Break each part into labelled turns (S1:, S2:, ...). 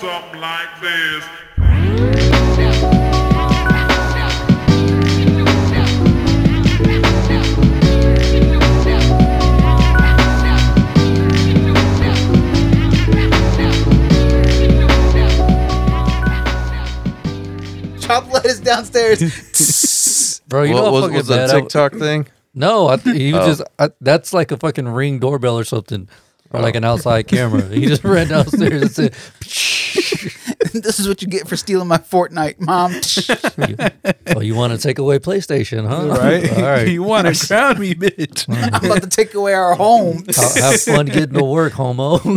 S1: something like this.
S2: Drop lettuce downstairs.
S3: Bro, you know
S4: what
S3: how
S4: was,
S3: fucking
S4: was that
S3: bad I-
S4: TikTok Oh. thing?
S3: no, I, he was just I, that's like a fucking ring doorbell or something, or
S4: Oh.
S3: like an outside camera. He just ran downstairs and said,
S2: this is what you get for stealing my Fortnite, mom.
S3: "Oh, you want to take away PlayStation, huh?
S5: right?
S3: All right.
S5: you want to crown me, bitch?
S2: I'm about to take away our home.
S3: Ha- Have fun getting to work, homo.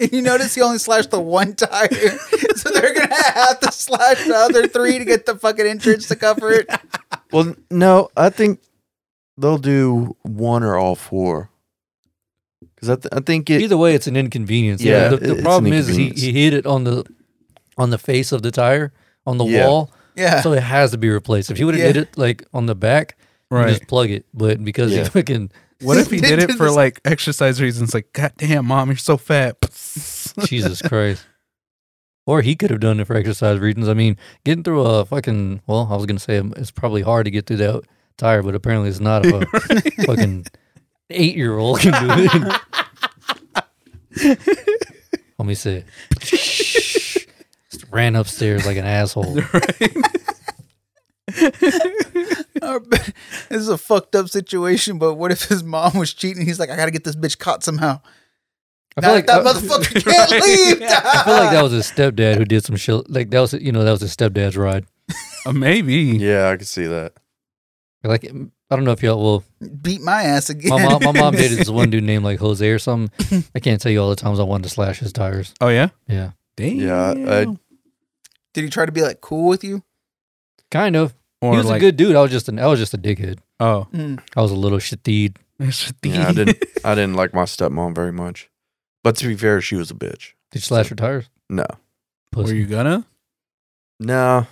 S2: And you notice he only slashed the one tire, so they're gonna have to slash the other three to get the fucking insurance to cover it.
S4: Well, no, I think they'll do one or all four. Because I, th- I think it.
S3: Either way, it's an inconvenience.
S4: Yeah,
S3: the,
S4: it-
S3: the
S4: it's an
S3: problem is he,
S4: inconvenience.
S3: he hit it on the on the face of the tire on the
S4: Yeah.
S3: wall,
S2: Yeah,
S3: so it has to be replaced. If he would have
S2: Yeah.
S3: hit it like on the back, you
S5: Right.
S3: just plug it. But because he
S4: Yeah.
S3: fucking
S5: What if he did it for
S2: This-
S5: like exercise reasons? Like, God damn, mom, you're so fat.
S3: Jesus Christ. Or he could have done it for exercise reasons. I mean, getting through a fucking, well, I was going to say it's probably hard to get through that tire, but apparently it's not. If a fucking eight year old can do it. Let me see. Just ran upstairs like an asshole.
S2: Our ba- this is a fucked up situation. But what if his mom was cheating? He's like, I gotta get this bitch caught somehow.
S3: I
S2: Now
S3: feel, like
S2: that
S3: that,
S2: motherfucker can't leave.
S3: I feel like that was his stepdad who did some shit. Like, that was, you know, that was his stepdad's ride.
S5: Uh, maybe.
S4: yeah, I can see that.
S3: Like, I don't know if y'all, well,
S2: Beat my ass again.
S3: my mom, my mom dated this one dude named like Jose or something. I can't tell you all the times I wanted to slash his tires.
S5: Oh yeah.
S3: Yeah,
S5: Damn.
S4: Yeah, I- I-
S2: Did he try to be like cool with you?
S3: kind of.
S5: or
S3: he was
S5: like,
S3: a good dude. I was just an I was just a dickhead.
S5: oh,
S2: Mm.
S3: I was a little shitted.
S4: Yeah, I didn't. I didn't like my stepmom very much. But to be fair, she was a bitch.
S3: Did you slash your tires?
S4: No,
S5: Were
S3: Pussy.
S5: you gonna?
S4: no.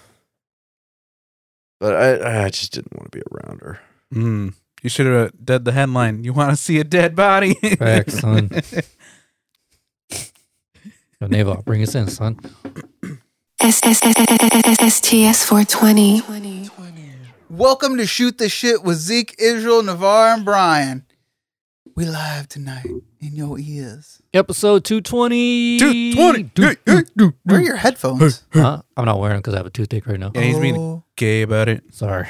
S4: But I, I just didn't want to be around her.
S5: Mm. You should have did the headline. You want to see a dead body?
S3: Facts, son. Yo, Neva, bring us in, son.
S6: SSSSSSTS 420.
S2: Welcome to Shoot the Shit with Zeke, Israel, Navarre, and Brian. We live tonight in your ears.
S3: Episode two twenty.
S5: 220. Yeah, yeah.
S2: Where are your headphones?
S3: Huh? I'm not wearing them because I have a toothache right now.
S5: Hmm. Yeah, he's being
S2: Oh.
S5: gay about it.
S3: Sorry.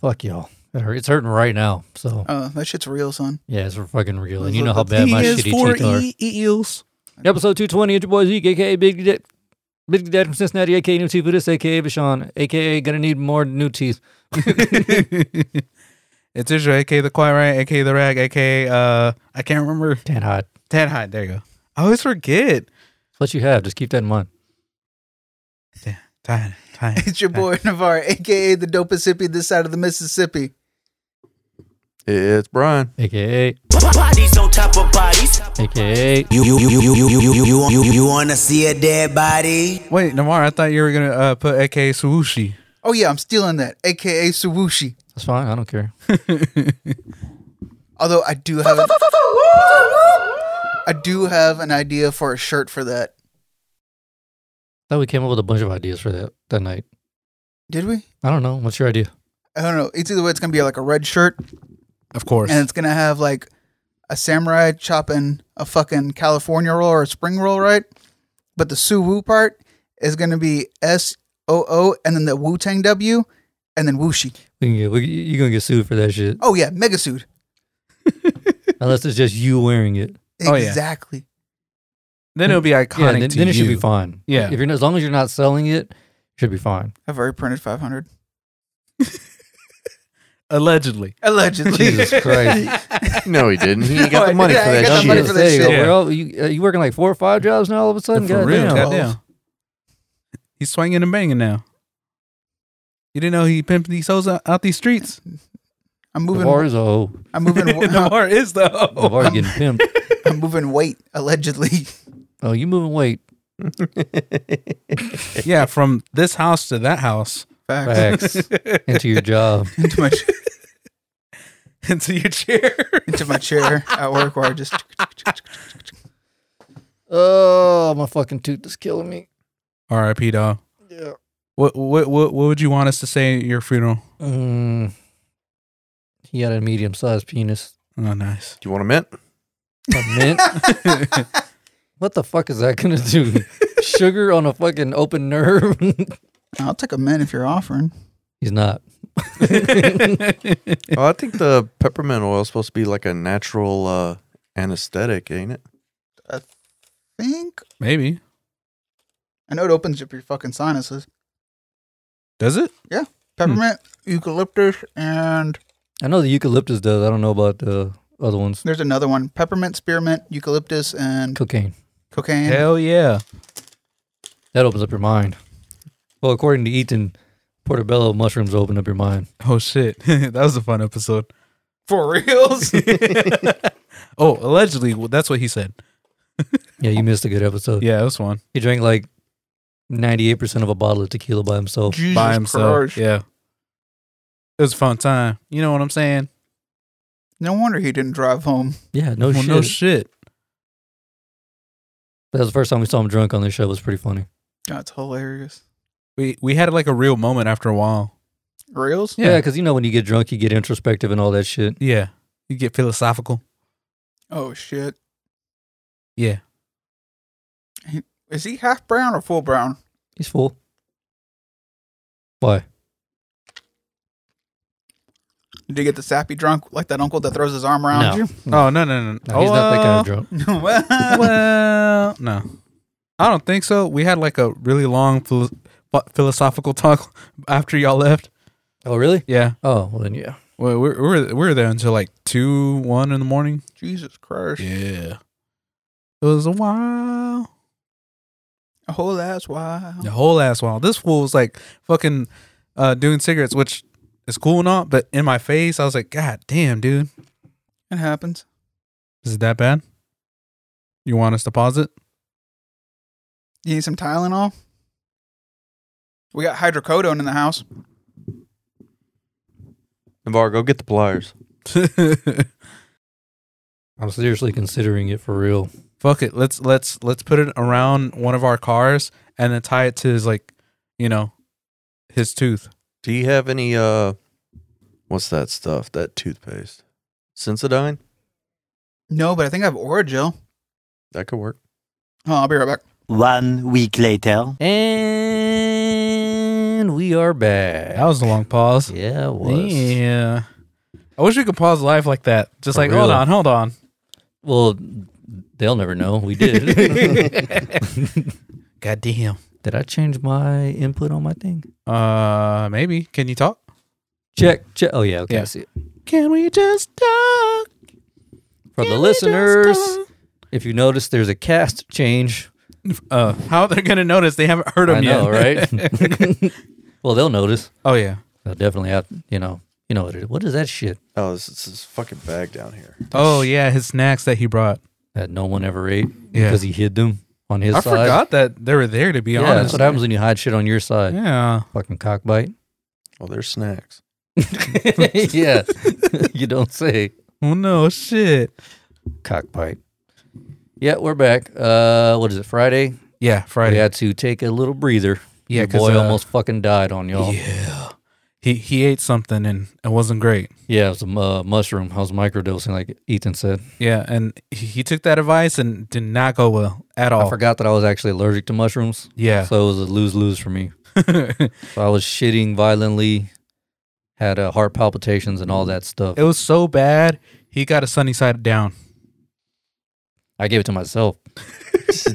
S3: Fuck y'all. It hurt. It's hurting right now. So
S2: Oh, that shit's real, son.
S3: yeah, it's fucking real. And
S2: Those
S3: you
S2: are
S3: know how
S2: the-
S3: bad my shitty teeth are.
S5: E eels.
S3: Episode 220, it's your boy Zeke, aka Big Dad, Big Dad from Cincinnati, aka New Teeth for this, aka Bashan, aka Gonna Need More New Teeth.
S5: it's Israel, aka the Quiet Riot, aka the Rag, aka uh, I can't remember.
S3: Can't hide.
S5: Tad High. There you go. I always forget.
S3: It's what you have. Just keep that in mind.
S5: Tad, Tad.
S2: It's your boy Navarre, aka the dopest hippie this side of the Mississippi.
S4: It's Brian.
S3: AKA,
S7: Bodies on top of bodies.
S3: AKA.
S8: You you you you you you you you you, you wanna see a dead body?
S5: Wait, Namar, I thought you were gonna uh, put aka Suwushi.
S2: Oh, yeah, I'm stealing that, aka Sawushi.
S3: That's fine. I don't care.
S2: Although I do have, an, I do have an idea for a shirt for that.
S3: Thought we came up with a bunch of ideas for that that night.
S2: Did we?
S3: I don't know. What's your idea?
S2: I don't know. It's either way. It's gonna be like a red shirt,
S5: Of course.
S2: and it's gonna have like a samurai chopping a fucking California roll or a spring roll, right? But the Sue Woo part is gonna be S O O and then the Wu Tang W and then Wushi.
S3: We can get, we, you're going to get sued for that shit.
S2: Oh yeah, mega suit.
S3: Unless it's just you wearing it.
S5: Oh, yeah.
S2: Exactly.
S5: then it'll be iconic.
S3: Yeah, then,
S5: to
S3: then it should be
S5: you.
S3: fine.
S5: Yeah.
S3: If you're not, As long as you're not selling it, it should be fine.
S2: I've already printed five hundred.
S5: Allegedly.
S2: Allegedly.
S3: Jesus Christ.
S4: No, he didn't. He ain't got the money
S2: Yeah,
S4: for
S2: I
S4: that
S2: ain't got the
S4: shit.
S2: money for that
S3: There you
S2: shit.
S3: go, bro. You, uh, you working like four or five jobs now all of a sudden?
S5: For real.
S3: Goddamn.
S5: Goddamn. He's swinging and banging now. You didn't know he pimped these hoes out, out these streets.
S2: I'm moving.
S3: Navar is a hoe.
S2: I'm moving.
S5: Namar is the
S3: I've
S5: hoe.
S3: already getting pimped.
S2: I'm moving weight. Allegedly.
S3: Oh, you moving weight?
S5: yeah, from this house to that house.
S2: Facts.
S3: Facts into your job.
S2: Into my
S5: Into your chair.
S2: into my chair at work where I just
S3: Oh, my fucking tooth is killing me.
S5: R.I.P. Dog.
S3: Yeah.
S5: What what what what would you want us to say at your funeral?
S3: Mm. He had a medium sized penis.
S5: Oh, nice.
S4: Do you want a mint?
S3: A mint? what the fuck is that gonna do? Sugar on a fucking open nerve?
S2: I'll take a mint if you're offering.
S3: He's not.
S4: Oh, I think the peppermint oil is supposed to be like a natural uh, anesthetic, ain't it?
S2: Think
S5: Maybe
S2: I know it opens up your fucking sinuses.
S5: Hmm. does it?
S2: Peppermint, eucalyptus, and
S3: I know the eucalyptus does. I don't know about the other ones.
S2: there's another one: peppermint, spearmint, eucalyptus, and
S3: Cocaine.
S2: cocaine.
S5: Hell yeah.
S3: That opens up your mind. Well, according to Ethan, portobello mushrooms open up your mind.
S5: Oh shit, that was a fun episode. For reals? oh, allegedly, well, that's what he said.
S3: Yeah, you missed a good episode.
S5: Yeah, it was fun
S3: He drank like 98% of a bottle of tequila by himself.
S2: Jesus
S5: by himself.
S2: Christ.
S5: Yeah, it was a fun time. You know what I'm saying?
S2: No wonder he didn't drive home.
S3: Yeah, no
S5: well,
S3: Oh, shit.
S5: no shit.
S3: that was the first time we saw him drunk on this show. It was pretty funny.
S2: That's hilarious.
S5: We we had like a real moment after a while.
S2: Reels?
S3: Yeah, because you know when you get drunk, you get introspective and all that shit.
S5: Yeah, you get philosophical.
S2: Oh shit!
S5: Yeah,
S2: Is he half brown or full brown?
S3: He's full. Why?
S2: Did you get the sappy drunk like that uncle that throws his arm around
S3: No.
S2: you?
S5: Oh no no no! no.
S3: No, Hmm. he's not that
S5: Oh,
S3: kind of
S5: uh.
S3: drunk.
S2: well,
S5: well, no, I don't think so. We had like a really long philo- philosophical talk after y'all left.
S3: Oh, really?
S5: Yeah,
S3: Oh, well then, yeah.
S5: well, we we were we were there until like two one in the morning.
S2: Jesus Christ!
S5: Yeah, it was a while,
S2: A whole ass wow.
S5: the whole ass while. This fool was like fucking uh, doing cigarettes, which is cool and all, but in my face, I was like, God damn, dude,
S2: It happens.
S5: is it that bad? You want us to pause it?
S2: You need some Tylenol? We got hydrocodone in the house.
S4: Navarre, go get the pliers.
S3: I'm seriously considering it for real.
S5: fuck it let's let's let's put it around one of our cars and then tie it to his like you know his tooth
S4: Do you have any uh what's that stuff? That toothpaste. Sensodyne?
S2: No, but I think I have Orajel.
S4: That could work.
S2: Oh, I'll be right back.
S7: One week later.
S3: And we are back.
S5: that was a long pause
S3: yeah, it was.
S5: yeah i wish we could pause life like that just
S3: For
S5: like
S3: real.
S5: hold on hold on
S3: Well, they'll never know. We did.
S5: god damn
S3: did I change my input on my thing?
S5: uh maybe can you talk
S3: Check, check. Oh, yeah. Okay,
S5: Yeah.
S3: I see it.
S5: can we just talk
S3: For the
S5: Can we just
S3: listeners,
S5: talk?
S3: if you notice, there's a cast change.
S5: uh how they're gonna notice they haven't heard him
S3: I
S5: yet
S3: know, right? well, they'll notice.
S5: oh yeah
S3: They'll definitely have, you know, you know what it is. What is that shit
S4: Oh, this is this fucking bag down here.
S5: oh yeah his snacks that he brought
S3: that no one ever ate
S5: Yeah.
S3: because he hid them on his
S5: i
S3: side?
S5: forgot that they were there to be
S3: Yeah, that's
S5: honest
S3: what happens when you hide shit on your side.
S5: yeah
S3: Fucking cockbite.
S4: Oh, there's snacks.
S3: yeah, you don't say.
S5: oh no shit
S3: cockbite. Yeah, we're back. Uh, what is it? Friday.
S5: yeah friday
S3: We had to take a little breather.
S5: Yeah,
S3: Your
S5: 'cause,
S3: boy
S5: uh,
S3: almost fucking died on y'all. Yeah,
S5: Yeah. He he ate something and it wasn't great.
S3: it was a mu- uh, mushroom. I was microdosing, like Ethan said.
S5: Yeah, and he, he took that advice and did not go well at all.
S3: I forgot that I was actually allergic to mushrooms,
S5: Oh. Yeah.
S3: so it was a lose lose for me. So I was shitting violently, had uh, heart palpitations and all
S5: Mm.
S3: that stuff.
S5: it was so bad. He got a sunny side down.
S3: I gave it to myself.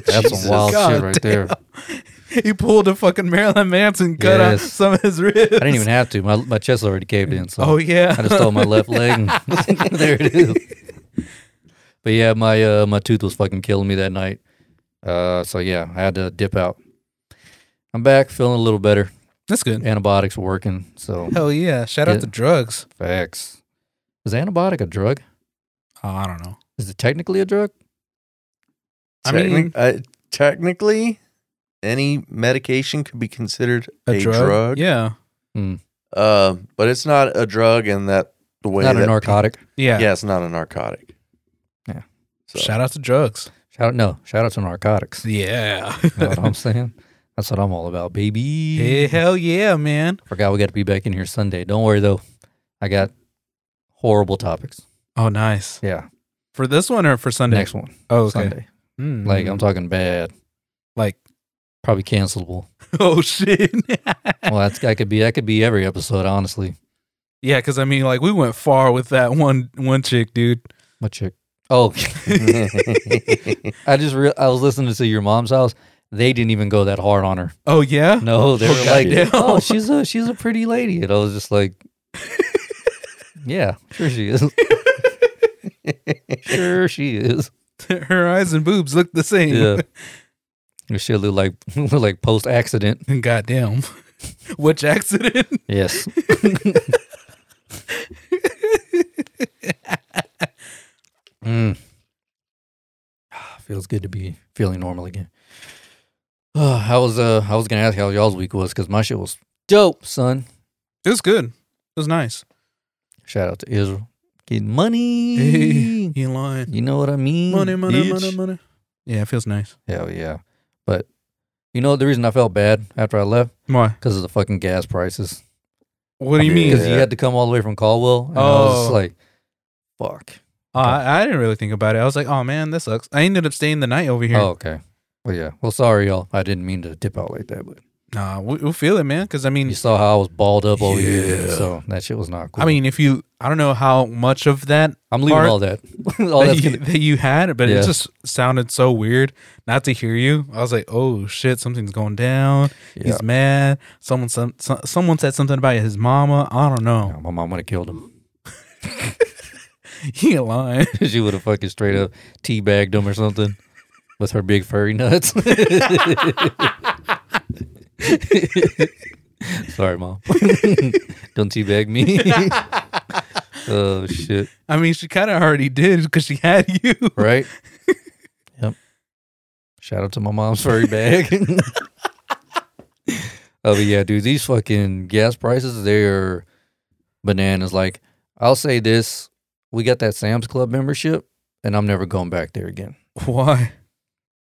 S3: That's some wild shit right there.
S5: He pulled a fucking Marilyn Manson cut out
S3: Yes.
S5: some of his ribs.
S3: I didn't even have to. My my chest already caved in. So
S5: Oh yeah.
S3: I just stole my left leg. And there it is. But yeah, my uh, my tooth was fucking killing me that night. Uh, so yeah, I had to dip out. I'm back, feeling a little better.
S5: That's good.
S3: Antibiotics were working. So
S5: Hell yeah. Shout
S3: Yeah.
S5: out to drugs.
S3: facts. Is antibiotic a drug?
S5: Oh, I don't know.
S3: Is it technically a drug?
S5: I mean-
S4: uh, technically any medication could be considered a, drug.
S5: Yeah.
S4: Uh, but it's not a drug in that the way
S3: Not a
S4: that pe-
S3: narcotic.
S5: Yeah.
S4: yeah, it's not a narcotic.
S3: Yeah.
S4: So,
S5: Shout out to drugs.
S3: Shout out, no, shout out to narcotics. You
S5: Yeah.
S3: know what I'm saying? That's what I'm all about, baby.
S5: Yeah, hell yeah, man.
S3: Forgot we got to be back in here Sunday. Don't worry though, I got horrible topics.
S5: Oh, nice.
S3: Yeah,
S5: For this one or for Sunday?
S3: next one
S5: Oh, okay.
S3: Sunday.
S5: Mm.
S3: Like I'm talking bad,
S5: like,
S3: probably cancelable.
S5: oh shit.
S3: well, that's that could be that could be every episode, honestly.
S5: yeah, because I mean, like, we went far with that one one chick, dude.
S3: My chick. Oh, I just re- I was listening to your mom's house. They didn't even go that hard on her.
S5: Oh yeah.
S3: No, they were
S5: Oh,
S3: like,
S5: goddamn.
S3: "Oh, she's a she's a pretty lady," and I was just like, "Yeah, sure she is. sure she is.
S5: Her eyes and boobs look the same.
S3: Yeah, Your shit look like look like post accident.
S5: Goddamn. Which accident?
S3: Yes, Mm. Ah, feels good to be feeling normal again. Uh, I was uh I was gonna ask how y'all's week was because my shit was dope, son.
S5: It was good. It was nice.
S3: Shout out to Israel, getting
S5: Hey,
S3: money.
S5: you lying.
S3: You know what I mean?
S5: Money, money,
S3: bitch?
S5: money, money. Yeah, it feels nice.
S3: Hell yeah. But you know the reason I felt bad after I left?
S5: Why?
S3: Because of the fucking gas prices.
S5: What do you mean?
S3: Because
S4: Yeah.
S3: you had to come all the way from Caldwell. And I was just
S5: Oh.
S3: like, fuck.
S5: Oh, I, I didn't really think about it. I was like, oh man, this sucks. I ended up staying the night over here.
S3: Oh, okay. Well, yeah. Well, sorry, y'all. I didn't mean to dip out like that, but
S5: Nah, we, we'll feel it, man. Because I mean,
S3: you saw how I was balled up over here.
S5: Yeah.
S3: So that shit was not cool.
S5: I mean, if you, I don't know how much of that
S3: I'm leaving
S5: part-
S3: all that. all
S5: that
S3: Oh, that's
S5: you,
S3: gonna-
S5: that you had, but
S3: Yeah.
S5: it just sounded so weird not to hear you. I was like, oh shit, something's going down.
S3: Yeah.
S5: He's mad. Someone, some, some, someone said something about his mama. I don't know.
S3: Yeah, Oh, my mom would have killed him.
S5: He lying.
S3: she would have fucking straight up teabagged him or something with her big furry nuts. Sorry, mom. Don't teabag me. oh shit!
S5: I mean, she kind of already did because she had you.
S3: Right? Yep. Shout out to my mom's furry bag. oh but yeah, dude. These fucking gas prices—they're bananas. Like, I'll say this: we got that Sam's Club membership, and I'm never going back there again.
S5: Why?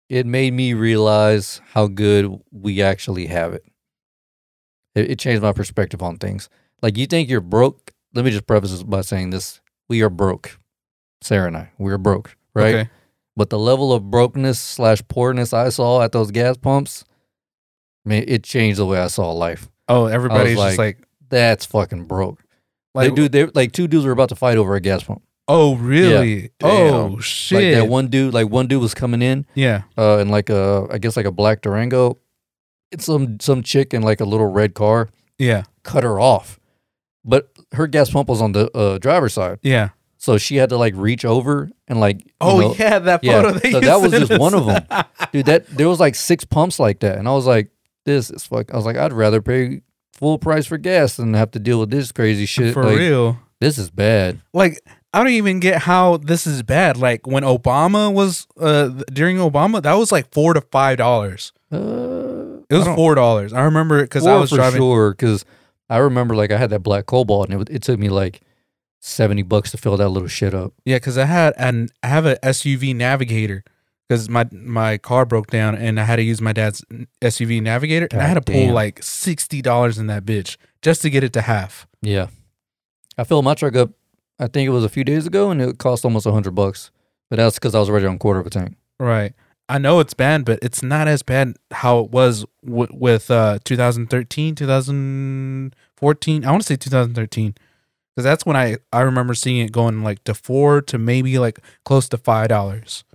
S3: it made me realize how good we actually have it. It, it changed my perspective on things. Like you think you're broke. Let me just preface this by saying this: we are broke, Sarah and I. We're broke, right?
S5: Okay.
S3: But the level of brokenness slash poorness I saw at those gas pumps, man, it changed the way I saw life.
S5: Oh, everybody's just
S3: like,
S5: like,
S3: That's fucking broke. Like, they,
S5: like,
S3: dude, they like two dudes were about to fight over a gas pump.
S5: oh really? Oh
S3: Like
S5: shit.
S3: that one dude, like one dude was coming in,
S5: yeah.
S3: uh, and like a I guess like a black Durango. It's some some chick in like a little red car
S5: Yeah.
S3: cut her off, but her gas pump was on the uh, driver's side,
S5: Yeah.
S3: so she had to like reach over and like. you
S5: Oh
S3: know-
S5: yeah, that
S3: yeah.
S5: photo.
S3: So
S5: you
S3: that was
S5: sent
S3: just one
S5: us.
S3: of them. dude. That there was like six pumps like that, and I was like, "This is fuck." I was like, "I'd rather pay full price for gas than have to deal with this crazy shit."
S5: For
S3: like,
S5: real.
S3: this is bad.
S5: Like I don't even get how this is bad. Like when Obama was uh during Obama, that was like four to five dollars.
S3: Uh,
S5: It was
S3: I don't-
S5: four dollars. I remember it because I
S3: Or
S5: was
S3: for
S5: driving.
S3: sure because I remember like I had that black cobalt and it, wa- it took me like seventy bucks to fill that little shit up.
S5: Yeah, because I had an I have a SUV Navigator because my my car broke down and I had to use my dad's SUV Navigator and I had to pull
S3: Goddamn.
S5: like sixty dollars in that bitch just to get it to half.
S3: Yeah, I filled my truck up. I think it was a few days ago and it cost almost hundred bucks. But that's because I was already on quarter of a tank.
S5: Right. I know it's bad, but it's not as bad how it was w- with uh 2013, 2014. I want to say 2013 because that's when I I remember seeing it going like to four to maybe like close to five dollars.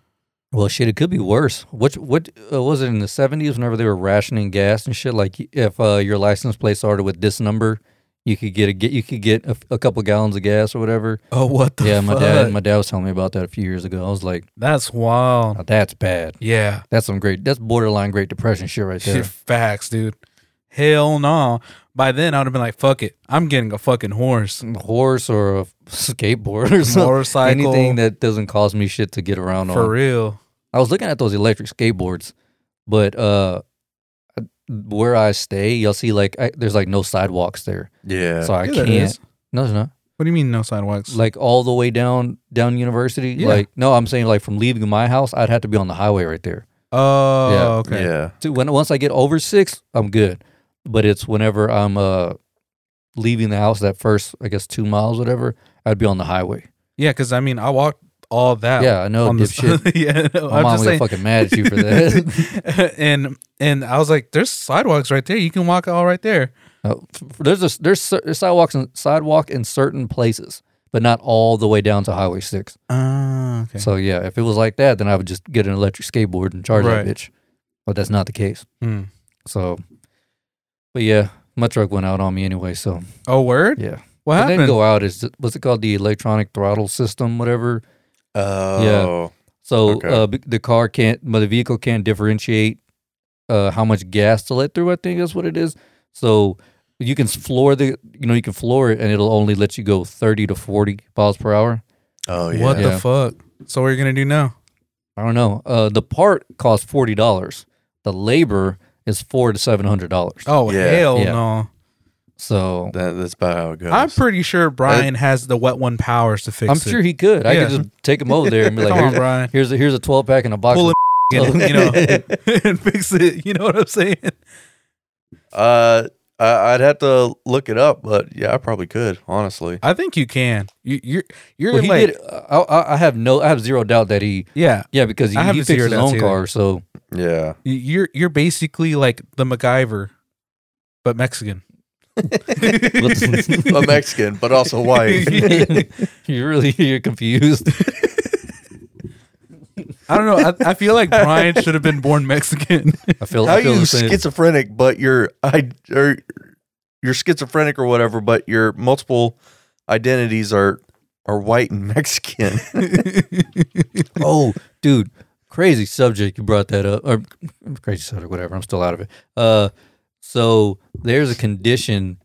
S3: Well, shit, it could be worse. What what uh, was it in the seventies? Whenever they were rationing gas and shit, like if uh, your license plate started with this number, you could get a get you could get a, a couple gallons of gas or whatever.
S5: Oh, what the
S3: yeah, my dad my dad was telling me about that a few years ago. I was like,
S5: that's wild.
S3: "Now that's bad.
S5: Yeah.
S3: That's some great. That's borderline Great Depression shit right there.
S5: Facts, dude. Hell no. By then, I would have been like, fuck it. I'm getting a fucking horse.
S3: Horse or a skateboard or something.
S5: Motorcycle.
S3: Anything that doesn't cost me shit to get around
S5: For
S3: on.
S5: real.
S3: I was looking at those electric skateboards, but uh, where I stay, you'll see like I, there's like no sidewalks there,
S4: Yeah.
S3: so I
S5: Yeah, there
S3: can't.
S5: is.
S3: No, there's not.
S5: What do you mean no sidewalks?
S3: like all the way down down University.
S5: Yeah.
S3: Like no, I'm saying like from leaving my house, I'd have to be on the highway right there.
S5: oh,
S3: Yeah.
S5: okay.
S4: Yeah.
S3: To when once I get over six, I'm good. But it's whenever I'm uh leaving the house that first, I guess two miles, whatever, I'd be on the highway.
S5: Yeah, because I mean, I walked all that.
S3: Yeah, I know,
S5: on the-
S3: dipshit.
S5: yeah, no,
S3: My
S5: I'm
S3: mom would
S5: just
S3: get
S5: saying.
S3: fucking mad at you for that.
S5: and and I was like, "There's sidewalks right there. You can walk all right there."
S3: Uh, f- f- there's a, there's cer- there's sidewalks in, sidewalk in certain places, but not all the way down to Highway Six.
S5: Ah, okay.
S3: So yeah, if it was like that, then I would just get an electric skateboard and charge
S5: Right.
S3: that bitch. But that's not the case.
S5: Hmm.
S3: So, but yeah, my truck went out on me anyway. So
S5: Oh, word.
S3: yeah, it
S5: What
S3: didn't
S5: happened?
S3: go out. Is what's it called? The electronic throttle system, whatever.
S4: Oh.
S3: So
S4: Okay.
S3: uh, b- the car can't, but the vehicle can't differentiate uh, how much gas to let through. I think that's what it is. So you can s- floor the, you know, you can floor it, and it'll only let you go thirty to forty miles per hour.
S4: Oh yeah.
S5: What
S3: Yeah.
S5: the fuck? So what are you gonna do now?
S3: I don't know. Uh, the part costs forty dollars. The labor is four to seven hundred dollars.
S5: Oh
S4: Yeah.
S5: hell
S3: Yeah.
S5: no!
S3: So
S4: That, that's about how it goes.
S5: I'm pretty sure Brian has the wet one powers to fix
S3: I'm
S5: it.
S3: sure he could. I could
S5: Yeah.
S3: just take him over there and be like, Oh.
S5: Come on,
S3: here's,
S5: Brian.
S3: here's a here's a twelve pack and a box.
S5: Pull
S3: of-
S5: and, you know, and fix it. You know what I'm saying?
S4: Uh, I, I'd have to look it up, but yeah, I probably could honestly.
S5: I think you can. You, you're you're
S3: Well, he
S5: like
S3: did. I, I I have no. I have zero doubt that he.
S5: yeah.
S3: Yeah, because he,
S5: I have
S3: he fixed
S5: zero
S3: his
S5: doubts
S3: own
S5: either.
S3: car. So
S4: Yeah.
S5: You- You're you're basically like the MacGyver, but Mexican.
S4: a Mexican, but also white.
S3: you really you're confused.
S5: I don't know. I, I feel like Brian should have been born Mexican.
S3: I feel.
S4: How
S3: I feel
S4: you
S3: the same.
S4: schizophrenic, but you're I or you're schizophrenic or whatever, but your multiple identities are are white and Mexican.
S3: oh, dude, crazy subject. You brought that up, or crazy subject, whatever. I'm still out of it. Uh, so there's a condition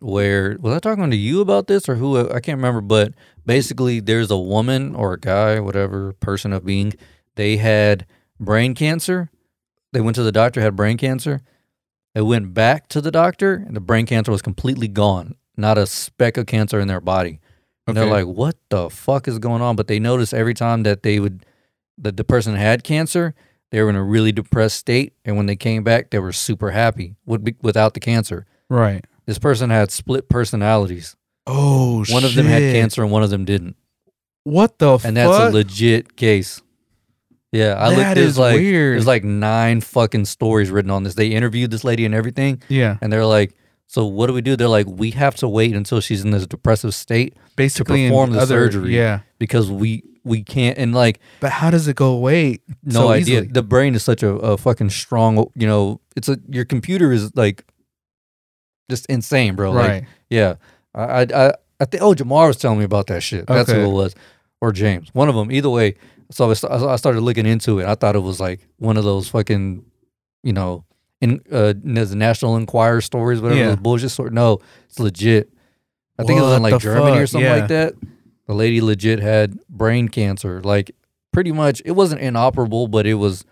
S3: where was I talking to you about this or who? I can't remember, but basically, there's a woman or a guy, whatever person of being, they had brain cancer. They went to the doctor, had brain cancer. They went back to the doctor, and the brain cancer was completely gone. Not a speck of cancer in their body. And they're
S5: Okay.
S3: like, what the fuck is going on? But they noticed every time that they would, that the person had cancer, they were in a really depressed state. And when they came back, they were super happy with, be- without the cancer.
S5: Right.
S3: This person had split personalities.
S5: Oh,
S3: One of them had cancer and one of them didn't.
S5: What the fuck?
S3: And that's a legit case. Yeah, I
S5: That
S3: looked. There's
S5: is
S3: like
S5: weird.
S3: there's like nine fucking stories written on this. They interviewed this lady and everything,
S5: yeah.
S3: and they're like, "So what do we do?" They're like, "We have to wait until she's in this depressive state
S5: Basically, in
S3: perform the
S5: other-
S3: surgery.
S5: Yeah.
S3: because we we can't." And like,
S5: But how does it go away?
S3: no
S5: so
S3: idea.
S5: easily?
S3: The brain is such a, a fucking strong, you know, it's a, your computer is like just insane, bro. Like,
S5: right.
S3: yeah. I, I, I, I think, oh, Jamar was telling me about that shit. That's
S5: Okay.
S3: who it was. Or James. One of them. Either way. So I, st- I started looking into it. I thought it was like one of those fucking, you know, in uh, there's National Enquirer stories, whatever,
S5: Yeah.
S3: those bullshit sort. No, it's legit. I think it was
S5: What
S3: in like
S5: the
S3: Germany or
S5: fuck?
S3: something
S5: Yeah.
S3: like that. The lady legit had brain cancer. Like, pretty much, it wasn't inoperable, but it was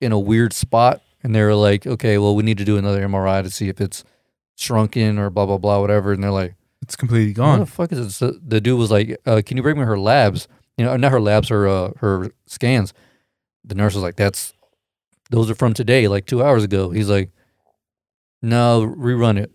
S3: in a weird spot. And they were like, okay, well, we need to do another MRI to see if it's shrunken or blah, blah, blah, whatever. And they're like,
S5: it's completely
S3: what the
S5: gone.
S3: fuck is this? So the dude was like, uh, can you bring me her labs? You know, not her labs, her, uh, her scans. The nurse was like, that's, those are from today, like two hours ago. He's like, no, rerun it.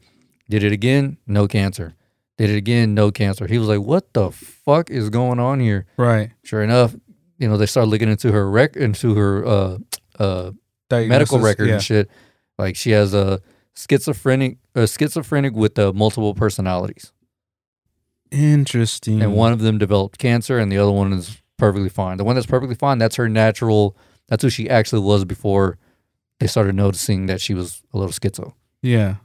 S3: Did it again, no cancer. Did it again, no cancer. He was like, what the fuck is going on here?
S5: Right.
S3: sure enough, you know, they started looking into her rec into her uh uh medical
S5: Diagnosis,
S3: record
S5: Yeah.
S3: and shit. Like she has a schizophrenic a schizophrenic with uh, multiple personalities.
S5: Interesting.
S3: And one of them developed cancer and the other one is perfectly fine. The one that's perfectly fine, that's her natural that's who she actually was before they started noticing that she was a little schizo.
S5: Yeah.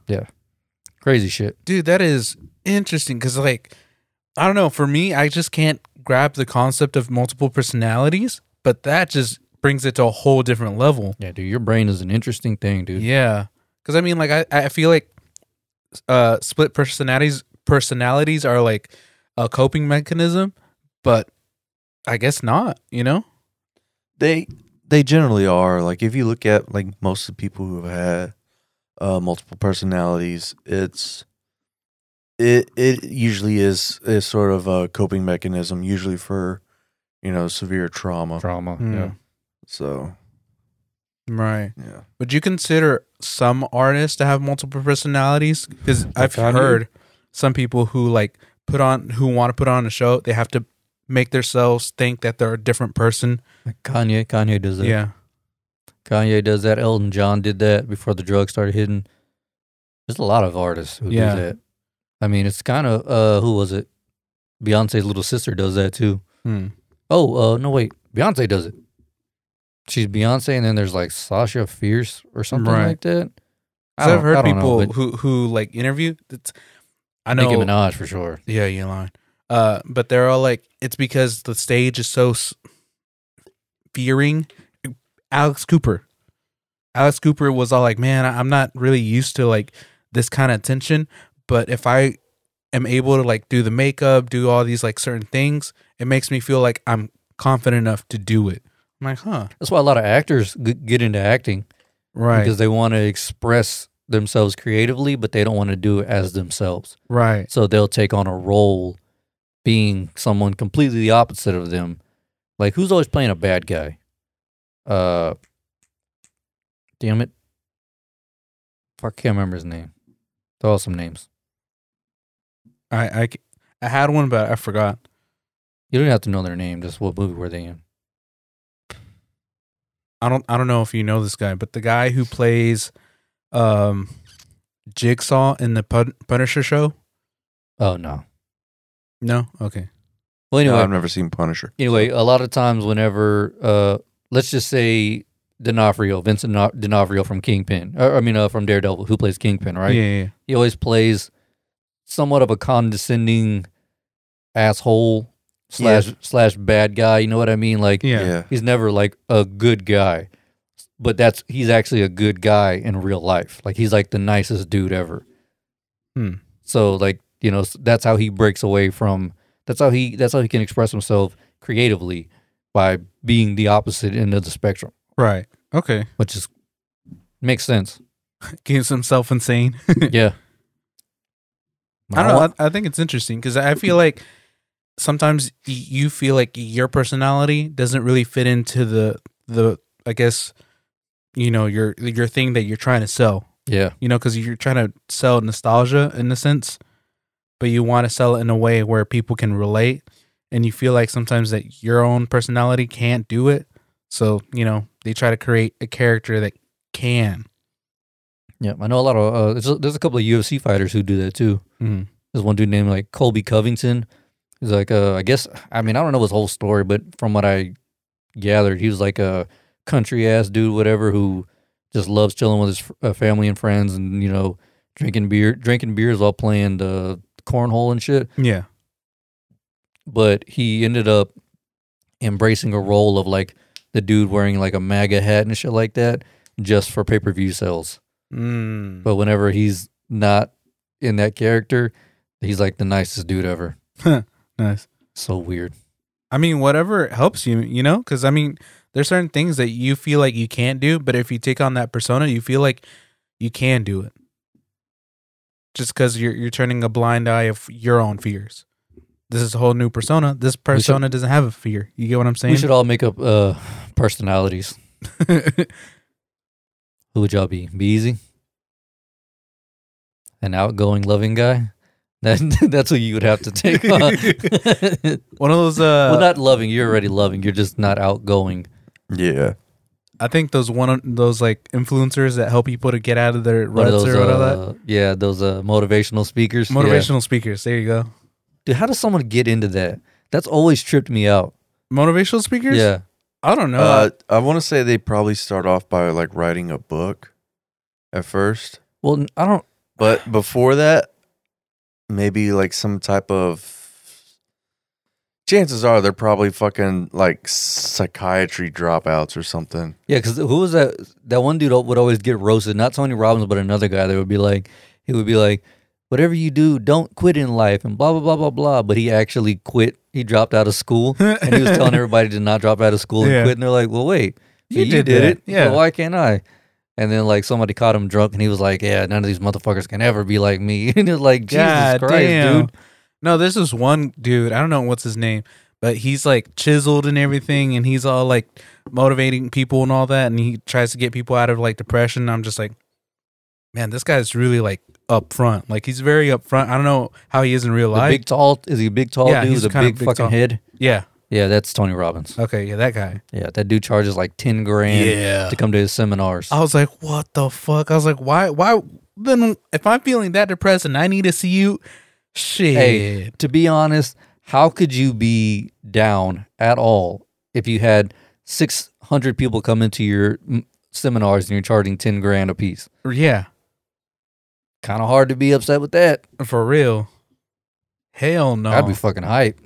S3: Crazy shit.
S5: dude that is interesting because like i don't know for me i just can't grab the concept of multiple personalities but that just brings it to a whole different level
S3: Yeah, dude, your brain is an interesting thing, dude.
S5: yeah because i mean like I, I feel like uh split personalities personalities are like a coping mechanism but i guess not you know
S4: they they generally are. Like if you look at like most of the people who have had uh, multiple personalities, it's it it usually is is sort of a coping mechanism, usually for you know severe trauma.
S3: Trauma.
S5: Hmm.
S3: Yeah.
S4: So
S5: Right.
S4: yeah,
S5: Would you consider some artists to have multiple personalities? Because I've
S3: Kanye?
S5: heard some people who like put on who want to put on a show, they have to make themselves think that they're a different person.
S3: Like Kanye. Kanye does that.
S5: yeah,
S3: Kanye does that. Elton John did that before the drugs started hitting. There's a lot of artists who
S5: Yeah.
S3: do that. I mean, it's kind of uh, who was it? Beyonce's little sister does that too.
S5: Hmm.
S3: Oh uh, no, wait, Beyonce does it. She's Beyonce, and then there's like Sasha Fierce or something
S5: Right.
S3: like that. I
S5: So I've
S3: don't-
S5: heard
S3: I don't know,
S5: people
S3: but
S5: who who like interview. That's, I know.
S3: Nicki Minaj for sure.
S5: Yeah, you lying. Uh, but they're all like, it's because the stage is so s- fearing. Alex Cooper, Alex Cooper was all like, man, I- I'm not really used to like this kind of attention, but if I am able to like do the makeup, do all these like certain things, it makes me feel like I'm confident enough to do it. I'm like, huh,
S3: That's why a lot of actors g- get into acting
S5: right,
S3: because they want to express themselves creatively, but they don't want to do it as themselves.
S5: right,
S3: So they'll take on a role being someone completely the opposite of them. Like who's always playing a bad guy? Uh damn it. Fuck, I can't remember his name. They're all some names.
S5: I, I, c- I had one, but I forgot.
S3: You don't have to know their name, just what movie were they in.
S5: I don't I don't know if you know this guy, but the guy who plays um Jigsaw in the Pun- Punisher show?
S3: Oh no.
S5: No? Okay.
S3: Well
S4: No,
S3: anyway,
S4: I've never seen Punisher.
S3: anyway, a lot of times whenever uh let's just say D'Onofrio, Vincent No- D'Onofrio from Kingpin, or, I mean uh, from Daredevil, who plays Kingpin, right?
S5: Yeah, yeah, yeah.
S3: he always plays somewhat of a condescending asshole slash slash bad guy. You know what I mean? Like
S5: Yeah.
S3: he's never like a good guy, but that's he's actually a good guy in real life. Like he's like the nicest dude ever.
S5: Hmm.
S3: So like you know s- that's how he breaks away from. That's how he that's how he can express himself creatively by being the opposite end of the spectrum,
S5: Right. Okay.
S3: which is makes sense.
S5: Keeps himself insane.
S3: yeah.
S5: I don't know. I, I think it's interesting because I feel like sometimes y- you feel like your personality doesn't really fit into the the I guess you know your your thing that you're trying to sell.
S3: Yeah.
S5: you know, because you're trying to sell nostalgia in a sense, but you want to sell it in a way where people can relate, and you feel like sometimes that your own personality can't do it. So you know, they try to create a character that can.
S3: Yeah, I know a lot of. Uh, there's, a, there's a couple of UFC fighters who do that too.
S5: Mhm.
S3: There's one dude named like Colby Covington. He's like, uh, I guess. I mean, I don't know his whole story, but from what I gathered, he was like a country ass dude, whatever, who just loves chilling with his f- uh, family and friends, and you know, drinking beer, drinking beers while playing the cornhole and shit
S5: Yeah.
S3: but he ended up embracing a role of like the dude wearing like a MAGA hat and shit like that just for pay per view sales.
S5: Mm.
S3: Mm-hmm. But whenever he's not in that character, he's like the nicest dude ever.
S5: Nice.
S3: So weird.
S5: I mean, whatever helps you, you know, because I mean, there's certain things that you feel like you can't do, but if you take on that persona, you feel like you can do it. Just because you're you're turning a blind eye of your own fears. This is a whole new persona. This persona doesn't have a fear. You get what I'm saying?
S3: We should all make up uh personalities. Who would y'all be? Be easy. An outgoing, loving guy. That that's who you would have to take on.
S5: One of those. Uh,
S3: well, not loving. You're already loving. You're just not outgoing.
S4: Yeah,
S5: I think those one of those like influencers that help people to get out of their
S3: One
S5: ruts
S3: of those,
S5: or whatever.
S3: uh, yeah, those uh, motivational speakers. Yeah.
S5: Motivational speakers. There you go.
S3: Dude, how does someone get into that? That's always tripped me out.
S5: Motivational speakers.
S3: yeah.
S5: I don't know.
S4: uh, I want to say they probably start off by like writing a book at first,
S3: Well, n- I don't.
S4: but before that, maybe like some type of. Chances are they're probably fucking like psychiatry dropouts or something.
S3: Yeah, because who was that? That one dude would always get roasted. Not Tony Robbins, but another guy that would be like, he would be like, whatever you do, don't quit in life and blah, blah, blah, blah, blah. But he actually quit. He dropped out of school and he was telling everybody to not drop out of school and
S5: Yeah.
S3: quit. And they're like, well, wait,
S5: You
S3: you,
S5: did
S3: did,
S5: that.
S3: it.
S5: Yeah.
S3: Yeah. why can't I? And then like somebody caught him drunk, and he was like, "Yeah, none of these motherfuckers can ever be like me." and it's like, Jesus
S5: God
S3: Christ,
S5: damn.
S3: dude.
S5: No, this is one dude. I don't know what's his name, but he's like chiseled and everything, and he's all like motivating people and all that, and he tries to get people out of like depression. I'm just like, man, this guy's really like upfront. Like he's very upfront. I don't know how he is in real
S3: The
S5: life.
S3: big tall is he a big tall
S5: Yeah,
S3: dude
S5: he's
S3: with a
S5: kinda
S3: big,
S5: big,
S3: fucking
S5: tall.
S3: head?
S5: yeah.
S3: Yeah, that's Tony Robbins.
S5: Okay. Yeah, that guy.
S3: Yeah, that dude charges like ten grand
S5: Yeah. Oh,
S3: to come to his seminars.
S5: I was like, what the fuck? I was like, why? Why? Then if I'm feeling that depressed and I need to see you, shit.
S3: Hey, to be honest, how could you be down at all if you had 600 people come into your mm, seminars and you're charging 10 grand a piece?
S5: Yeah,
S3: Kind of hard to be upset with that.
S5: for real. Hell no.
S3: I'd be fucking hype.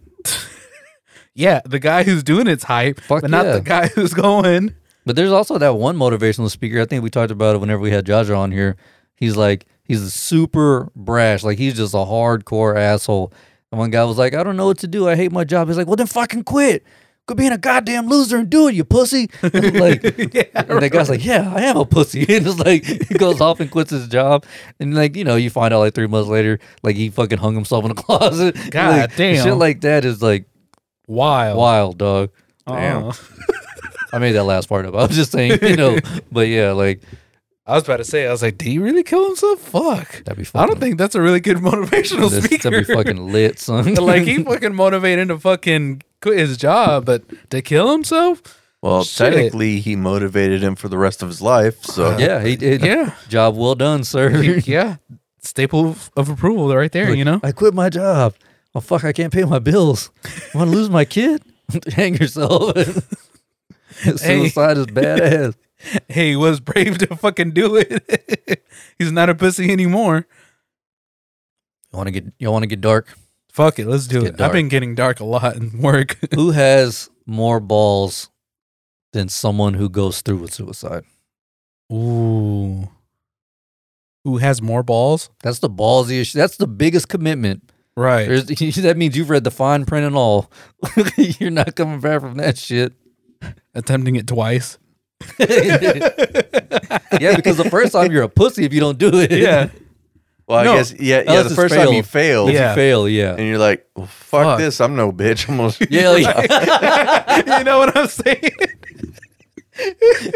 S5: Yeah, the guy who's doing it's hype,
S3: Fuck
S5: but not
S3: yeah.
S5: the guy who's going.
S3: But there's also that one motivational speaker. I think we talked about it whenever we had Jaja on here. He's like, he's super brash. Like, he's just a hardcore asshole. And one guy was like, I don't know what to do. I hate my job. He's like, well, then fucking quit. Quit being a goddamn loser and do it, you pussy. like, And the guy's like, "Yeah, I am a pussy." And it's like he goes off and quits his job, and like you know, you find out like three months later, like he fucking hung himself in a closet.
S5: God
S3: Like,
S5: damn.
S3: shit like that is like
S5: wild.
S3: wild, dog.
S5: Damn.
S3: I made that last part up. I was just saying, you know, but yeah, like
S5: I was about to say, I was like, did he really kill himself? Fuck.
S3: that'd be fucking.
S5: I don't think that's a really good motivational
S3: that's-
S5: speaker.
S3: that'd be fucking lit, son.
S5: like he fucking motivated to fucking quit his job, but to kill himself?
S4: Well,
S5: Shit.
S4: technically, he motivated him for the rest of his life. So
S3: yeah, he did.
S5: Yeah.
S3: job well done, sir.
S5: yeah. Staple of, of approval right there,
S3: Like,
S5: you know?
S3: I quit my job. Well, fuck, I can't pay my bills. Want to lose my kid? Hang yourself. Suicide is badass.
S5: hey, he was brave to fucking do it. He's not a pussy anymore.
S3: You want to get you want to get dark.
S5: Fuck it, let's do
S3: Get
S5: it. I've been getting dark a lot in work.
S3: who has more balls than someone who goes through with suicide?
S5: Ooh. Who has more balls?
S3: That's the ballsiest. That's the biggest commitment.
S5: Right.
S3: There's, that means you've read the fine print and all. You're not coming back from that shit.
S5: Attempting it twice.
S3: yeah, because the first time you're a pussy if you don't do it.
S5: Yeah.
S4: well, I
S5: No.
S4: guess yeah, yeah.
S3: Unless
S4: The
S3: it's
S4: first time you fail,
S3: If
S5: Yeah.
S3: you fail, yeah.
S4: and you're like, well, fuck,
S5: Fuck.
S4: this, I'm no bitch. I'm gonna
S3: Yeah, like,
S5: you know what I'm saying?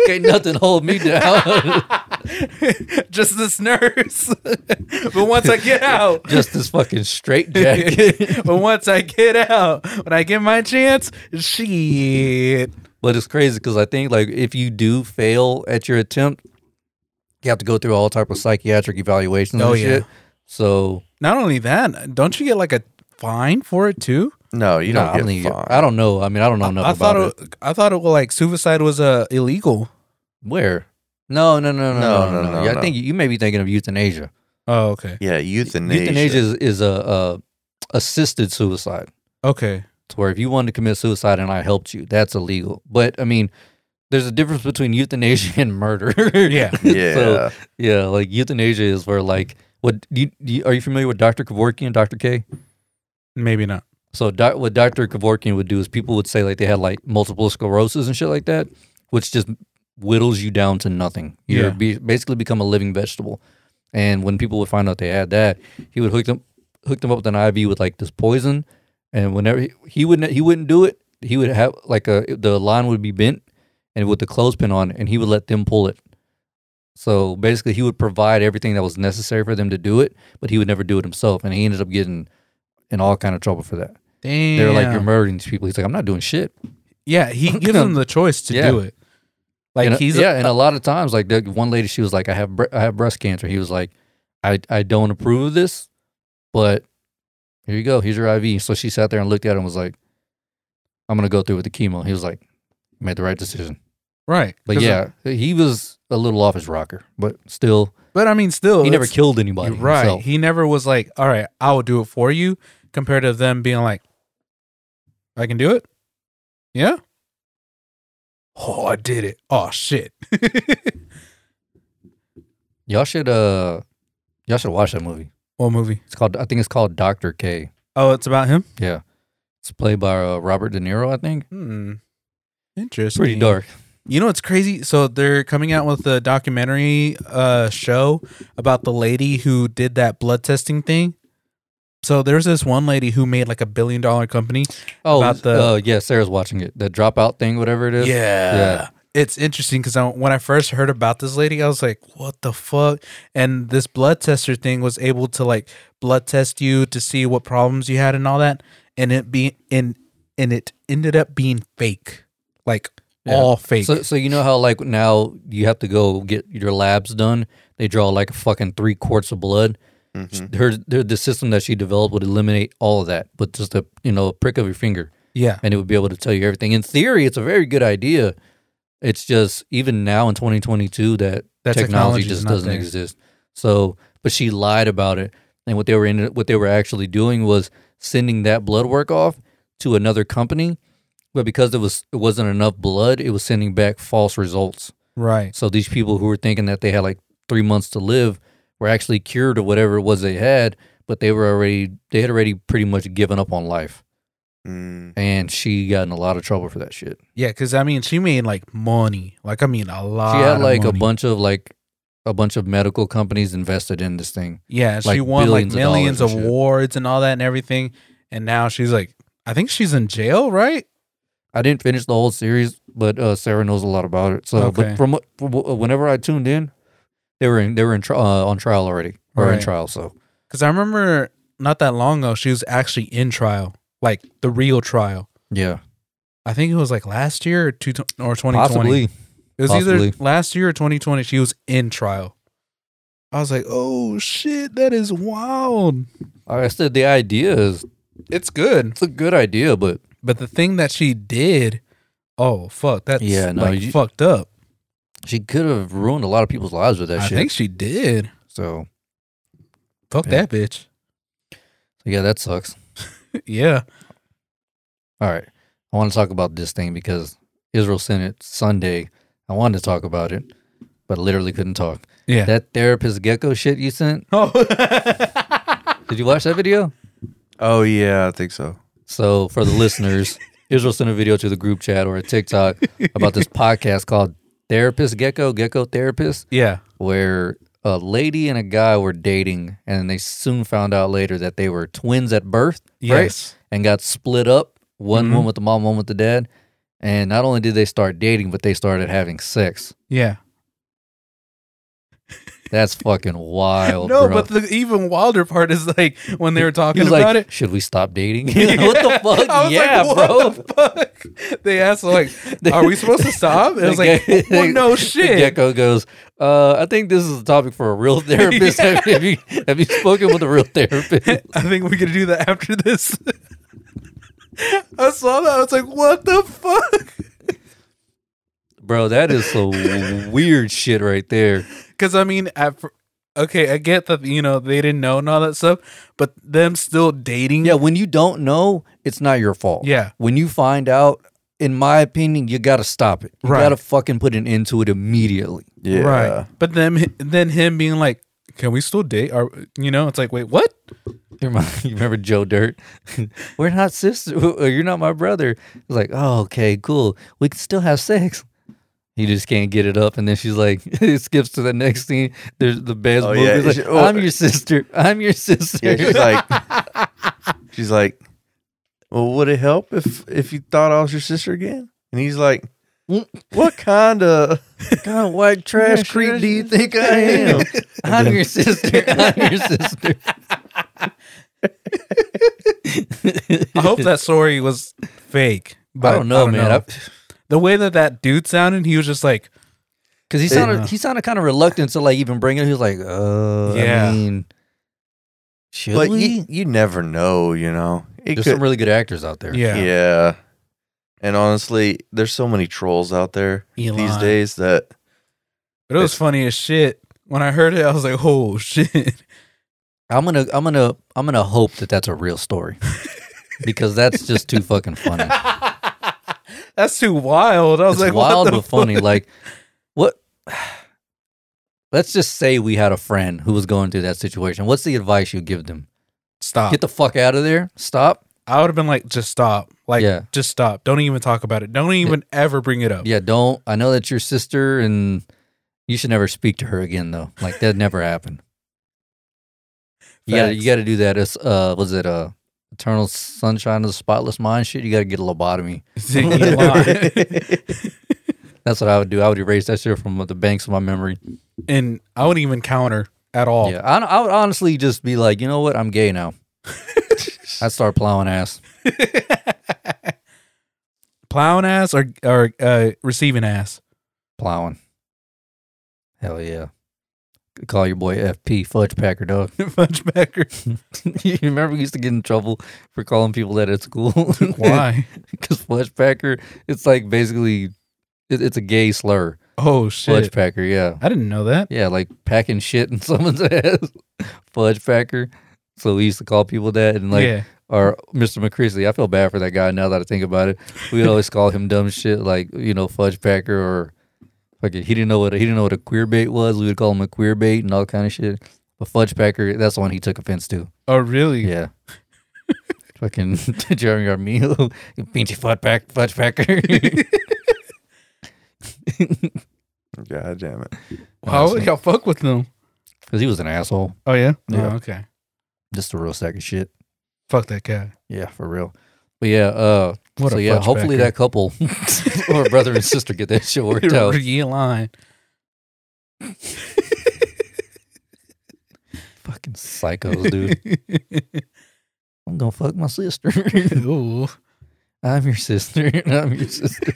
S3: can't nothing hold me down.
S5: Just this nurse. but once I get out,
S3: Just this fucking straight jacket.
S5: but once I get out, when I get my chance, shit.
S3: But it's crazy because I think like if you do fail at your attempt, you have to go through all type of psychiatric evaluations
S5: Oh,
S3: and
S5: yeah.
S3: shit. So
S5: Not only that, don't you get like a fine for it too?
S4: No, you
S3: nah, I
S4: don't
S3: don't
S4: get
S3: think-
S4: fined.
S3: I don't know. I mean, I don't know enough
S5: I
S3: about
S5: thought
S3: it.
S5: it, I thought it was like suicide was uh, illegal.
S3: Where? No, no, no, no,
S4: No,
S3: no,
S4: no,
S3: no.
S4: no,
S3: Yeah,
S4: no.
S3: I think you may be thinking of euthanasia.
S5: Oh, okay.
S4: Yeah, euthanasia.
S3: Euthanasia is, is a, uh assisted suicide.
S5: Okay.
S3: It's where if you wanted to commit suicide and I helped you, that's illegal. But I mean, there's a difference between euthanasia and murder.
S5: Yeah.
S4: Yeah.
S3: So, yeah, like euthanasia is where like what do you, do you- are you familiar with Dr. Kevorkian, Dr. K?
S5: Maybe not.
S3: So doc, what Dr. Kevorkian would do is people would say like they had like multiple sclerosis and shit like that, which just whittles you down to nothing. You
S5: Yeah.
S3: are be, basically become a living vegetable. And when people would find out they had that, he would hook them hook them up with an IV with like this poison. And whenever he, he wouldn't he wouldn't do it, he would have like a the line would be bent and with the clothespin on, and he would let them pull it. So basically, he would provide everything that was necessary for them to do it, but he would never do it himself. And he ended up getting in all kind of trouble for that.
S5: Damn.
S3: They're like, you're murdering these people. He's like, I'm not doing shit.
S5: Yeah, he gives
S3: know,
S5: them the choice to
S3: yeah.
S5: do it. Like
S3: and, uh,
S5: he's
S3: yeah, and a lot of times, like the one lady, she was like, I have bre- I have breast cancer. He was like, I I don't approve of this, but here you go. Here's your IV. So she sat there and looked at him and was like, I'm gonna go through with the chemo. He was like, made the right decision.
S5: right.
S3: But
S5: 'Cause, uh,
S3: yeah, he was a little off his rocker, but still,
S5: but I mean, still,
S3: he never
S5: it's-
S3: killed anybody.
S5: you're right.
S3: himself.
S5: He never was like, all right, I will do it for you, compared to them being like, I can do it. Yeah. Oh, I did it. Oh shit.
S3: Y'all should uh, y'all should watch that movie.
S5: what movie?
S3: It's called I think it's called Doctor K.
S5: Oh, it's about him.
S3: Yeah, it's played by uh, Robert De Niro, I think.
S5: Hmm. Interesting.
S3: Pretty dark.
S5: You know what's crazy? So they're coming out with a documentary uh, show about the lady who did that blood testing thing. So there's this one lady who made like a billion dollar company.
S3: Oh,
S5: About the-
S3: uh, yeah, Sarah's watching it. The dropout thing, whatever it is. Yeah.
S5: It's interesting because I, when I first heard about this lady, I was like, what the fuck? And this blood tester thing was able to like blood test you to see what problems you had and all that. And it be and and it ended up being fake. Like
S3: Yeah.
S5: all fake.
S3: So, so you know how like now you have to go get your labs done. They draw like fucking three quarts of blood. Her, the- the system that she developed would eliminate all of that with just a you know prick of your finger,
S5: yeah.
S3: and it would be able to tell you everything. In theory, it's a very good idea. It's just even now in 2022 that,
S5: That
S3: technology
S5: technology's
S3: just
S5: not
S3: doesn't
S5: there.
S3: exist. So, but she lied about it, and what they were in, what they were actually doing was sending that blood work off to another company, but because it was it wasn't enough blood, it was sending back false results.
S5: Right.
S3: So these people who were thinking that they had like three months to live were actually cured of whatever it was they had, but they were already they had already pretty much given up on life,
S4: Mm.
S3: and she got in a lot of trouble for that shit.
S5: Yeah, because I mean, she made like money. Like I mean, a lot.
S3: she had
S5: of
S3: like a
S5: money.
S3: bunch of like a bunch of medical companies invested in this thing.
S5: Yeah, and she
S3: like,
S5: won like
S3: billions of dollars
S5: millions
S3: and
S5: of
S3: shit.
S5: awards and all that and everything. And now she's like, I think she's in jail, right?
S3: I didn't finish the whole series, but uh, Sarah knows a lot about it. So,
S5: Okay.
S3: but from, what- from wh- whenever I tuned in, they were in, they were in tri- uh, on trial already or in
S5: Right.
S3: trial. So
S5: Because I remember not that long ago she was actually in trial, like the real trial.
S3: yeah,
S5: I think it was like last year or two or twenty twenty.
S3: possibly.
S5: It was either
S3: possibly.
S5: last year or twenty twenty. She was in trial. I was like, oh shit, that is wild.
S3: I said the idea is
S5: It's good,
S3: it's a good idea, but
S5: but the thing that she did, oh fuck, that's
S3: Yeah, no,
S5: like
S3: you-
S5: fucked up.
S3: she could have ruined a lot of people's lives with that
S5: I
S3: shit.
S5: think she did.
S3: so
S5: Fuck
S3: Yeah.
S5: that bitch.
S3: yeah, that sucks.
S5: yeah.
S3: All right, I want to talk about this thing because Israel sent it Sunday. I wanted to talk about it, but literally couldn't talk.
S5: Yeah.
S3: That therapist gecko shit you sent.
S5: oh.
S3: Did you watch that video?
S4: Oh yeah, I think so.
S3: So for the listeners, Israel sent a video to the group chat or a TikTok about this podcast called Therapist Gecko, Gecko Therapist,
S5: yeah.
S3: where a lady and a guy were dating and they soon found out later that they were twins at birth, right?
S5: Yes.
S3: And got split up, one
S5: Mhm.
S3: one with the mom, one with the dad. And not only did they start dating, but they started having sex.
S5: Yeah.
S3: That's fucking wild,
S5: no,
S3: bro.
S5: but the even wilder part is like when they were
S3: He
S5: talking
S3: was
S5: about
S3: like,
S5: it.
S3: should we stop dating? what the fuck?
S5: I was
S3: yeah,
S5: like,
S3: bro.
S5: what The fuck? They asked like, "Are we supposed to stop?" It was like,
S3: The ge-
S5: well, "No
S3: The
S5: shit."
S3: gecko goes, uh, I think this is a topic for a real therapist. have, have you, have you spoken with a real therapist?
S5: I think we could do that after this. I saw that. I was like, "What the fuck?"
S3: Bro, that is some weird shit right there.
S5: Because I mean, at, fir- okay, I get that you know they didn't know and all that stuff, but them still dating.
S3: Yeah, when you don't know, it's not your fault.
S5: Yeah.
S3: When you find out, in my opinion, you got to stop it. You
S5: Right.
S3: got to fucking put an end to it immediately.
S4: Yeah.
S5: Right. But then then him being like, "Can we still date?" Or you know, it's like, "Wait, what?"
S3: You remember, you remember Joe Dirt? We're not sisters. You're not my brother. It's like, oh, okay, cool. We can still have sex. He just can't get it up, and then she's like, it skips to the next scene. There's the best
S4: Oh,
S3: movie.
S4: yeah.
S3: It's like,
S4: She- oh.
S3: I'm your sister. I'm your sister.
S4: Yeah, she's like, she's like, well, would it help if if you thought I was your sister again? And he's like, what kind of
S3: God, Mm. white trash creep do you think I am? I'm your sister. I'm your sister.
S5: I hope that story was fake. But
S3: I don't know, man.
S5: The way that that dude sounded, he was just like,
S3: Because he sounded he sounded kind of reluctant to like even bring it. He was like, uh,
S5: Yeah.
S3: I mean, should
S4: but
S3: we?
S4: you, you never know, you know. It
S3: There's
S4: could-
S3: some really good actors out there.
S5: "Yeah,
S4: yeah. And honestly, there's so many trolls out there these
S5: Elon.
S4: days that
S5: But it was funny as shit. When I heard it, I was like, "Oh shit!"
S3: I'm gonna, I'm gonna, I'm gonna hope that that's a real story, because that's just too fucking funny.
S5: That's too wild. I was
S3: It's
S5: like, what
S3: wild
S5: the
S3: but
S5: fuck?
S3: funny. Like, what? Let's just say we had a friend who was going through that situation. What's the advice you give them?
S5: Stop.
S3: Get the fuck out of there. Stop.
S5: I would have been like, just stop. Like,
S3: Yeah.
S5: just stop. Don't even talk about it. Don't even ever bring it up.
S3: Yeah, don't. I know that's your sister, and you should never speak to her again, though. Like that never happened. You got to you
S5: Facts.
S3: got to do that. As uh, was it uh, Eternal Sunshine of the Spotless Mind? Shit, you got to get a lobotomy.
S5: You lie.
S3: That's what I would do. I would erase that shit from the banks of my memory.
S5: and I wouldn't even counter at all.
S3: Yeah, I, I would honestly just be like, you know what? I'm gay now. I start plowing ass.
S5: Plowing ass or or uh, receiving ass.
S3: Plowing. Hell yeah. Call your boy FP Fudge Packer Dog.
S5: Fudge Becker.
S3: you remember we used to get in trouble for calling people that at school?
S5: Why?
S3: Because fleshpacker, it's like basically, it, it's a gay slur.
S5: Oh shit!
S3: Fleshpacker, yeah,
S5: I didn't know that.
S3: yeah, like packing shit in someone's ass. Fleshpacker. So we used to call people that, and like,
S5: yeah.
S3: or Mr. McCreasy. I feel bad for that guy now that I think about it. We would always call him dumb shit, like you know, fudge packer or fucking. He didn't know what he didn't know what a queer bait was. We would call him a queer bait and all kind of shit. But fudge packer, that's the one he took offense to.
S5: Oh really?
S3: Yeah. Fucking Jeremy Armillo, pinchy fudge pack, fudge packer. Because
S4: God damn it.
S5: Why would y'all fuck with them?
S3: he was an asshole.
S5: Oh yeah.
S4: Yeah.
S5: Oh, okay.
S3: Just a real sack of shit.
S5: Fuck that guy.
S3: Yeah, for real. But yeah, uh,
S5: What
S3: so
S5: a
S3: yeah,
S5: fudge
S3: hopefully that couple or brother and sister get that shit worked out.
S5: you lying.
S3: Fucking psychos, dude. I'm gonna fuck my sister.
S5: Ooh.
S3: I'm your sister. I'm your sister.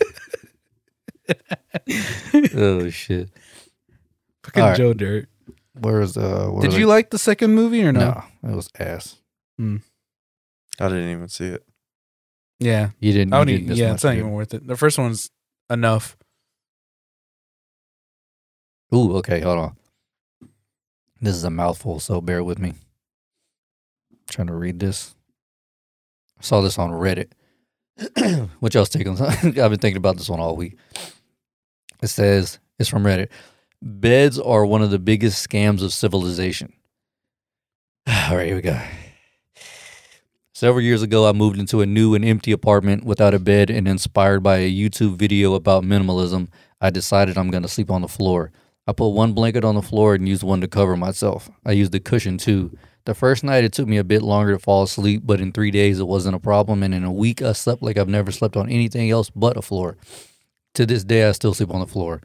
S3: oh shit.
S5: Fucking
S3: All right.
S5: Joe Dirt.
S3: Where's uh? Where
S5: Did
S3: was
S5: you
S3: it?
S5: like the second movie or no?
S3: No, it was ass.
S4: I didn't even see it.
S5: Yeah.
S3: You didn't.
S5: I
S3: You
S5: don't
S3: didn't
S5: even,
S3: miss
S5: yeah,
S3: much,
S5: it's not
S3: dude.
S5: even worth it. The first one's enough.
S3: Ooh, okay, hold on. This is a mouthful, so bear with me. trying to read this. I saw this on Reddit. what y'all's take on I've been thinking about this one all week. It says, it's from Reddit. Beds are one of the biggest scams of civilization. All right, here we go. Several years ago, I moved into a new and empty apartment without a bed, and inspired by a YouTube video about minimalism, I decided I'm going to sleep on the floor. I put one blanket on the floor and used one to cover myself. I used a cushion too. The first night, it took me a bit longer to fall asleep, but in three days, it wasn't a problem. And in a week, I slept like I've never slept on anything else but a floor. To this day, I still sleep on the floor.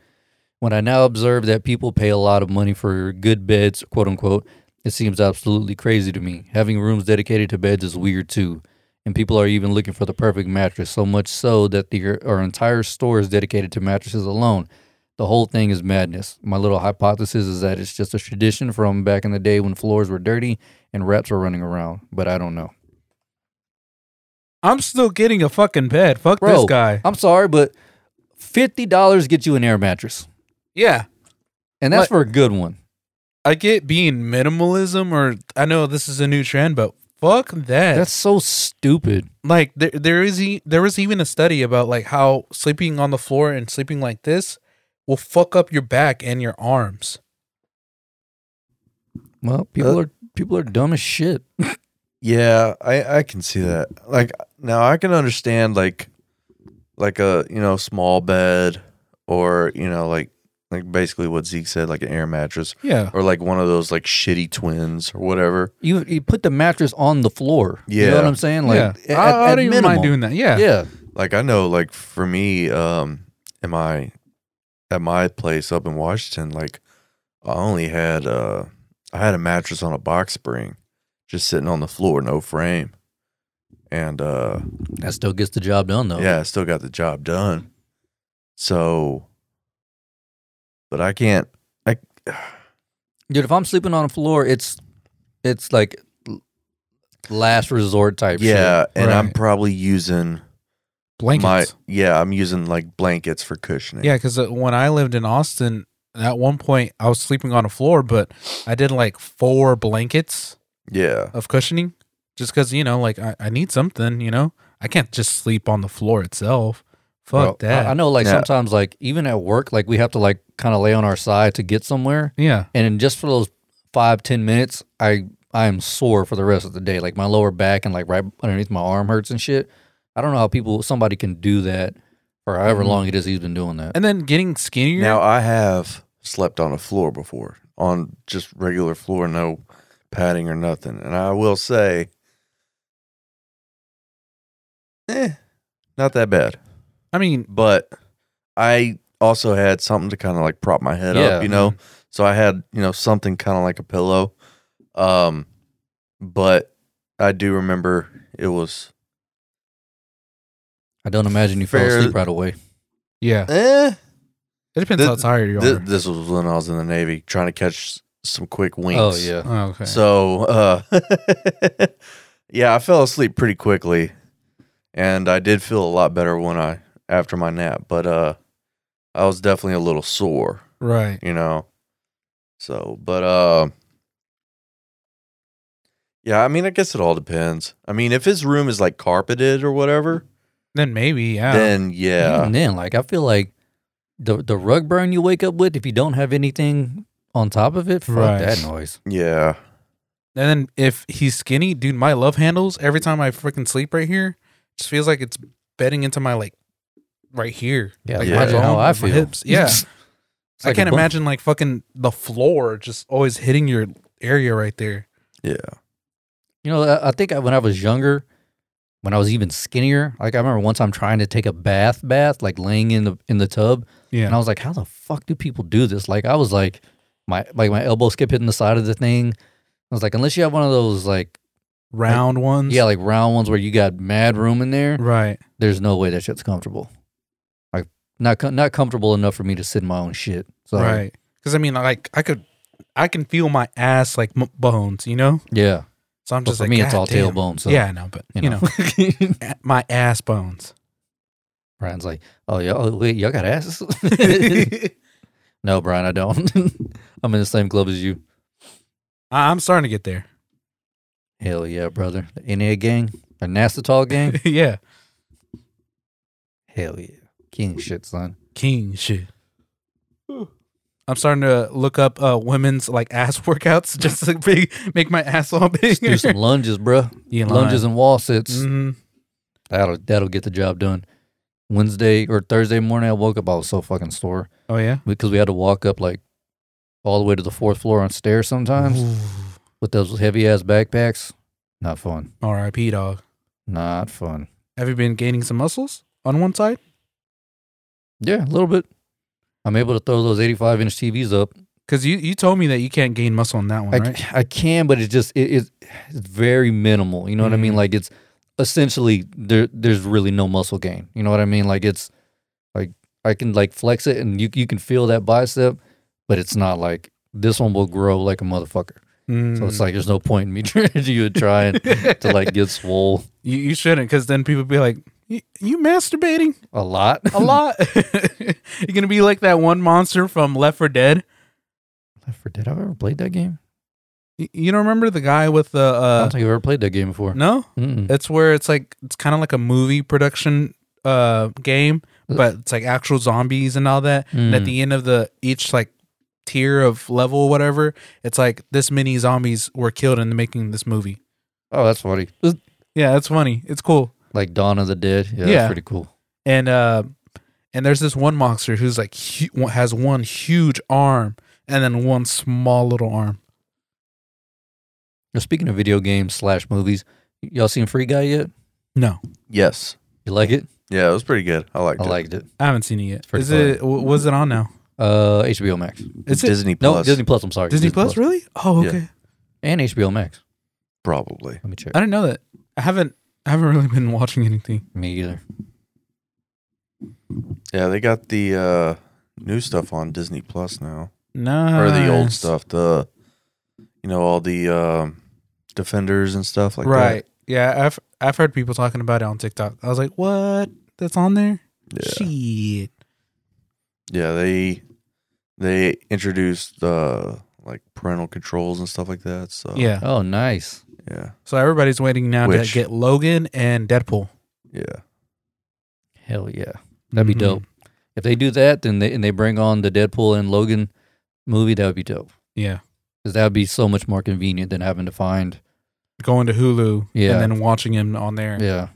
S3: When I now observe that people pay a lot of money for good beds, quote unquote, it seems absolutely crazy to me. Having rooms dedicated to beds is weird too. And people are even looking for the perfect mattress, so much so that the, our entire store is dedicated to mattresses alone. The whole thing is madness. My little hypothesis is that it's just a tradition from back in the day when floors were dirty and rats were running around, but I don't know.
S5: I'm still getting a fucking bed. Fuck this
S3: Bro.
S5: guy.
S3: I'm sorry, but $50 gets you an air mattress,
S5: Yeah.
S3: and that's
S5: What?
S3: for a good one.
S5: I get being minimalism or I know this is a new trend, but fuck that.
S3: That's so stupid.
S5: like there there is e- there was even a study about like how sleeping on the floor and sleeping like this will fuck up your back and your arms.
S3: Well, people
S4: Uh,
S3: are people are dumb as shit.
S4: Yeah, I I can see that. Like now I can understand like like a, you know, small bed or, you know, like like basically what Zeke said like an air mattress
S5: Yeah.
S4: or like one of those like shitty twins or whatever.
S3: You you put the mattress on the floor. You know
S4: Yeah.
S3: what I'm saying? Like
S5: yeah.
S3: at-
S5: I, I
S3: at
S5: don't even mind
S3: minimum.
S5: doing that. Yeah.
S3: Yeah.
S4: Like I know like for me um in my at my place up in Washington like I only had uh I had a mattress on a box spring just sitting on the floor no frame. And uh
S3: That still gets the job done though.
S4: Yeah, I still got the job done. So, but I can't. I
S3: Dude, if I'm sleeping on the floor, it's it's like l- last resort type
S4: yeah,
S3: shit.
S4: and I'm
S5: Right.
S4: probably using
S5: Blankets.
S4: my yeah, I'm using like blankets for cushioning.
S5: yeah, cuz when I lived in Austin, at one point I was sleeping on a floor, but I did like four blankets
S4: yeah,
S5: of cushioning just cuz you know like I, I need something, you know. I can't just sleep on the floor itself. Fuck
S3: Bro, I-
S5: that.
S3: I, know like
S4: Yeah.
S3: sometimes like even at work, like we have to like kind of lay on our side to get somewhere.
S5: Yeah.
S3: And then just for those five, ten minutes, I I am sore for the rest of the day. Like my lower back and like right underneath my arm hurts and shit. I don't know how people somebody can do that for
S5: Mm-hmm.
S3: however long it is he's been doing that.
S5: And then getting skinnier.
S4: Now I have slept on a floor before, on just regular floor, no padding or nothing, and I will say, eh, not that bad.
S5: I mean,
S4: But I also had something to kind of like prop my head
S3: Yeah,
S4: up, you know. So I had you know something kind of like a pillow, um, but I do remember it was
S3: I don't imagine you fell
S4: Fair-
S3: asleep right away.
S5: yeah,
S4: eh.
S5: it depends
S4: This-
S5: how tired you are.
S4: Thi- this was when I was in the Navy trying to catch s- some quick winks.
S3: Oh yeah.
S5: oh, okay.
S4: So, uh, yeah, I fell asleep pretty quickly, and I did feel a lot better when I after my nap. But uh, I was definitely a little sore,
S5: right.
S4: you know. So, but uh, yeah, I mean, I guess it all depends. I mean, if his room is like carpeted or whatever,
S5: Then maybe yeah.
S4: then yeah,
S3: Even then, like I feel like the the rug burn you wake up with if you don't have anything on top of it, fuck
S5: Right.
S3: that noise.
S4: yeah,
S5: and then if he's skinny, dude, my love handles every time I freaking sleep right here just feels like it's bedding into my like right here.
S3: Yeah,
S5: like,
S4: imagine
S5: bone,
S3: how I
S5: my
S3: feel.
S5: Hips. Yeah.
S3: It's like
S5: I can't
S3: a bump.
S5: imagine like fucking the floor just always hitting your area right there.
S4: yeah,
S3: You know, I, I think I, when I was younger, when I was even skinnier, like I remember one time trying to take a bath, bath, like laying in the in the tub, and I
S5: Yeah.
S3: was like, how the fuck do people do this? Like I was like, my like my elbow skip hitting the side of the thing. I was like, unless you have one of those like
S5: Round ones.
S3: yeah, like round ones where you got mad room in there,
S5: Right.
S3: there's no way that shit's comfortable. Like not com- not comfortable enough for me to sit in my own shit. So
S5: Right. Because I mean, like I could, I can feel my ass like m- bones, you know.
S3: yeah,
S5: So I'm
S3: but
S5: just
S3: for
S5: like,
S3: me it's
S5: "God
S3: all
S5: damn."
S3: tailbone. So
S5: yeah, I know, but you, know, a- my ass bones.
S3: Brian's like, oh y'all, wait, y'all got asses?
S5: I-
S3: no, Brian, I don't. I'm in the same club as you.
S5: I'm starting to get there.
S3: Hell yeah, brother. The NA gang, the Nastatol gang.
S5: yeah,
S3: Hell yeah, king shit, son.
S5: king shit. I'm starting to look up uh, women's like ass workouts just to make, make my ass all big.
S3: Do some lunges, bruh.
S5: You lying.
S3: Lunges and wall sits.
S5: Mhm.
S3: That'll that'll get the job done. Wednesday or Thursday morning, I woke up. I was so fucking sore
S5: Oh yeah.
S3: because we had to walk up like all the way to the fourth floor on stairs
S5: Mm-hmm.
S3: sometimes
S5: Ooh.
S3: with those heavy ass backpacks. Not fun.
S5: R.I.P. Dog.
S3: Not fun.
S5: Have you been gaining some muscles on one side?
S3: Yeah, a little bit. I'm able to throw those 85 inch TVs up
S5: Because you you told me that you can't gain muscle on that one,
S3: I,
S5: right?
S3: I can, but it's just it, it's it's very minimal. You know what I mean?
S5: Mhm.
S3: Like it's essentially there. There's really no muscle gain. You know what I mean? Like it's like I can like flex it, and you you can feel that bicep, but it's not like this one will grow like a motherfucker.
S5: Mm.
S3: So it's like there's no point in me trying to you trying to like get swole
S5: You, you shouldn't, because then people be like, "Y- "You masturbating
S3: a lot.
S5: a lot." You're gonna be like that one monster from Left for Dead.
S3: I forget I've ever played that game.
S5: Y- You don't remember the guy with the?
S3: I
S5: Uh,
S3: don't think I've ever played that game before.
S5: no,
S3: Mm-mm.
S5: it's where it's like it's kind of like a movie production uh game, but it's like actual zombies and all that. And at
S3: Mm.
S5: the end of the each like tier of level, whatever, it's like this many zombies were killed in the making of this movie.
S3: Oh, that's funny.
S5: Yeah, that's funny. It's cool.
S3: Like Dawn of the Dead. Yeah,
S5: Yeah.
S3: that's pretty cool.
S5: and uh and there's this one monster who's like hu- has one huge arm and then one small little arm
S3: Now, speaking of video games slash movies, y- y'all seen Free Guy yet?
S5: no
S4: yes,
S3: You like it?
S4: yeah, it was pretty good. I liked
S3: I
S4: it.
S3: liked it.
S5: i haven't seen it yet
S3: pretty
S5: is it w- was it on now
S3: Uh, HBO Max.
S5: is it
S4: Disney
S3: No,
S4: Plus,
S3: Disney Plus. I'm sorry.
S5: disney, plus, really oh
S4: Yeah.
S5: okay
S3: and HBO Max.
S4: probably.
S3: Let me check.
S5: i didn't know that i haven't i haven't really been watching anything
S3: Me either.
S4: Yeah, they got the uh, new stuff on Disney Plus now.
S5: no
S4: or the old stuff, the you know all the um, defenders and stuff like
S5: right yeah i've i've heard people talking about it on tiktok i was like what that's on there
S4: that. Yeah,
S5: shit
S4: yeah. They they introduced uh, like parental controls and stuff like that. So
S5: yeah
S3: Oh, nice.
S4: yeah,
S5: so everybody's waiting now
S4: Uh, Which-
S5: to get logan and deadpool
S4: yeah.
S3: Hell yeah, that'd be
S4: Mm-hmm.
S5: Mhm.
S3: dope. If they do that, then they and they bring on the Deadpool and Logan movie, that would be dope.
S5: yeah
S3: because that would be so much more convenient than having to find.
S5: Going to Hulu
S3: Yeah.
S5: and then watching him on there,
S3: Yeah,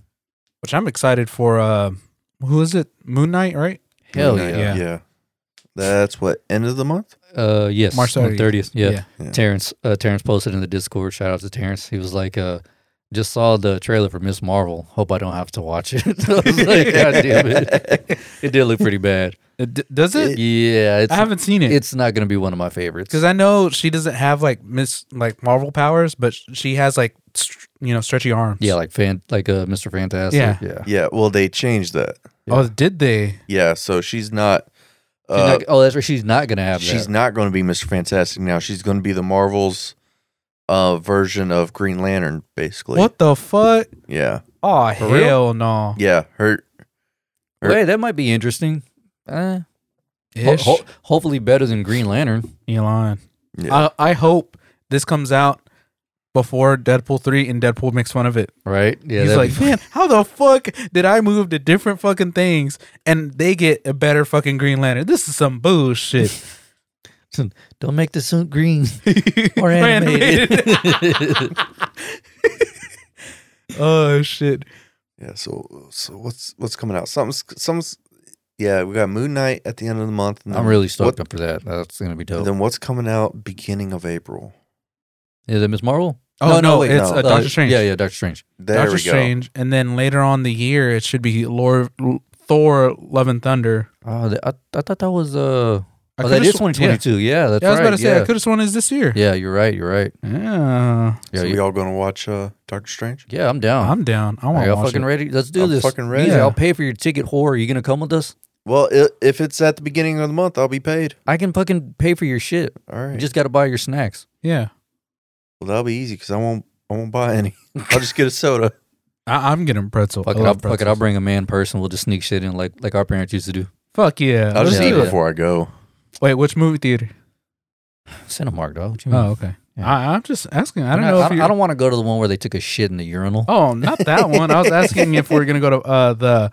S5: which I'm excited for. Uh, who is it? Moon Knight, right?
S3: hell
S4: Midnight,
S3: yeah.
S5: yeah.
S4: That's what end of the month.
S3: Uh, yes,
S5: March
S3: on the 30th.
S5: 30th.
S3: Yeah.
S4: Yeah.
S3: Terrence, uh, Terrence posted in the Discord. Shout out to Terrence. He was like, uh, "Just saw the trailer for Miss Marvel. Hope I don't have to watch it." I was like, "God damn it!" It did look pretty bad.
S5: It, Uh, d- does it?
S3: Yeah, it's
S5: I haven't seen it.
S3: it's not going to be one of my favorites.
S5: because I know she doesn't have like Miss like Marvel powers, but sh- she has like str- you know stretchy arms.
S3: yeah, like fan, like uh, Mr. Fantastic.
S5: Yeah.
S3: yeah.
S4: Yeah, well, they changed that.
S5: Oh, did they?
S4: Yeah, so she's not.
S3: She's
S4: Uh,
S3: not- oh, that's right. She's not going to have that.
S4: she's not going to be Mr. Fantastic now. She's going to be the Marvel's uh, version of Green Lantern, basically.
S5: What the fuck?
S4: Yeah,
S5: Oh
S4: For real?
S5: hell no.
S4: yeah. Her Or-
S3: Wait, that might be interesting. Eh, ho-
S5: Ish.
S3: ho- hopefully better than Green Lantern.
S5: You lying.
S4: Yeah.
S5: I I hope this comes out before Deadpool three and Deadpool makes fun of it.
S3: Right? Yeah.
S5: He's
S3: that'd
S5: like,
S3: be-
S5: man, how the fuck did I move to different fucking things and they get a better fucking Green Lantern? This is some bullshit.
S3: don't make the suit green or
S5: Or animated.
S3: animated.
S5: oh shit.
S4: yeah. So so what's what's coming out? Something's something's. Yeah, we got Moon Knight at the end of the month. and
S3: I'm
S4: then
S3: really stoked
S4: what-
S3: up for that. That's going to be
S4: and
S3: dope.
S4: then what's coming out beginning of April?
S3: Is it Miss Marvel?
S5: Oh, no, it's,
S4: no.
S5: uh, Doctor Strange.
S3: Yeah, yeah, Doctor Strange.
S4: There
S5: Doctor
S4: we go.
S5: Strange, and then later on the year it should be Lord, Thor: Love and Thunder.
S3: Oh, th- I, I thought that was uh.
S5: I
S3: oh, that
S5: coulda
S3: is
S5: sw-
S3: 2022. Yeah, that's
S5: Yeah, I was
S3: right.
S5: about to say
S3: yeah.
S5: I could have sworn it's this year.
S3: yeah, you're right. You're right.
S5: Yeah.
S3: Yeah,
S4: so
S3: you-
S4: we all going to watch uh, Doctor Strange?
S3: yeah, I'm down.
S5: I'm down. I
S3: Are
S5: want to
S3: y'all
S5: watch
S3: fucking
S5: it.
S3: ready? Let's do
S4: I'm
S3: this.
S4: fucking ready.
S3: Yeah,
S5: Yeah.
S3: I'll pay for your ticket, whore. Are you gonna come with us?
S4: Well, i if it's at the beginning of the month, I'll be paid.
S3: I can fucking pay for your shit.
S4: All
S3: You
S4: right.
S3: just gotta buy your snacks.
S5: Yeah,
S4: well, that'll be easy because I won't. I won't buy any. I'll just get a soda.
S5: I, I'm getting pretzel.
S3: Fuck
S5: I
S3: it, I'll,
S5: love
S3: fuck it. I'll
S5: pretzels.
S3: bring a man person. We'll just sneak shit in like like our parents used to do.
S5: Fuck yeah.
S4: I'll just
S5: Let's
S4: eat
S5: do it.
S4: before I go.
S5: Wait, which movie theater?
S3: Cinemark, dog. What you mean?
S5: Oh, okay.
S3: Mm-hmm. Yeah.
S5: I, I'm just asking. I
S3: We're not-
S5: don't know.
S3: I
S5: if
S3: don't,
S5: you
S3: I don't want to go to the one where they took a shit in the urinal.
S5: Oh, not that one. I was asking if we're gonna go to uh, the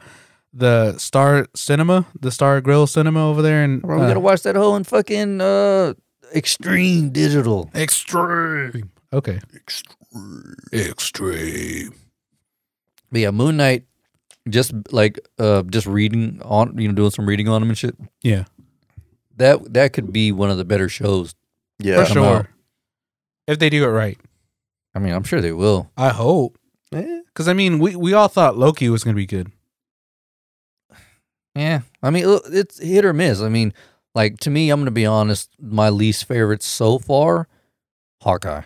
S5: the Star Cinema, the Star Grill Cinema over there, and
S3: Bro, we
S5: uh,
S3: gotta watch that whole in fucking uh, Extreme Digital.
S5: Extreme. Okay. Extreme.
S3: But yeah, Moon Knight, just like uh, just reading on, you know, doing some reading on him and shit.
S5: Yeah.
S3: That that could be one of the better shows.
S4: Yeah,
S5: For
S3: Come
S5: sure.
S3: out.
S5: If they do it right.
S3: I mean, I'm sure they will.
S5: I hope.
S4: Eh,
S5: Because, I mean, we, we all thought Loki was going to be good.
S3: Yeah, I mean, look, it's hit or miss. I mean, like to me, I'm gonna be honest. My least favorite so far, Hawkeye.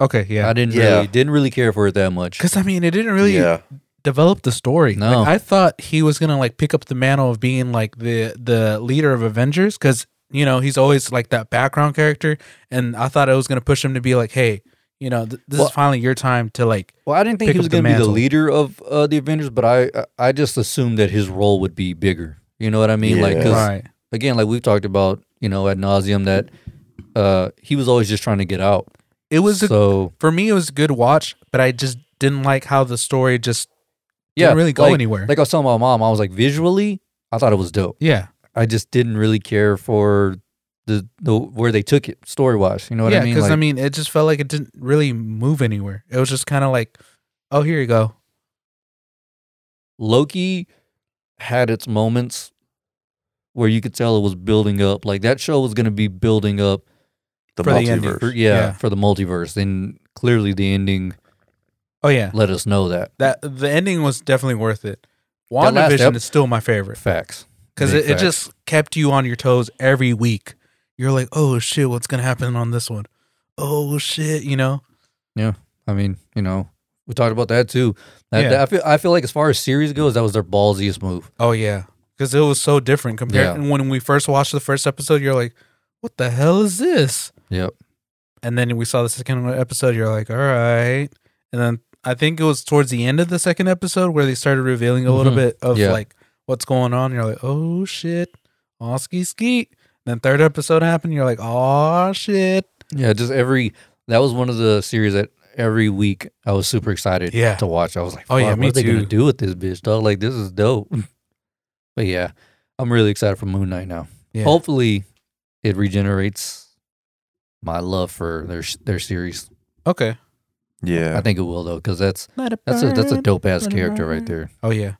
S5: Okay,
S3: I
S5: yeah.
S3: didn't
S4: Yeah.
S3: really didn't really care for it that much.
S5: Because, I mean, it didn't really
S4: yeah.
S5: develop the story.
S3: No.
S5: Like, I thought he was going to, like, pick up the mantle of being, like, the, the leader of Avengers. Because, you know, he's always, like, that background character. And I thought it was going to push him to be like, hey, you know, th- this
S3: Well-
S5: is finally your time to, like,
S3: Well, I didn't think
S5: Pick
S3: he was
S5: up the
S3: going to be the
S5: mantle.
S3: leader of uh, the Avengers, but I I I just assumed that his role would be bigger. You know what I mean? Like,
S4: Yeah.
S3: 'cause,
S5: right.
S3: again, like we've talked about, you know, ad nauseum that uh, he was always just trying to get out.
S5: It was, a,
S3: so
S5: for me, it was a good watch, but I just didn't like how the story just
S3: yeah,
S5: didn't really go
S3: like-
S5: anywhere.
S3: Like I was telling my mom, I was like visually, I thought it was dope.
S5: yeah.
S3: I just didn't really care for the the where they took it story wise. You know what
S5: yeah,
S3: I mean?
S5: because
S3: Like,
S5: I mean, it just felt like it didn't really move anywhere. It was just kind of like, oh, here you go.
S3: Loki had its moments where you could tell it was building up. Like that show was going to be building up
S4: The
S5: For the ending.
S4: multiverse.
S3: for, yeah,
S5: Yeah.
S3: for the multiverse. And clearly the ending
S5: Oh yeah,
S3: let us know that.
S5: that the ending was definitely worth it.
S3: That last
S5: WandaVision
S3: ep-
S5: is still my favorite
S3: Facts.
S5: because
S3: Big
S5: it, it
S3: facts.
S5: just kept you on your toes every week. You're like, oh shit, what's gonna happen on this one? Oh shit, you know.
S3: I mean, you know, we talked about that too. That,
S5: Yeah.
S3: that- I feel I feel like as far as series goes, that was their ballsiest move.
S5: Oh yeah, because it was so different compared.
S3: Yeah.
S5: And when we first watched the first episode, you're like, what the hell is this?
S3: Yep.
S5: And then we saw the second episode, you're like, all right. And then I think it was towards the end of the second episode where they started revealing a little
S3: Mhm.
S5: bit of
S3: Yeah.
S5: like what's going on. You're like, oh shit, all ski skeet. And then third episode happened, you're like, oh shit.
S3: Yeah, just every that was one of the series that every week I was super excited
S5: Yeah.
S3: to watch. I was like,
S5: Oh, yeah,
S3: "Fuck,
S5: me
S3: what are they
S5: too.
S3: gonna do with this bitch, dog? Like this is dope. but yeah,
S5: Oh,
S3: I'm really excited for Moon Knight now.
S5: Yeah.
S3: Hopefully it regenerates my love for their their series.
S5: Okay.
S4: Yeah.
S3: I think it will though, because that's that's a that's a dope ass character right there.
S5: Oh yeah.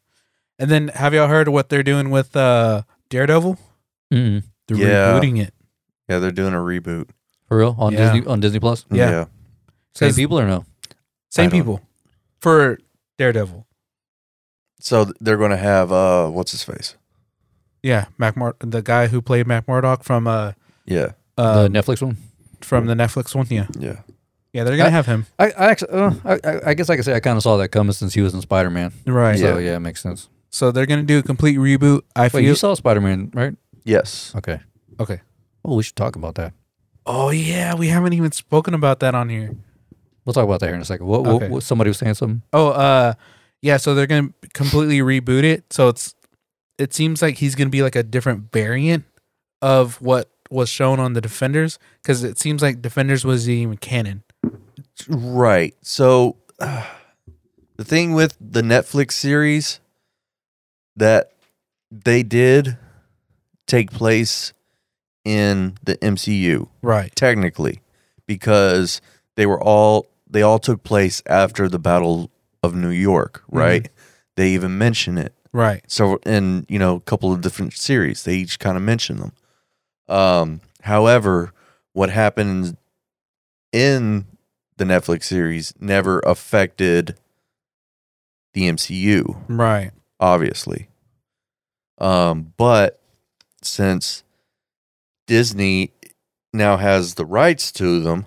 S5: And then have y'all heard what they're doing with uh Daredevil?
S3: Mm-mm.
S5: They're
S4: Yeah.
S5: rebooting it.
S4: yeah, they're doing a reboot.
S3: For real on
S5: Yeah.
S3: Disney on Disney Plus.
S5: Yeah.
S3: Same
S5: 'Cause
S3: people or no?
S5: Same
S4: I don't-
S5: people for Daredevil.
S4: So th- they're going to have uh, what's his face?
S5: Yeah, Mac Mur- the guy who played Mac Murdock from uh,
S4: Yeah,
S5: uh
S3: the Netflix one.
S5: from the Netflix one. Yeah,
S4: yeah.
S5: yeah, they're gonna
S3: I-
S5: have him.
S3: I, I actually, uh, I, I- I guess I could say I kind of saw that coming since he was in Spider Man.
S5: Right.
S3: So
S5: So,
S3: yeah, it makes sense.
S5: so they're gonna do a complete reboot. I
S3: Wait,
S5: feel.
S3: you saw Spider Man, right?
S4: Yes.
S3: Okay.
S5: Okay.
S3: Well, we should talk about that.
S5: oh yeah, we haven't even spoken about that on here.
S3: We'll talk about that here in a second. What, what,
S5: Okay.
S3: what- somebody was saying something.
S5: Oh, uh, yeah. So they're gonna completely reboot it. So it's it seems like he's gonna be like a different variant of what was shown on the Defenders because it seems like Defenders was even canon.
S4: Right. So the thing with the Netflix series that they did take place in the MCU
S5: Right.
S4: technically because they were all they all took place after the Battle of New York, right? They even mention it.
S5: Right.
S4: So in you know a couple of different series, they each kind of mention them. Um, however, what happens in the Netflix series never affected the MCU,
S5: Right.
S4: obviously. Um, but since Disney now has the rights to them,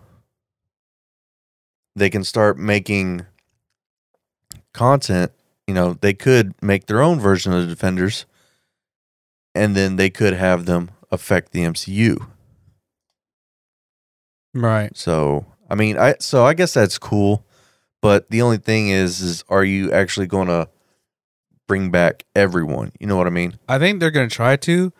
S4: they can start making content. You know, they could make their own version of the Defenders, and then they could have them affect the MCU.
S5: Right.
S4: So, I mean, I so I guess that's cool, but the only thing is, is are you actually going to bring back everyone? You know what I mean?
S5: I think they're gonna try to,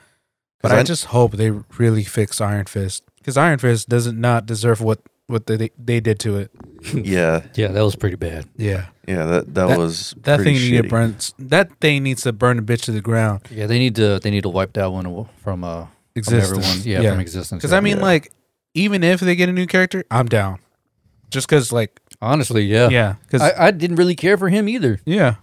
S5: but
S4: 'Cause
S5: I,
S4: I-
S5: just hope they really fix Iron Fist because Iron Fist doesn't not deserve what what they they did to it.
S4: Yeah,
S3: Yeah, that was pretty bad.
S5: Yeah,
S4: yeah. That that,
S5: That-
S4: was
S5: that
S4: pretty
S5: thing needs to
S4: shitty.
S5: burn. That thing needs to burn the bitch to the ground.
S3: Yeah, they need to they need to wipe that one aw- from uh from
S5: Existence.
S3: everyone. Yeah, from existence.
S5: Because
S3: yeah.
S5: I mean,
S4: Yeah.
S5: like, even if they get a new character, I'm down. Just because, like,
S3: honestly, yeah,
S5: yeah, because
S3: Uh, I, I didn't really care for him either.
S5: yeah,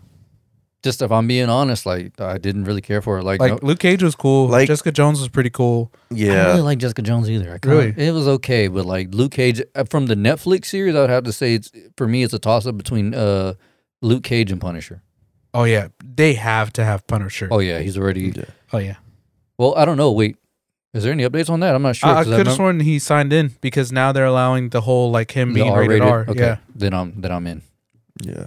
S3: Just if I'm being honest, like I didn't really care for it. Like,
S5: like
S3: no-
S5: Luke Cage was cool.
S4: Like-
S5: Jessica Jones was pretty cool.
S3: I don't
S4: Yeah,
S3: really like Jessica Jones either. I kinda,
S5: Really?
S3: it was okay, but like Luke Cage uh, from the Netflix series, I'd have to say it's for me it's a toss up between uh Luke Cage and Punisher.
S5: Oh yeah, they have to have Punisher.
S3: Oh yeah, he's already.
S5: Oh yeah,
S3: Well, I don't know. Wait, is there any updates on that? I'm not sure.
S5: I, I
S3: 'cause
S5: could have
S3: remember-
S5: sworn he signed in because now they're allowing the whole like him
S3: the
S5: being rated R.
S3: Okay,
S5: Yeah,
S3: then I'm then I'm in.
S4: yeah.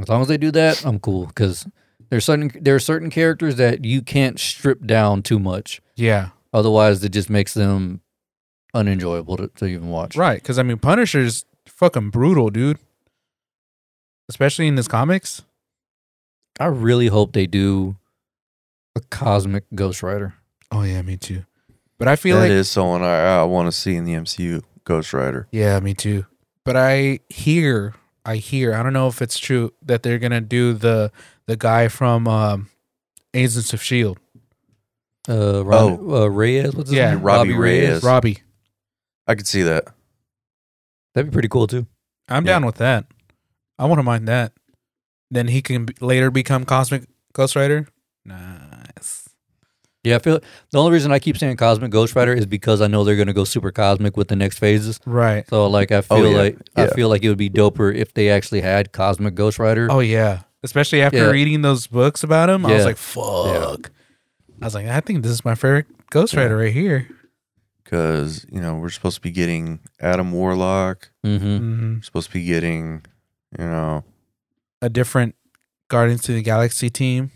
S3: As long as they do that, I'm cool because there's certain there are certain characters that you can't strip down too much.
S5: yeah,
S3: Otherwise, it just makes them unenjoyable to, to even watch.
S5: right. Because I mean, Punisher's fucking brutal, dude. Especially in his comics.
S3: I really hope they do a cosmic Ghost Rider.
S5: Oh yeah, me too. But I feel
S4: That
S5: like
S4: is someone I, I want to see in the MCU. Ghost Rider.
S5: Yeah, me too. But I hear, I hear, I don't know if it's true that they're gonna do the the guy from um, Agents of Shield,
S3: Uh, Ron, uh, Reyes, what's his
S5: Yeah,
S3: name?
S4: Oh. Robbie Reyes.
S5: Robbie.
S4: I could see that.
S3: That'd be pretty cool too.
S5: I'm
S4: Yeah.
S5: down with that. I want to mind that. Then he can b- later become Cosmic Ghost Rider. Nice.
S3: Yeah, I feel the only reason I keep saying cosmic Ghost Rider is because I know they're gonna go super cosmic with the next phases.
S5: Right.
S3: So like I feel
S4: Oh, yeah.
S3: like I
S4: Yeah.
S3: feel like it would be doper if they actually had cosmic Ghost Rider.
S5: Oh yeah. Especially after
S3: Yeah.
S5: reading those books about him, I was
S3: Yeah.
S5: like, "Fuck." I was like, "I think this is my favorite Ghost Rider right here."
S4: Because you know we're supposed to be getting Adam Warlock.
S3: hmm
S5: hmm
S4: We're supposed to be getting, you know,
S5: A different Guardians of the Galaxy team.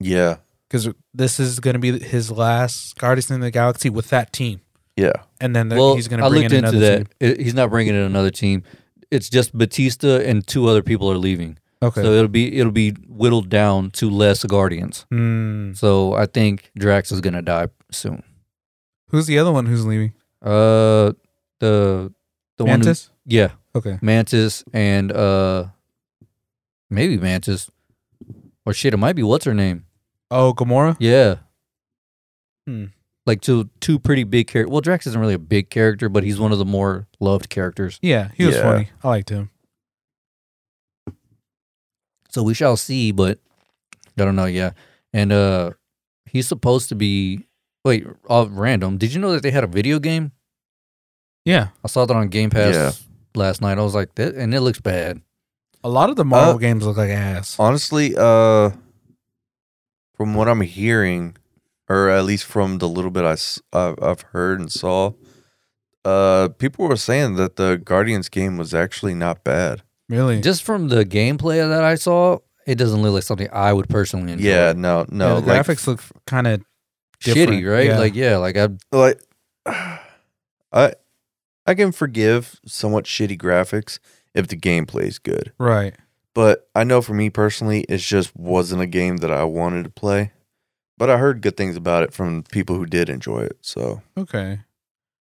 S4: yeah,
S5: because this is going to be his last Guardians in the Galaxy with that team,
S4: yeah,
S5: and then the,
S3: Well,
S5: he's going
S3: I
S5: to bring
S3: looked
S5: in
S3: into that.
S5: another team.
S3: It- he's not bringing in another team. It's just Batista and two other people are leaving.
S5: Okay.
S3: So it'll be it'll be whittled down to less Guardians.
S5: Hmm.
S3: So I think Drax is gonna die soon.
S5: Who's the other one who's leaving?
S3: Uh, the the one
S5: Mantis.
S3: who, yeah,
S5: okay.
S3: Mantis and uh, maybe Mantis, or shit, it might be what's her name.
S5: Oh, Gamora.
S3: Yeah.
S5: Hmm.
S3: Like to two pretty big characters. Well, Drax isn't really a big character, but he's one of the more loved characters.
S5: Yeah, he was
S4: Yeah.
S5: funny. I liked him.
S3: So we shall see, but I don't know. Yeah, and uh he's supposed to be. Wait, all random. Did you know that they had a video game?
S5: Yeah,
S3: I saw that on Game Pass
S4: Yeah.
S3: last night. I was like, that, and it looks bad.
S5: a lot of the Marvel
S4: Uh,
S5: games look like ass.
S4: Honestly, uh, from what I'm hearing, or at least from the little bit I, have I've heard and saw, uh, people were saying that the Guardians game was actually not bad.
S5: Really?
S3: Just from the gameplay that I saw, it doesn't look like something I would personally enjoy.
S4: Yeah, no, no,
S5: Yeah, the
S4: like,
S5: graphics look kind of different,
S3: shitty, right?
S5: yeah.
S3: Like, yeah, like I
S4: like, I, I can forgive somewhat shitty graphics if the gameplay's good,
S5: right.
S4: but I know for me personally, it just wasn't a game that I wanted to play. But I heard good things about it from people who did enjoy it, so.
S5: Okay.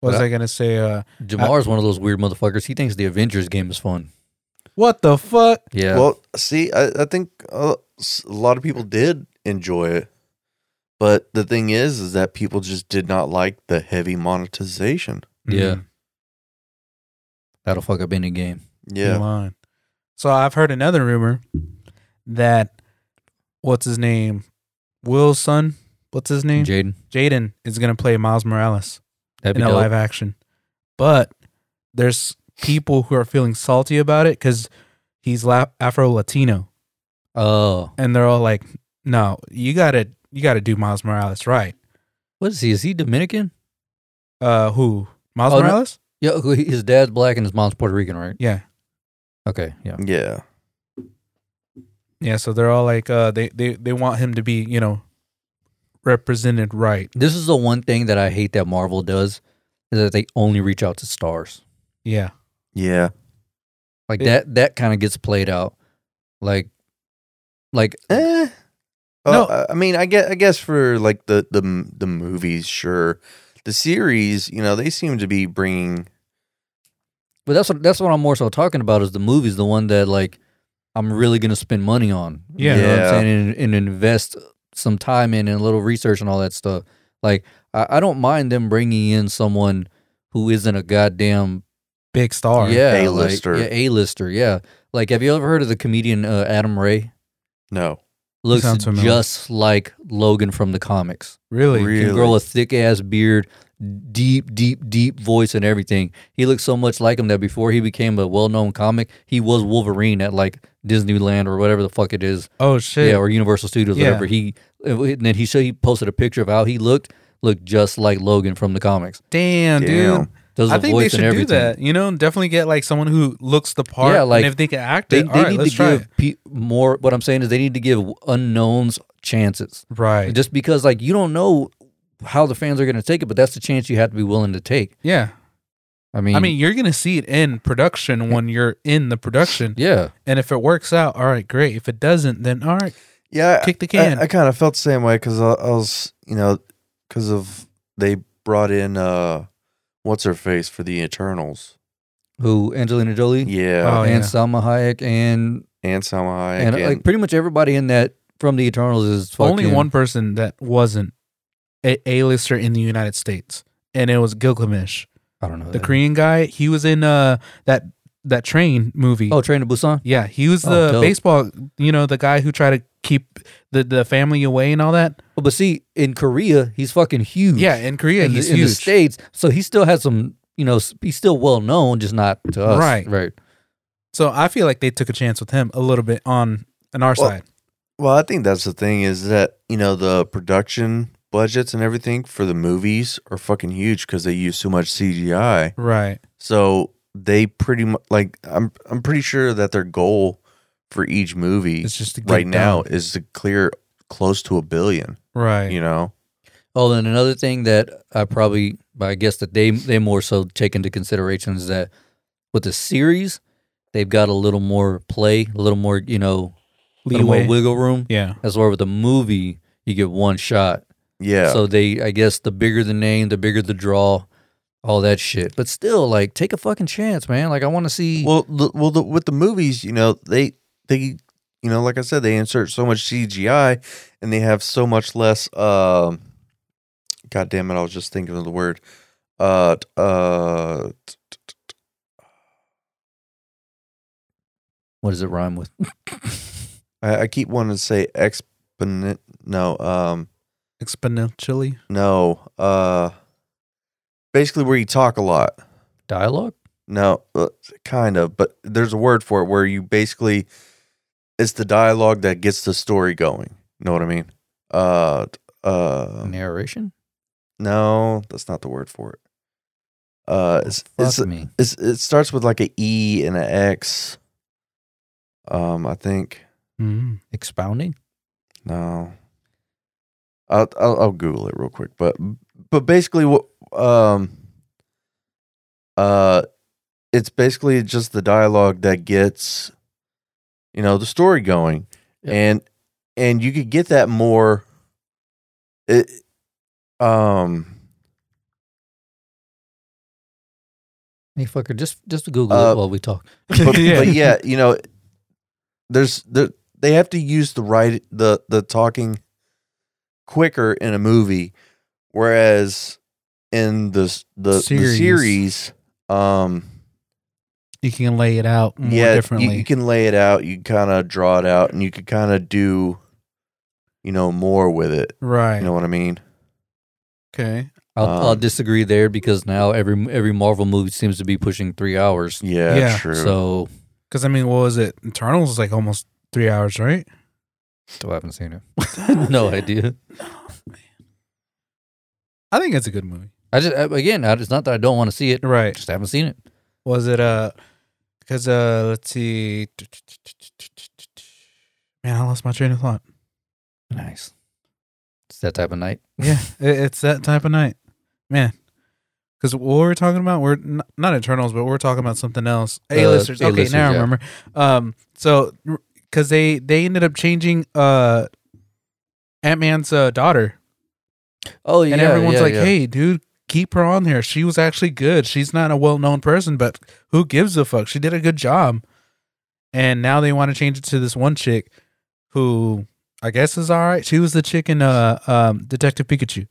S5: What was
S3: But I-
S5: I gonna say? Uh,
S3: Jamar's one of those weird motherfuckers. He thinks the Avengers game is fun.
S5: what the fuck?
S3: Yeah.
S4: Well, see, I, I think uh, s- a lot of people did enjoy it, but the thing is, is that people just did not like the heavy monetization.
S3: Yeah.
S5: Mm,
S3: That'll fuck up any game.
S5: come
S4: Yeah,
S5: on. So I've heard another rumor that what's his name, Will's son. What's his name?
S3: Jaden.
S5: Jaden is gonna play Miles Morales
S3: That'd
S5: in
S3: be
S5: a
S3: dope.
S5: live action, but there's people who are feeling salty about it because he's la- Afro Latino,
S3: Oh.
S5: and they're all like, "No, you gotta, you gotta do Miles Morales right."
S3: What is he? Is he Dominican?
S5: Uh, who? Miles
S3: Oh, no.
S5: Morales?
S3: Yeah, who- his dad's black and his mom's Puerto Rican, right?
S5: Yeah.
S3: Okay. Yeah.
S4: yeah.
S5: Yeah, so they're all like uh they they they want him to be, you know, represented right.
S3: This is the one thing that I hate that Marvel does is that they only reach out to stars.
S5: Yeah.
S4: Yeah,
S3: Like
S5: It-
S3: that that kind of gets played out. Like like
S4: eh.
S5: No.
S4: no, I mean, I guess, I guess for like the the m- the movies, sure. The series, you know, they seem to be bringing.
S3: But that's what that's what I'm more so talking about is the movies, the one that like I'm really gonna spend money on.
S5: Yeah.
S3: You know what
S4: Yeah.
S3: I'm saying? And, and invest some time in and a little research and all that stuff. Like I, I don't mind them bringing in someone who isn't a goddamn
S5: Big star.
S3: yeah like-
S4: A-lister.
S3: yeah a lister yeah. Like have you ever heard of the comedian uh, Adam Ray?
S4: No,
S3: Looks
S5: sounds familiar.
S3: just like Logan from the comics.
S5: Really?
S4: Really?
S3: Can grow a thick ass beard, deep, deep, deep voice and everything. He looks so much like him that before he became a well known comic, he was Wolverine at like Disneyland or whatever the fuck it is.
S5: Oh shit.
S3: Yeah, or Universal Studios,
S5: Yeah.
S3: whatever. He and then he showed he posted a picture of how he looked, looked just like Logan from the comics.
S5: Damn, dude.
S4: Damn.
S3: Does
S5: I
S3: the
S5: think they
S3: voice
S5: should
S3: and
S5: do
S3: everything.
S5: that. You know, definitely get like someone who looks the part.
S3: Yeah, like,
S5: and if they can act
S3: They,
S5: it,
S3: they
S5: all right,
S3: need
S5: let's
S3: to
S5: try
S3: give
S5: it.
S3: pe- more. What I'm saying is they need to give unknowns chances.
S5: Right.
S3: Just because like you don't know how the fans are going to take it, but that's the chance you have to be willing to take.
S5: yeah.
S3: I mean,
S5: I mean, you're gonna see it in production when you're in the production.
S3: yeah.
S5: And if it works out, all right, great. If it doesn't, then all right.
S4: yeah,
S5: Kick the
S4: I-
S5: can.
S4: I, kind of felt the same way because I, I was, you know, because of they brought in uh, what's her face for the Eternals.
S3: Who Angelina Jolie?
S4: Yeah,
S5: Oh,
S3: and
S5: yeah.
S3: Salma Hayek and
S4: and Salma Hayek
S3: uh, and, like pretty much everybody in that from the Eternals is fucking,
S5: Only one person that wasn't a A lister in the United States. And it was Gilgamesh.
S3: I don't know
S5: the
S3: that.
S5: Korean guy. He was in uh that that train movie.
S3: Oh, Train to Busan.
S5: yeah, he was
S3: Oh,
S5: the
S3: dope.
S5: baseball. You know, the guy who tried to keep the the family away and all that.
S3: Well, but see, in Korea, he's fucking huge.
S5: Yeah, in Korea,
S3: in,
S5: he's
S3: the, in the
S5: huge.
S3: states, so he still has some. You know, s- he's still well known, just not to us.
S5: Right.
S3: Right.
S5: so I feel like they took a chance with him a little bit on on our
S4: Well,
S5: side.
S4: Well, I think that's the thing is that, you know, the production budgets and everything for the movies are fucking huge because they use so much CGI.
S5: Right.
S4: So they pretty much, like, I'm, I'm pretty sure that their goal for each movie
S5: It's just to get
S4: right now
S5: done.
S4: is to clear close to a billion,
S5: Right.
S4: you know?
S3: Oh, and another thing that I probably, I guess that they they more so take into consideration is that with the series, they've got a little more play, a little more, you know, a little more
S5: Leeway.
S3: wiggle room.
S5: Yeah.
S3: As where with a movie, you get one shot.
S4: Yeah.
S3: So they, I guess, the bigger the name, the bigger the draw, all that shit. But still, like, take a fucking chance, man. Like, I want to see.
S4: Well, the, well, the, with the movies, you know, they they you know, like I said, they insert so much CGI, and they have so much less um God damn it! I was just thinking of the word. Uh, t- uh, t-
S3: What does it rhyme with?
S4: I, I keep wanting to say exponent. No, um,
S5: Exponentially.
S4: no. Uh, basically where you talk a lot.
S3: Dialogue?
S4: No, uh, kind of, but there's a word for it where you basically it's the dialogue that gets the story going. Know what I mean? Uh, t- uh,
S3: Narration?
S4: no, that's not the word for it. Uh, it's, it's,
S3: Oh, Fuck me.
S4: it's, it starts with like a E and an X. Um, I think
S3: Mm-hmm.
S5: Mm.
S3: Expounding?
S4: no. I'll, I'll I'll Google it real quick, but but basically what um uh it's basically just the dialogue that gets you know the story going
S3: Yeah.
S4: and and you could get that more it um
S3: Hey, fucker, just just Google
S4: Uh,
S3: it while we talk.
S4: but yeah. but yeah, you know, there's there, they have to use the right the the talking quicker in a movie, whereas in the s- the series, the
S5: Series.
S4: series um,
S5: You can lay it out more
S4: yeah, you-
S5: differently.
S4: You, can lay it out, you kind of draw it out, and you could kind of do, you know, more with it.
S5: right.
S4: You know what I mean?
S5: okay.
S3: I'll, I'll
S4: um,
S3: disagree there because now every every Marvel movie seems to be pushing three hours.
S4: Yeah,
S5: Yeah.
S4: true.
S3: So
S5: Because, I mean, what was it? Eternals is like almost three hours, right?
S3: I haven't seen it. no idea.
S5: I think it's a good movie.
S3: I just I- again, I, it's not that I don't want to see it. I
S5: Right.
S3: just haven't seen it.
S5: Was it uh because uh let's see Man, I lost my train of thought.
S3: Nice. It's that type of night.
S5: Yeah, it, it's that type of night. Man. Cause what we're talking about, we're n- not Eternals, but we're talking about something else. A listers. okay,
S3: Uh, A-listers,
S5: now I
S3: yeah.
S5: remember. Um, so because they they ended up changing uh Ant Man's uh, daughter,
S3: Oh yeah,
S5: and everyone's
S3: yeah,
S5: like,
S3: yeah.
S5: "Hey, dude, keep her on there. She was actually good. She's not a well known person, but who gives a fuck? She did a good job." And now they want to change it to this one chick, who I guess is all right. She was the chick in uh, um, Detective Pikachu.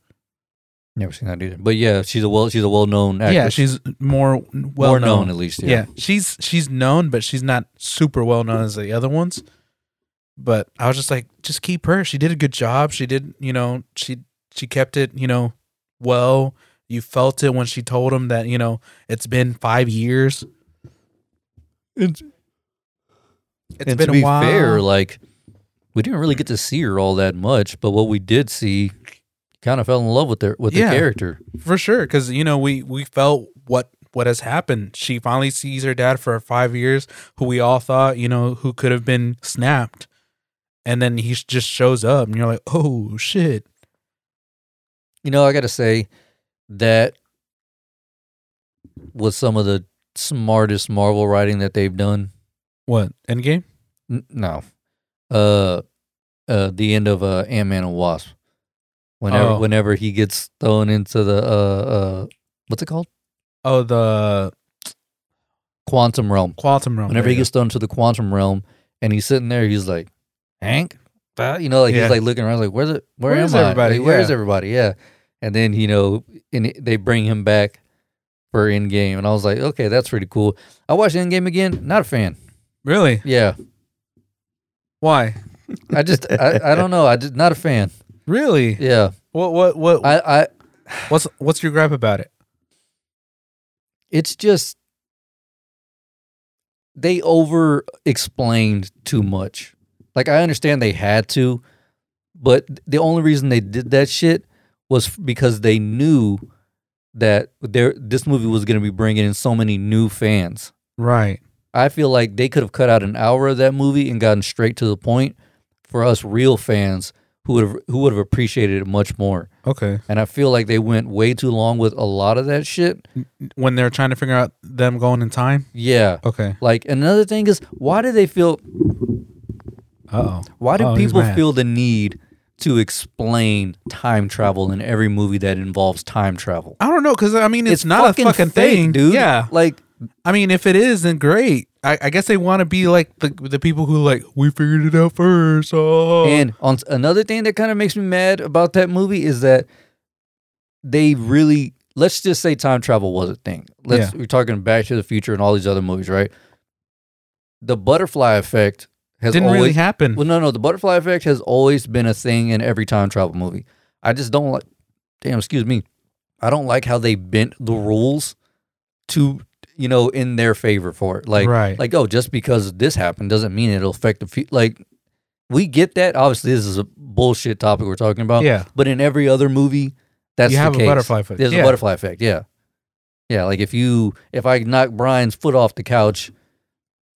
S3: never seen that either. But yeah, she's a well she's a well known actress.
S5: Yeah, she's more well
S3: more
S5: known.
S3: known at least.
S5: yeah.
S3: Yeah.
S5: she's she's known, but she's not super well known as the other ones. But I was just like, just keep her. She did a good job. She did, you know, she she kept it, you know, well. You felt it when she told him that, you know, it's been five years. It's
S3: and
S5: been
S3: to be
S5: a while.
S3: fair, like we didn't really get to see her all that much, but what we did see, kind of fell in love with her with
S5: Yeah.
S3: the character.
S5: for sure because you know we we felt what what has happened she finally sees her dad for five years who we all thought you know who could have been snapped and then he sh- just shows up and you're like oh shit
S3: You know, I got to say that was some of the smartest Marvel writing that they've done.
S5: what endgame
S3: N- no, uh, uh, the end of uh, Ant Man and Wasp. Whenever,
S5: Oh.
S3: whenever he gets thrown into the uh, uh, what's it called?
S5: oh the
S3: Quantum realm.
S5: quantum realm
S3: Whenever
S5: there
S3: he
S5: you
S3: gets thrown to the quantum realm, and he's sitting there, he's like, Hank, Bah," you know, like
S5: Yeah.
S3: he's like looking around, like where's it? Where,
S5: Where
S3: am
S5: is
S3: I?
S5: everybody?
S3: Like, Where is
S5: Yeah.
S3: everybody? Yeah. And then you know, and it- they bring him back for Endgame, and I was like, okay, that's pretty cool. I watched Endgame again. Not a fan.
S5: go. really
S3: Yeah,
S5: why
S3: I just, I, I don't know. I just not a fan.
S5: really
S3: Yeah,
S5: what what what
S3: I, I,
S5: what's what's your gripe about it
S3: it's just they over explained too much. Like I understand they had to, but the only reason they did that shit was because they knew that there this movie was going to be bringing in so many new fans.
S5: right
S3: I feel like they could have cut out an hour of that movie and gotten straight to the point for us real fans who would have who would have appreciated it much more.
S5: okay
S3: And I feel like they went way too long with a lot of that shit.
S5: when they're trying to figure out them going in time
S3: Yeah.
S5: okay
S3: Like another thing is why do they feel
S5: uh-oh
S3: why do
S5: Oh, he's
S3: people
S5: mad.
S3: feel the need to explain time travel in every movie that involves time travel?
S5: i don't know because i mean it's, not a fucking
S3: fake,
S5: thing
S3: dude.
S5: yeah
S3: Like
S5: I mean, if it is, then great. I, I guess they want to be like the the people who like we figured it out first. Oh,
S3: and on another thing that kind of makes me mad about that movie is that they really let's just say time travel was a thing. Let's we're talking Back to the Future and all these other movies, right? The butterfly effect has
S5: Didn't
S3: always
S5: really happen.
S3: well, no, no. The butterfly effect has always been a thing in every time travel movie. I just don't like. Damn, excuse me. I don't like how they bent the rules to you know in their favor for it. Like,
S5: Right.
S3: like oh, just because this happened doesn't mean it'll affect the future. Like, we get that. Obviously, this is a bullshit topic we're talking about.
S5: yeah.
S3: But in every other movie, that's
S5: You
S3: the
S5: have a
S3: case.
S5: butterfly effect.
S3: There's
S5: Yeah.
S3: a butterfly effect. Yeah. Yeah, like if you if I knock Brian's foot off the couch,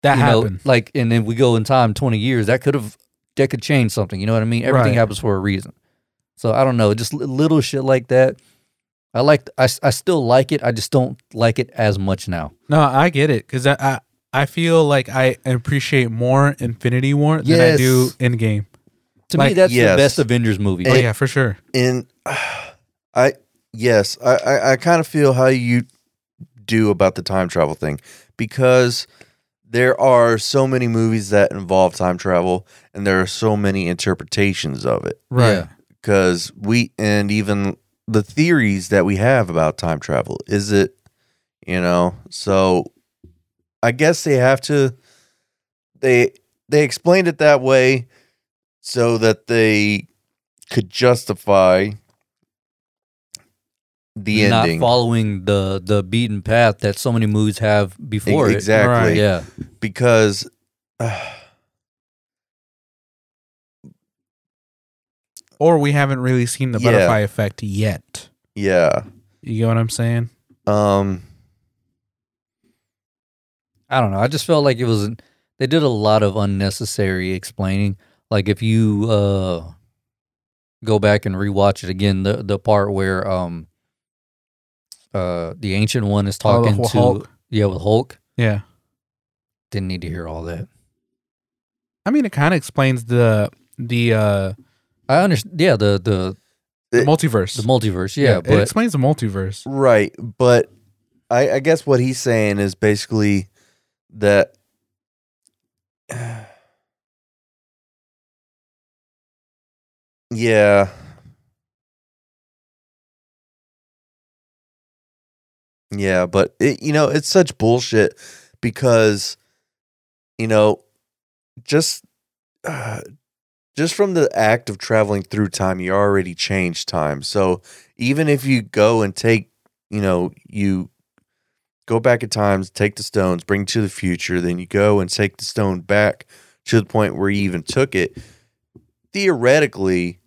S5: That
S3: you know,
S5: happened.
S3: like, and then we go in time twenty years. That could have that could change something. You know what I mean? Everything
S5: Right.
S3: happens for a reason. So I don't know, just li- little shit like that. I like. I, s- I still like it. I just don't like it as much now.
S5: No, I get it because I, I I feel like I appreciate more Infinity War than I
S2: Yes.
S5: do Endgame.
S3: To me,
S5: Like,
S3: that's
S4: yes.
S3: the best Avengers movie.
S5: Oh
S4: It-
S5: yeah, for sure.
S4: in i yes i i, I kind of feel how you do about the time travel thing because there are so many movies that involve time travel and there are so many interpretations of it
S5: Right.
S3: Yeah.
S4: because we and even the theories that we have about time travel is it you know so i guess they have to they they explained it that way so that they could justify the
S3: not
S4: ending
S3: following the the beaten path that so many movies have before
S4: E- exactly
S3: it.
S5: Right.
S3: Yeah,
S4: because uh,
S5: Or we haven't really seen the
S4: Yeah.
S5: butterfly effect yet.
S4: yeah
S5: You get what I'm saying?
S4: um
S3: I don't know. I just felt like it was they did a lot of unnecessary explaining. Like if you uh go back and rewatch it again, the the part where um uh the ancient one is
S5: Oh, the
S3: talking
S5: whole
S3: to
S5: Hulk.
S3: yeah with Hulk
S5: Yeah.
S3: didn't need to hear all that.
S5: I mean, it kind of explains the the uh
S3: I understand. Yeah, the the
S5: the
S4: It-
S5: multiverse.
S3: the multiverse. Yeah,
S5: it
S3: but
S5: explains the multiverse.
S4: Right, but I, I guess what he's saying is basically that Yeah. Yeah, but it, you know, it's such bullshit because you know, just uh, just from the act of traveling through time, you already changed time. So, even if you go and take, you know, you go back in times, take the stones, bring it to the future, then you go and take the stone back to the point where you even took it, theoretically,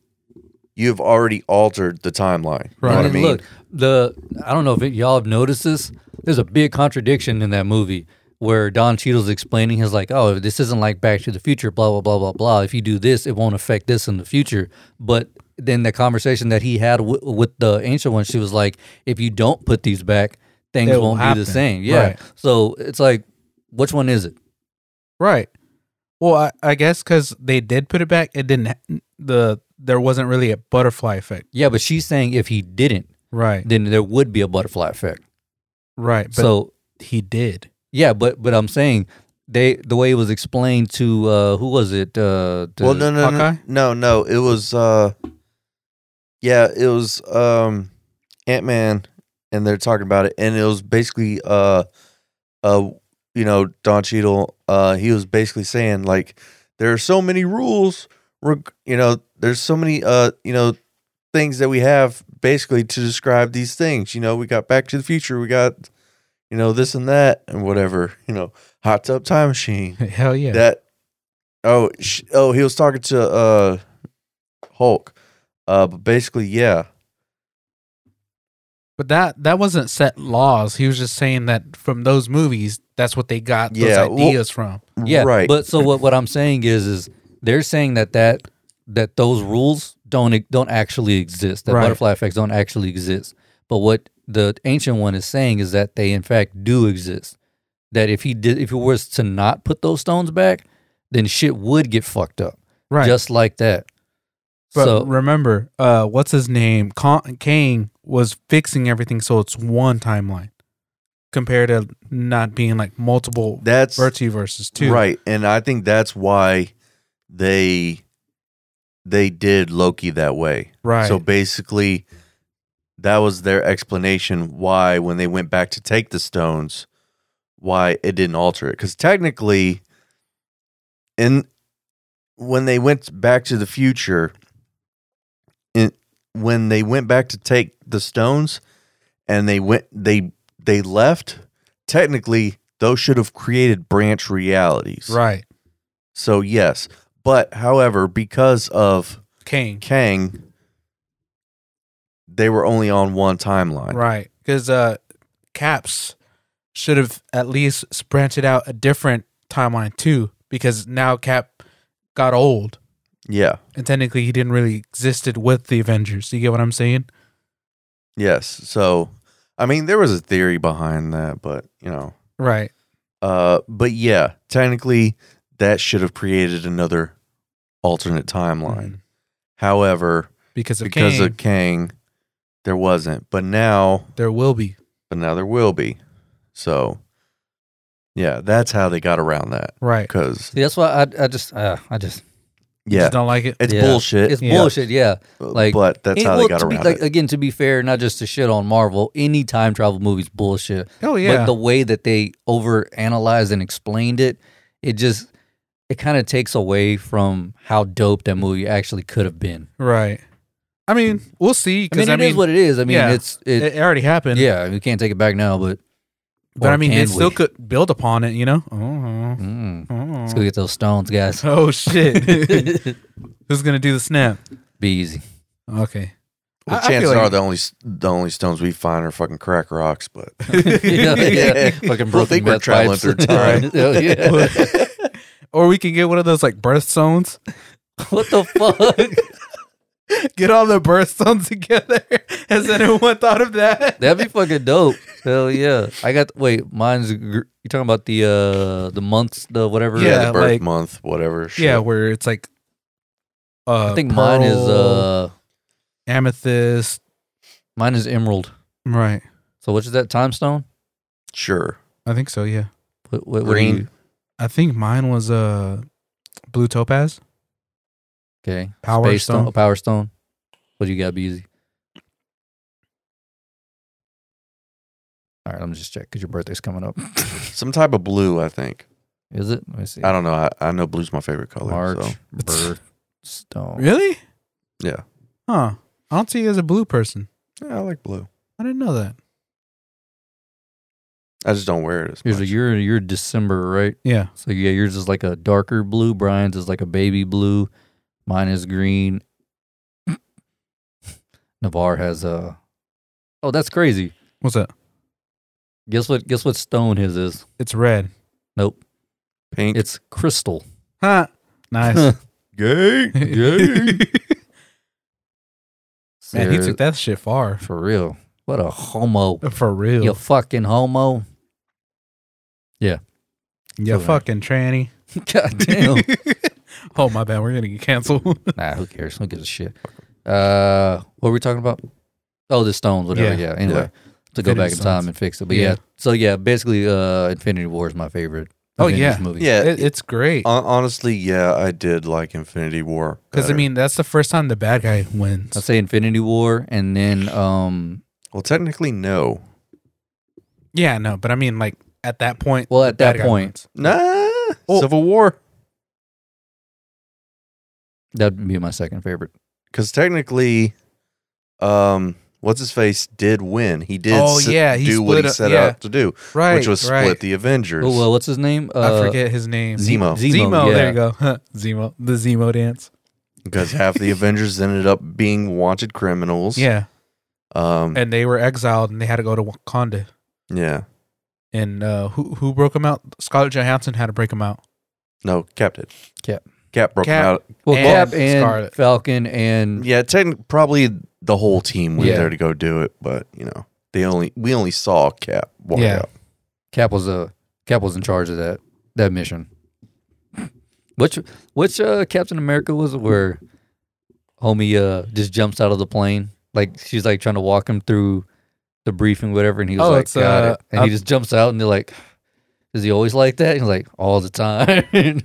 S4: you have already altered the timeline. You know what
S5: Right.
S4: I
S3: And then
S4: mean?
S3: Look, the I don't know if it, y'all have noticed this. There's a big contradiction in that movie where Don Cheadle's explaining his like, oh, this isn't like Back to the Future, blah blah blah blah blah. If you do this, it won't affect this in the future. But then the conversation that he had w- with the ancient one, she was like, if you don't put these back, things
S5: It will
S3: won't be
S5: happen.
S3: the same. Yeah.
S5: Right.
S3: So it's like, which one is it?
S5: Right. Well, I, I guess because they did put it back, it didn't. ha- The there wasn't really a butterfly effect.
S3: Yeah, but she's saying if he didn't,
S5: Right.
S3: then there would be a butterfly effect.
S5: Right. But
S3: so
S5: he did.
S3: Yeah, but but I'm saying they the way it was explained to uh who was it? Uh the,
S4: well, no, no, no,
S5: Hawkeye?
S4: no, no. It was, uh, yeah, it was um, Ant Man, and they're talking about it, and it was basically, uh, uh, you know, Don Cheadle. Uh, he was basically saying like, there are so many rules, reg- you know, there's so many, uh, you know, things that we have basically to describe these things. You know, we got Back to the Future, we got, you know, this and that, and whatever. You know, hot tub time machine
S5: Hell yeah.
S4: that oh sh- oh he was talking to uh Hulk uh but basically yeah
S5: But that that wasn't set laws. He was just saying that from those movies, that's what they got
S4: Yeah,
S5: those
S4: well-
S5: ideas from.
S3: yeah,
S4: right
S3: But so what what I'm saying is is they're saying that that that those rules don't e, don't actually exist. That
S5: Right.
S3: butterfly effects don't actually exist. But what the ancient one is saying is that they in fact do exist. That if he did if he was to not put those stones back, then shit would get fucked up.
S5: Right.
S3: Just like that.
S5: but
S3: so
S5: remember, uh, what's his name? Con- Kang was fixing everything, so it's one timeline compared to not being like multiple
S4: that's
S5: multiverses too.
S4: right and I think that's why they they did Loki that way
S5: Right.
S4: so basically that was their explanation why when they went back to take the stones why it didn't alter it because technically in when they went back to the future in, when they went back to take the stones and they went they they left technically those should have created branch realities
S5: Right.
S4: so yes but however because of
S5: Kane.
S4: kang they were only on one timeline
S5: Right. Because uh, Caps should have at least branted out a different timeline too, because now Cap got old.
S4: yeah
S5: And technically, he didn't really existed with the Avengers. You get what I'm saying?
S4: Yes. So, I mean, there was a theory behind that, but you know,
S5: Right.
S4: uh, but yeah, technically, that should have created another alternate timeline.
S3: Mm-hmm.
S5: Mhm.
S4: However,
S5: Because of
S4: because
S5: Kang,
S4: of Kang, there wasn't, but now,
S5: there will be.
S4: but now there will be. So, yeah, that's how they got around that.
S5: Right.
S4: Because
S3: See, that's why I, I just, uh, I just,
S5: Yeah.
S4: yeah,
S5: Just don't like it.
S4: it's
S3: yeah.
S4: bullshit. Uh,
S3: it's
S5: Yeah.
S3: bullshit. Yeah, like-
S4: but that's
S3: It-
S4: how
S3: well,
S4: they got
S3: to be,
S4: around
S3: like,
S4: it.
S3: Again, to be fair, not just to shit on Marvel, any time travel movies bullshit.
S5: Oh yeah.
S3: But the way that they over analyzed and explained it, it just it kind of takes away from how dope that movie actually could have been.
S5: right. I mean, we'll see.
S3: I mean,
S5: Because
S3: it is
S5: I mean,
S3: what it is. I mean,
S5: yeah.
S3: it's it,
S5: it, already happened.
S3: yeah, we can't take it back now, but
S5: But
S3: or
S5: I mean,
S3: can
S5: they still
S3: we?
S5: could build upon it. You know. Oh.
S3: Mm.
S5: oh.
S3: Let's go get those stones, guys.
S5: Oh shit.
S3: Be
S5: Who's gonna do the snap?
S3: easy.
S5: Okay.
S4: Well,
S5: I- I feel
S4: chances
S5: like-
S4: are the only s- the only stones we find are fucking crack rocks, but
S3: yeah, yeah.
S4: People
S3: Fucking broken
S4: think we're
S3: meth
S4: traveling
S3: pipes.
S4: through time.
S3: Oh, yeah.
S5: or we can get one of those like birthstones.
S3: what the fuck?
S5: Get all the birthstones together. Has anyone thought of that?
S3: That'd be fucking dope. Hell yeah! I got wait. Mine's gr- you talking about the uh the months the whatever.
S4: yeah,
S5: Yeah,
S4: the birth
S5: like-
S4: month, whatever. Shit.
S5: yeah, where it's like. Uh,
S3: I think mine is
S5: pearl,
S3: uh
S5: amethyst.
S3: mine is emerald.
S5: Right.
S3: So which is that time stone?
S4: sure.
S5: I think so. Yeah.
S3: What, what, what do
S4: Green.
S3: you-
S5: I think mine was uh, blue topaz.
S3: okay.
S5: Power
S3: Space
S5: stone.
S3: stone. Power stone. What do you got, Beezy? All right, I'm just check because your birthday's coming up.
S4: Some type of blue, I think.
S3: Is it? Let me see.
S4: I don't know. I, I know blue's my favorite color.
S3: March
S4: So
S3: birthstone.
S5: Really?
S4: yeah.
S5: Huh. I don't see you as a blue person.
S4: Yeah, I like blue.
S5: I didn't know that.
S4: I just don't wear it as
S3: Here's
S4: much.
S3: a, you're you're December, right?
S5: Yeah.
S3: So yeah, yours is like a darker blue. Brian's is like a baby blue. Mine is green. Navarre has a. Oh, that's crazy.
S5: What's that?
S3: Guess what? Guess what stone his is?
S5: It's red.
S3: Nope,
S4: Pink.
S3: it's crystal.
S5: Huh. Nice.
S4: gay.
S5: Man, he
S3: Sarah,
S5: took that shit far.
S3: for real. What a homo!
S5: For real.
S3: You fucking homo!
S5: Yeah,
S3: Right.
S5: fucking tranny.
S3: God damn.
S5: oh my bad, we're gonna get canceled.
S3: nah, who cares? Who gives a shit? Uh, what were we talking about? Oh, the stones, whatever. Yeah.
S5: Yeah.
S3: Anyway, to go
S5: Infinity
S3: back in
S5: Stones.
S3: time and fix it. But yeah.
S5: Yeah.
S3: So yeah, basically, uh, Infinity War is my favorite.
S5: Oh,
S3: Avengers
S5: yeah.
S3: Movie.
S4: yeah.
S5: It- it's great
S4: hon- honestly, yeah, I did like Infinity War.
S5: because I
S4: better.
S5: mean that's the first time the bad guy wins.
S3: I'd say Infinity War, and then um,
S4: well, technically, no.
S5: yeah, no, but I mean like at that point.
S3: well, at
S5: bad
S3: that
S5: guy
S3: point,
S5: wins.
S4: Nah.
S5: Oh.
S4: Civil War.
S3: that'd be my second favorite.
S4: Because technically, um, what's his face did win. He did.
S5: Oh,
S4: s-
S5: yeah, he
S4: do what
S5: split
S4: he
S5: up-
S4: set
S5: yeah.
S4: out to do,
S5: right?
S4: which was
S5: right.
S4: split the Avengers.
S3: Oh well, what's his name? Uh,
S5: I forget his name.
S4: Z- Zemo.
S3: Zemo.
S5: Zemo,
S3: yeah.
S5: There you go. Zemo. The Zemo dance.
S4: because half the Avengers ended up being wanted criminals.
S5: Yeah,
S4: Um.
S5: and they were exiled and they had to go to Wakanda.
S4: yeah.
S5: And uh, who who broke him out? Scarlett Johansson had to break him out.
S4: No, Cap did.
S3: Cap.
S4: Cap broke him
S5: Cap.
S4: out.
S3: Well,
S5: and
S3: Cap and
S5: Scarlet.
S3: Falcon and
S4: Yeah, technically, probably the whole team went
S3: Yeah.
S4: there to go do it, but you know, they only we only saw Cap walk
S5: Yeah.
S4: out.
S3: Cap was uh, Cap was in charge of that that mission. Which which uh, Captain America was it where homie uh just jumps out of the plane like she's like trying to walk him through the briefing whatever and he was
S5: Oh,
S3: like
S5: it's,
S3: got
S5: uh,
S3: it and he
S5: I-
S3: just jumps out and they're like is he always like that and he's like all the time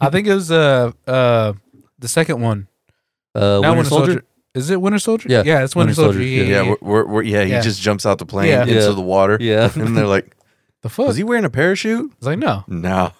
S5: I think it was uh uh the second one.
S3: uh, Winter
S5: Winter
S3: Soldier
S5: Is it Winter Soldier?
S3: Yeah,
S5: yeah, it's Winter,
S3: Winter
S5: Soldier.
S3: Soldier,
S5: Yeah,
S4: Yeah,
S5: yeah, yeah.
S4: we're, we're, we're- yeah, he
S5: Yeah.
S4: just jumps out the plane
S5: Yeah.
S4: into
S3: Yeah.
S4: the water.
S3: Yeah.
S4: And they're like,
S5: The fuck?
S4: was he wearing a parachute?
S5: It's like no,
S4: No.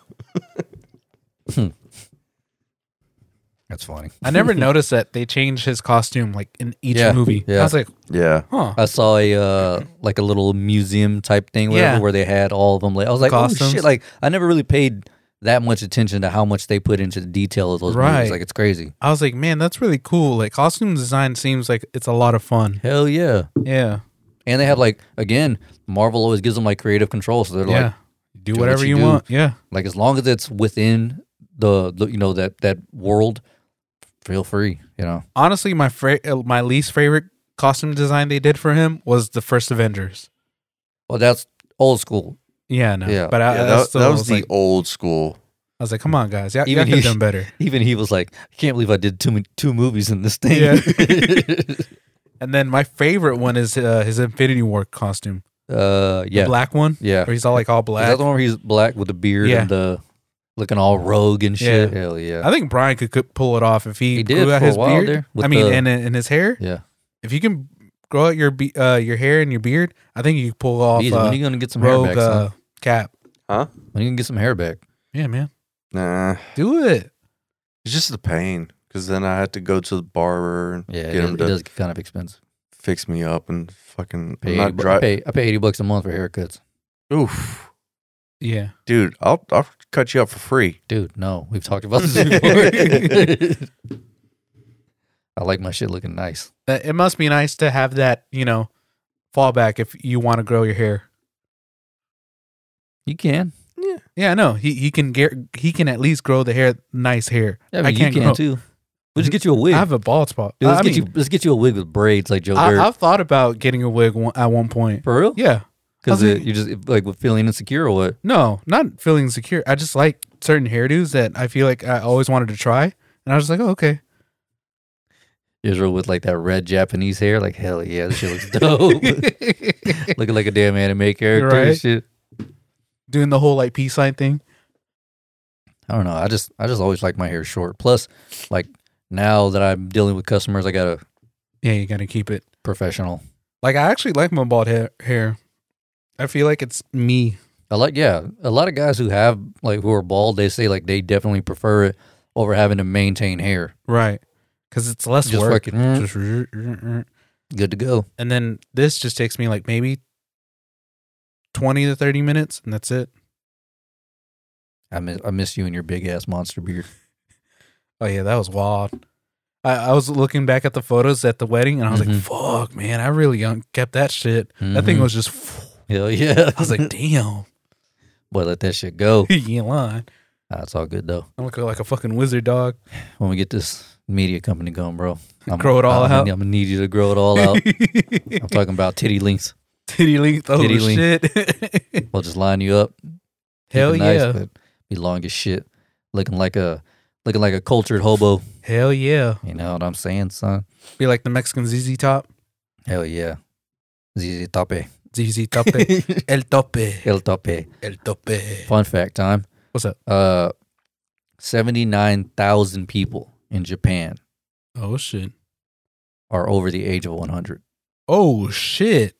S3: That's funny.
S5: I never noticed that they changed his costume like in each
S3: Yeah,
S5: movie.
S3: yeah.
S5: I was like,
S4: Yeah.
S5: huh?
S3: I saw a uh, like a little museum type thing, whatever,
S5: Yeah.
S3: where they had all of them. Like I was like, oh
S5: Costumes.
S3: shit! Like I never really paid that much attention to how much they put into the detail of those movies.
S5: Right.
S3: Like it's crazy.
S5: I was like, man, that's really cool. Like costume design seems like it's a lot of fun.
S3: Hell yeah!
S5: Yeah,
S3: And they have like again, Marvel always gives them like creative control, so they're
S5: yeah.
S3: like,
S5: do
S3: what
S5: whatever
S3: you
S5: you,
S3: do.
S5: want. Yeah,
S3: like as long as it's within the, the you know that that world, feel free. You know,
S5: honestly, my fra- uh, my least favorite costume design they did for him was the first Avengers.
S3: well that's old school.
S5: Yeah, no,
S3: Yeah.
S5: but I,
S4: Yeah,
S5: I
S4: that,
S5: still
S4: that was, the
S5: like,
S4: old school.
S5: I was like, come on, guys, y'all, y'all
S3: Even
S5: could have
S3: he-
S5: done better.
S3: Even he was like, I can't believe I did two mo- two movies in this thing.
S5: And then my favorite one is uh, his Infinity War costume,
S3: uh,
S5: the
S3: yeah,
S5: black one,
S3: yeah.
S5: where he's all like all
S3: Is that
S5: black.
S3: the one where he's black with the beard
S5: Yeah.
S3: and the looking all rogue and shit?
S5: Yeah.
S3: Hell yeah.
S5: I think Brian could, could pull it off if he,
S3: He did
S5: grew out
S3: for a
S5: his
S3: while
S5: beard.
S3: there with
S5: I mean,
S3: the-
S5: and and his hair.
S3: yeah.
S5: If you can grow out your be- uh, your hair and your beard, I think you could pull off
S3: Jeez, when
S5: uh,
S3: are you gonna get some hair
S5: rogue
S3: back? son?
S5: uh, cap.
S3: When are you gonna get some hair back?
S5: Yeah, man,
S4: Nah.
S5: do it.
S4: It's just the pain. Because then I had to go to the barber and
S3: Yeah, it,
S4: get
S3: does,
S4: him
S3: it
S4: to
S3: does get kind of expensive.
S4: fix me up and fucking
S3: Pay
S4: I'm
S3: 80
S4: not
S3: bu- I,
S4: drive.
S3: pay, I pay eighty bucks a month for haircuts.
S4: Oof.
S5: Yeah,
S4: Dude, I'll, I'll cut you up for free.
S3: Dude, no, we've talked about this before. I like my shit looking nice.
S5: Uh, it must be nice to have that you know fallback if you want to grow your hair.
S3: You can.
S5: Yeah, no, he he can get he can at least grow the hair, nice hair.
S3: Yeah, I,
S5: I
S3: mean,
S5: can't
S3: you can
S5: grow.
S3: too. We'll just get you a wig.
S5: I have a bald spot.
S3: Dude, let's,
S5: I
S3: get
S5: mean,
S3: you, let's get you a wig with braids like Joe
S5: I,
S3: Dirt.
S5: I've thought about getting a wig one, at one point.
S3: for real?
S5: Yeah,
S3: Because
S5: I was like-
S3: you're just like feeling insecure or what?
S5: no, not feeling secure. I just like certain hairdos that I feel like I always wanted to try, and I was like, oh, okay,
S3: Israel with like that red Japanese hair. Like, hell yeah, this shit looks dope. Looking like a damn anime character and
S5: Right.
S3: shit.
S5: doing the whole like peace sign thing.
S3: I don't know. I just I just always like my hair short. Plus, like now that I'm dealing with customers, I got a
S5: Yeah, you gotta keep it.
S3: professional.
S5: Like I actually like my bald hair. Hair, I feel like it's me.
S3: I like yeah. A lot of guys who have like who are bald, they say like they definitely prefer it over having to maintain hair.
S5: Right. Because it's less
S3: Just
S5: work.
S3: fucking, mm.
S5: Just r- r- r-
S3: Good to go.
S5: and then this just takes me like maybe 20 to 30 minutes and that's it.
S3: I miss I miss you and your big ass monster beard.
S5: Oh, yeah, that was wild. I, I was looking back at the photos at the wedding and I was
S3: Mm-hmm.
S5: like, fuck, man, I really un- kept that shit. That thing
S3: Mhm.
S5: was just,
S3: Hell yeah.
S5: I was like, damn,
S3: boy, let that shit go.
S5: you ain't lying.
S3: That's all good though.
S5: I'm looking like a fucking wizard dog.
S3: When we get this media company going, bro, I'm,
S5: Grow it all
S3: I'm,
S5: out.
S3: I'm gonna need you to grow it all out. I'm talking about titty links.
S5: Titty length. Oh,
S3: Titty
S5: shit.
S3: We'll just line you up. Keep
S5: Hell
S3: it nice,
S5: yeah.
S3: but be long as shit, looking like a looking like a cultured hobo.
S5: Hell yeah.
S3: You know what I'm saying, son?
S5: Be like the Mexican ZZ Top.
S3: Hell yeah. ZZ Tope.
S5: ZZ Tope. El Tope.
S3: El Tope.
S5: El Tope.
S3: Fun fact time.
S5: What's up?
S3: Uh, seventy nine thousand people in Japan
S5: Oh shit.
S3: are over the age of one hundred.
S5: Oh shit.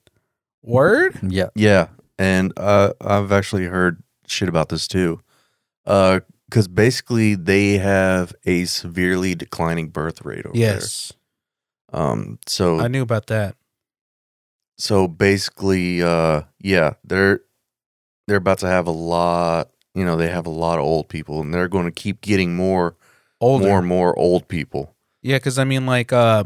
S5: Word?
S3: Yeah.
S4: Yeah, and uh, I've actually heard shit about this too. Because basically, they have a severely declining birth rate over
S5: Yes.
S4: there. Um. So
S5: I knew about that.
S4: so basically, uh, yeah, they're they're about to have a lot. You know, they have a lot of old people, and they're going to keep getting more,
S5: Older.
S4: more and more old people.
S5: Yeah, cuz I mean like uh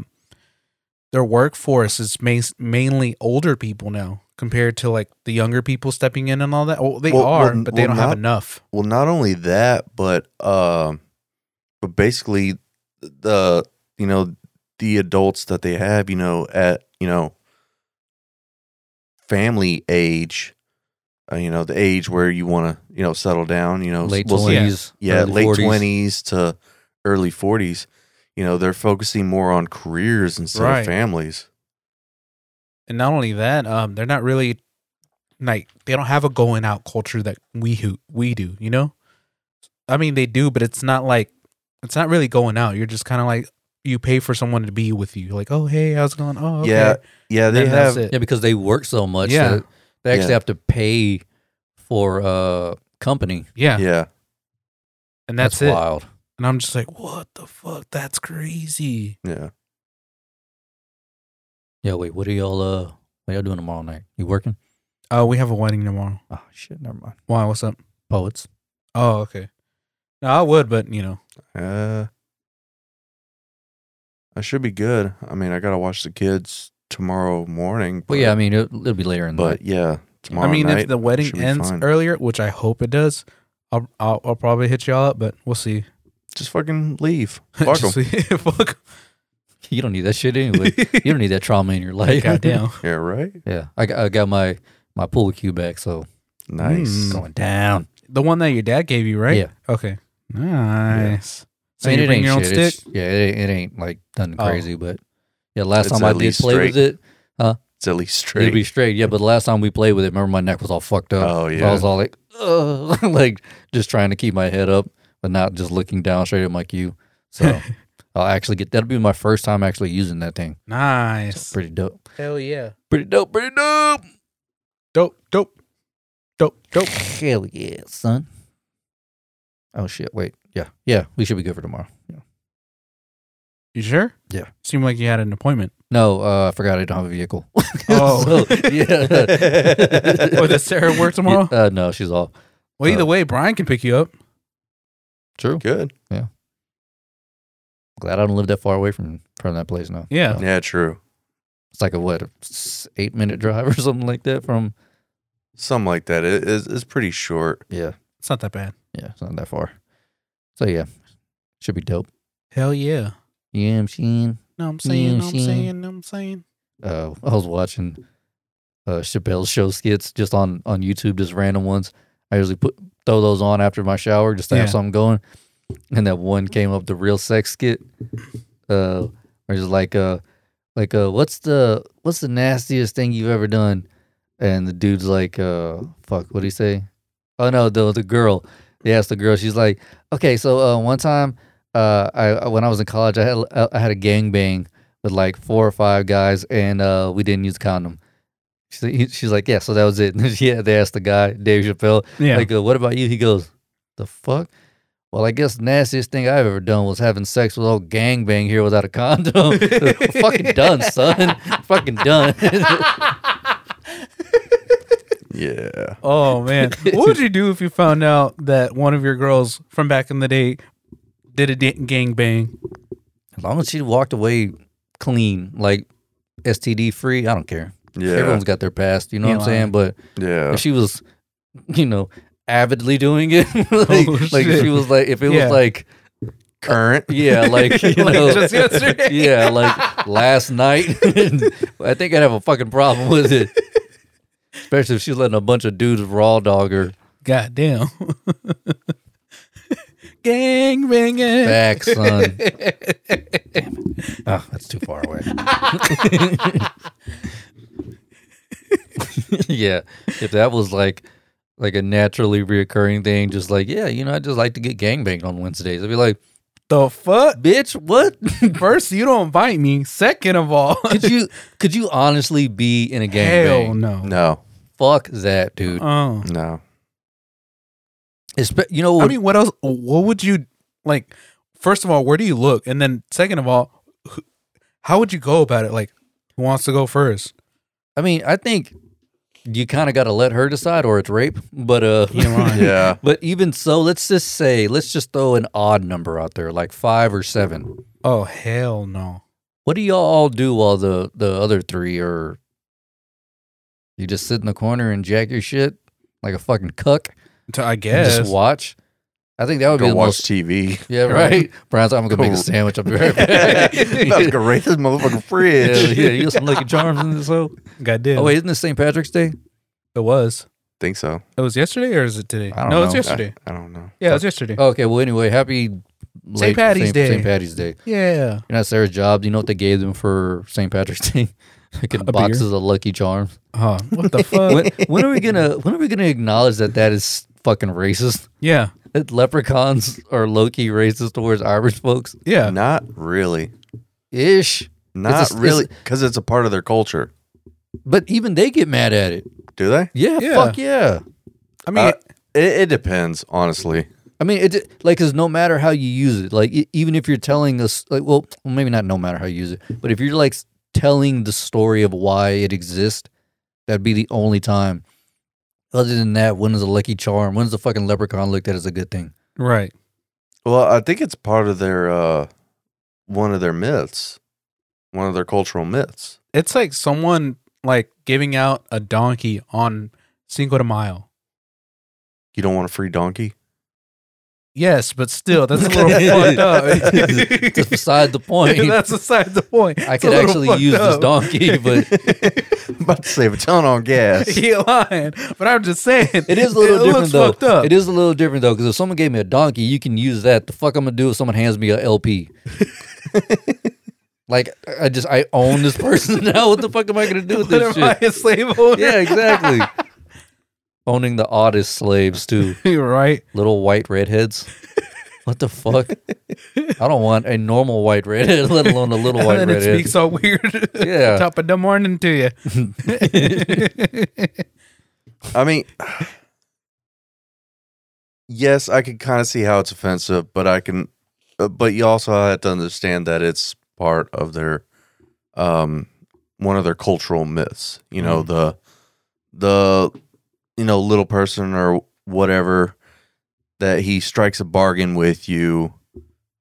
S5: their workforce is ma- mainly older people now compared to like the younger people stepping in and all that. Well, they
S4: Well-
S5: are,
S4: well-
S5: but they
S4: well,
S5: don't
S4: not-
S5: have enough.
S4: Well, not only that, but um, but basically, the you know the adults that they have, you know, at you know family age, uh, you know, the age where you want to you know settle down, you know,
S3: Late
S4: we'll say-
S3: twenties.
S4: yeah, late twenties to early forties. You know, they're focusing more on careers instead
S5: Right.
S4: of families.
S5: And not only that, um they're not really like they don't have a going out culture that we who we do, you know? I mean they do, but it's not like it's not really going out. You're just kind of like you pay for someone to be with you. Like, oh hey, how's it going? Oh okay.
S4: Yeah, yeah, they
S5: And that's
S4: have
S5: it.
S3: Yeah, because they work so much.
S5: Yeah.
S3: that they actually
S4: Yeah.
S3: have to pay for uh company.
S5: yeah,
S4: yeah.
S5: and that's, it.
S3: wild.
S5: And I'm just like, what the fuck? That's crazy.
S4: Yeah.
S3: Yeah, wait, what are y'all uh what y'all doing tomorrow night? You working?
S5: Oh, we have a wedding tomorrow.
S3: Oh shit, never mind.
S5: Why? What's up?
S3: Poets.
S5: Oh, okay. No, I would, but you know,
S4: Uh, I should be good. I mean, I gotta watch the kids tomorrow morning.
S3: Well yeah, I mean it will be later in the
S4: but yeah, tomorrow.
S5: I mean,
S4: night
S5: if the wedding
S4: should be
S5: ends
S4: fine.
S5: earlier, which I hope it does, I'll I'll, I'll probably hit y'all up, but we'll see.
S4: just fucking leave. Fuck 'em.
S5: Just see- fuck 'em.
S3: you don't need that shit anyway. you don't need that trauma in your life.
S5: Goddamn.
S4: Yeah, right.
S3: yeah. I, got- I got my my pool cue back, so
S4: Nice.
S3: it's
S5: Mm.
S3: going down.
S5: The one that your dad gave you, right?
S3: Yeah.
S5: Okay. Nice.
S3: I
S5: So
S3: mean,
S5: you
S3: it
S5: bring
S3: ain't
S5: your own
S3: shit. It's-
S5: stick?
S3: Yeah, it ain't, it ain't like nothing
S5: Oh.
S3: crazy, but yeah, last
S4: It's
S3: time I
S4: at
S3: did
S4: least
S3: play with it,
S4: It's at least
S3: it'd
S4: straight.
S3: be straight. Yeah, but the last time we played with it, remember my neck was all fucked up.
S4: oh
S3: So I
S4: yeah.
S3: was all like, Ugh, like just trying to keep my head up, but not just looking down straight at my cue. So I'll actually get that'll be my first time actually using that thing.
S5: Nice.
S3: Pretty dope.
S5: Hell yeah.
S3: Pretty dope. Pretty dope.
S5: Dope, dope, dope, dope.
S3: Hell yeah, son. Oh shit! Wait, yeah, yeah. We should be good for tomorrow. Yeah.
S5: You sure?
S3: Yeah.
S5: Seemed like you had an appointment.
S3: No, uh, I forgot I don't have a vehicle.
S5: Oh.
S3: So, yeah.
S5: or does Sarah work tomorrow?
S3: Uh, no, she's off.
S5: Well, either way, Brian can pick you up.
S3: True.
S4: good.
S3: Glad I don't live that far away from from that place now.
S5: Yeah.
S3: So,
S4: Yeah, true.
S3: it's like a what a s- eight minute drive or something like that from.
S4: Something like that. It is. It's pretty short.
S3: Yeah.
S5: It's not that bad.
S3: Yeah, it's not that far. So yeah, should be dope.
S5: Hell yeah.
S3: Yeah, I'm seeing.
S5: No, I'm saying,
S3: Yeah,
S5: no, I'm
S3: she-
S5: saying, no, I'm saying.
S3: Uh, I was watching uh, Chappelle's show skits just on on YouTube, just random ones. I usually put throw those on after my shower just to have
S5: Yeah.
S3: something going. And that one came up the real sex skit, uh, where it's like uh like uh what's the what's the nastiest thing you've ever done? And the dude's like uh fuck what do he say? Oh no, the the girl. They asked the girl. She's like, okay, so uh, one time, uh, I I- when I was in college, I had I I had a gangbang with like four or five guys, and uh, we didn't use a condom. She's like, he- she's like, yeah, so that was it. yeah, they asked the guy, Dave Chappelle,
S5: Yeah.
S3: like, uh, what about you? He goes, the fuck? Well, I guess nastiest thing I've ever done was having sex with old gangbang here without a condom. Fucking done, son. Fucking done.
S4: Yeah.
S5: oh, man. what would you do if you found out that one of your girls from back in the day did a da- gang bang?
S3: as long as she walked away clean, like STD free, I don't care.
S4: Yeah.
S3: Everyone's got their past, you know
S5: Yeah,
S3: what I'm saying? But
S4: yeah.
S5: Oh.
S3: if she was, you know, avidly doing it, like,
S5: Oh,
S3: like if
S5: shit.
S3: she was like, if it
S5: Yeah.
S3: was like,
S4: Current.
S3: yeah, like, you
S5: Like
S3: know,
S5: just yesterday.
S3: yeah, like last night, I think I'd have a fucking problem with it. Especially if she's letting a bunch of dudes raw dog her.
S5: God damn. gang banging.
S3: Back, son. Damn it. Oh, that's too far away. yeah. If that was like like a naturally reoccurring thing, just like, yeah, you know, I just like to get gangbanged on Wednesdays. I'd be like,
S5: The fuck?
S3: bitch, what?
S5: First, you don't invite me. Second of all,
S3: could you could you honestly be in a
S5: hell
S3: gangbang?
S5: no.
S4: No.
S3: Fuck that, dude.
S5: Oh,
S4: No.
S3: Espe- you know what
S5: I mean, what else? What would you like? First of all, where do you look? And then, second of all, who- how would you go about it? Like, who wants to go first?
S3: I mean, I think you kind of got to let her decide, or it's rape. But uh,
S5: You're right.
S4: Yeah.
S3: but even so, let's just say, let's just throw an odd number out there, like five or seven.
S5: Oh hell no!
S3: What do y'all all do while the the other three are? You just sit in the corner and jack your shit like a fucking cuck.
S5: To- I
S3: and
S5: guess.
S3: Just watch. I think that would be
S4: Go
S3: the
S4: watch
S3: most.
S4: TV.
S3: Yeah, right. Brian's, like, I'm gonna
S4: Go-
S3: make a sandwich. I'll be right back.
S4: About to go right to this motherfucking
S3: yeah,
S4: fridge.
S3: yeah, you got some Lucky Charms in this hoe.
S5: God damn.
S3: Oh wait, isn't this St. Patrick's Day?
S5: it was.
S4: Think so.
S5: It was yesterday, or is it today?
S3: I don't
S5: no, it's
S3: know. Oh.
S5: yesterday.
S4: I don't know.
S5: yeah, it was yesterday.
S3: Okay, well anyway, happy late-
S5: Patty's Day.
S3: St. Patty's Day.
S5: yeah.
S3: You know, Sarah's job. You know what they gave them for St. Patrick's Day? Fucking
S5: A beer.
S3: boxes of Lucky Charms.
S5: Oh, what the fuck?
S3: When, when are we gonna? When are we gonna acknowledge that that is fucking racist?
S5: Yeah,
S3: That leprechauns are low key racist towards Irish folks.
S5: yeah.
S4: Not really.
S3: ish.
S4: Not
S3: it's-
S4: really, because it's a part of their culture.
S3: But even they get mad at it.
S4: Do they?
S3: Yeah,
S5: Yeah.
S3: fuck yeah.
S5: I mean,
S4: Uh, it, it depends, honestly.
S3: I mean, it like because no matter how you use it, like e- even if you're telling us, like, well, maybe not no matter how you use it, but if you're like s- telling the story of why it exists, that'd be the only time. Other than that, when is a lucky charm? When is the fucking leprechaun looked at as a good thing?
S5: right.
S4: Well, I think it's part of their uh, one of their myths, one of their cultural myths.
S5: It's like someone like giving out a donkey on Cinco de Mayo.
S4: You don't want a free donkey.
S5: Yes, but still, that's a little fucked up.
S3: That's beside the point.
S5: that's beside the point.
S3: I
S5: It's a
S3: could
S5: little
S3: actually
S5: fucked
S3: use this
S5: up.
S3: donkey, but
S4: about to save a ton on gas.
S5: he lying, but I'm just saying
S3: it is a little different
S5: looks Fucked
S3: though.
S5: up.
S3: It is a little different though because if someone gave me a donkey, you can use that. The fuck I'm gonna do if someone hands me a LP? like I just I own this person now. What the fuck am I gonna do with
S5: What
S3: this
S5: am
S3: shit?
S5: I a slave owner?
S3: Yeah, exactly. Owning the oddest slaves too,
S5: You're right.
S3: little white redheads. What the fuck? I don't want a normal white redhead, let alone a little white
S5: and then it
S3: redhead.
S5: speaks all weird.
S3: Yeah.
S5: Top of the morning to you.
S4: I mean, yes, I can kind of see how it's offensive, but I can, uh, but you also have to understand that it's part of their, um, one of their cultural myths. You know the, the, you know little person or whatever that he strikes a bargain with you,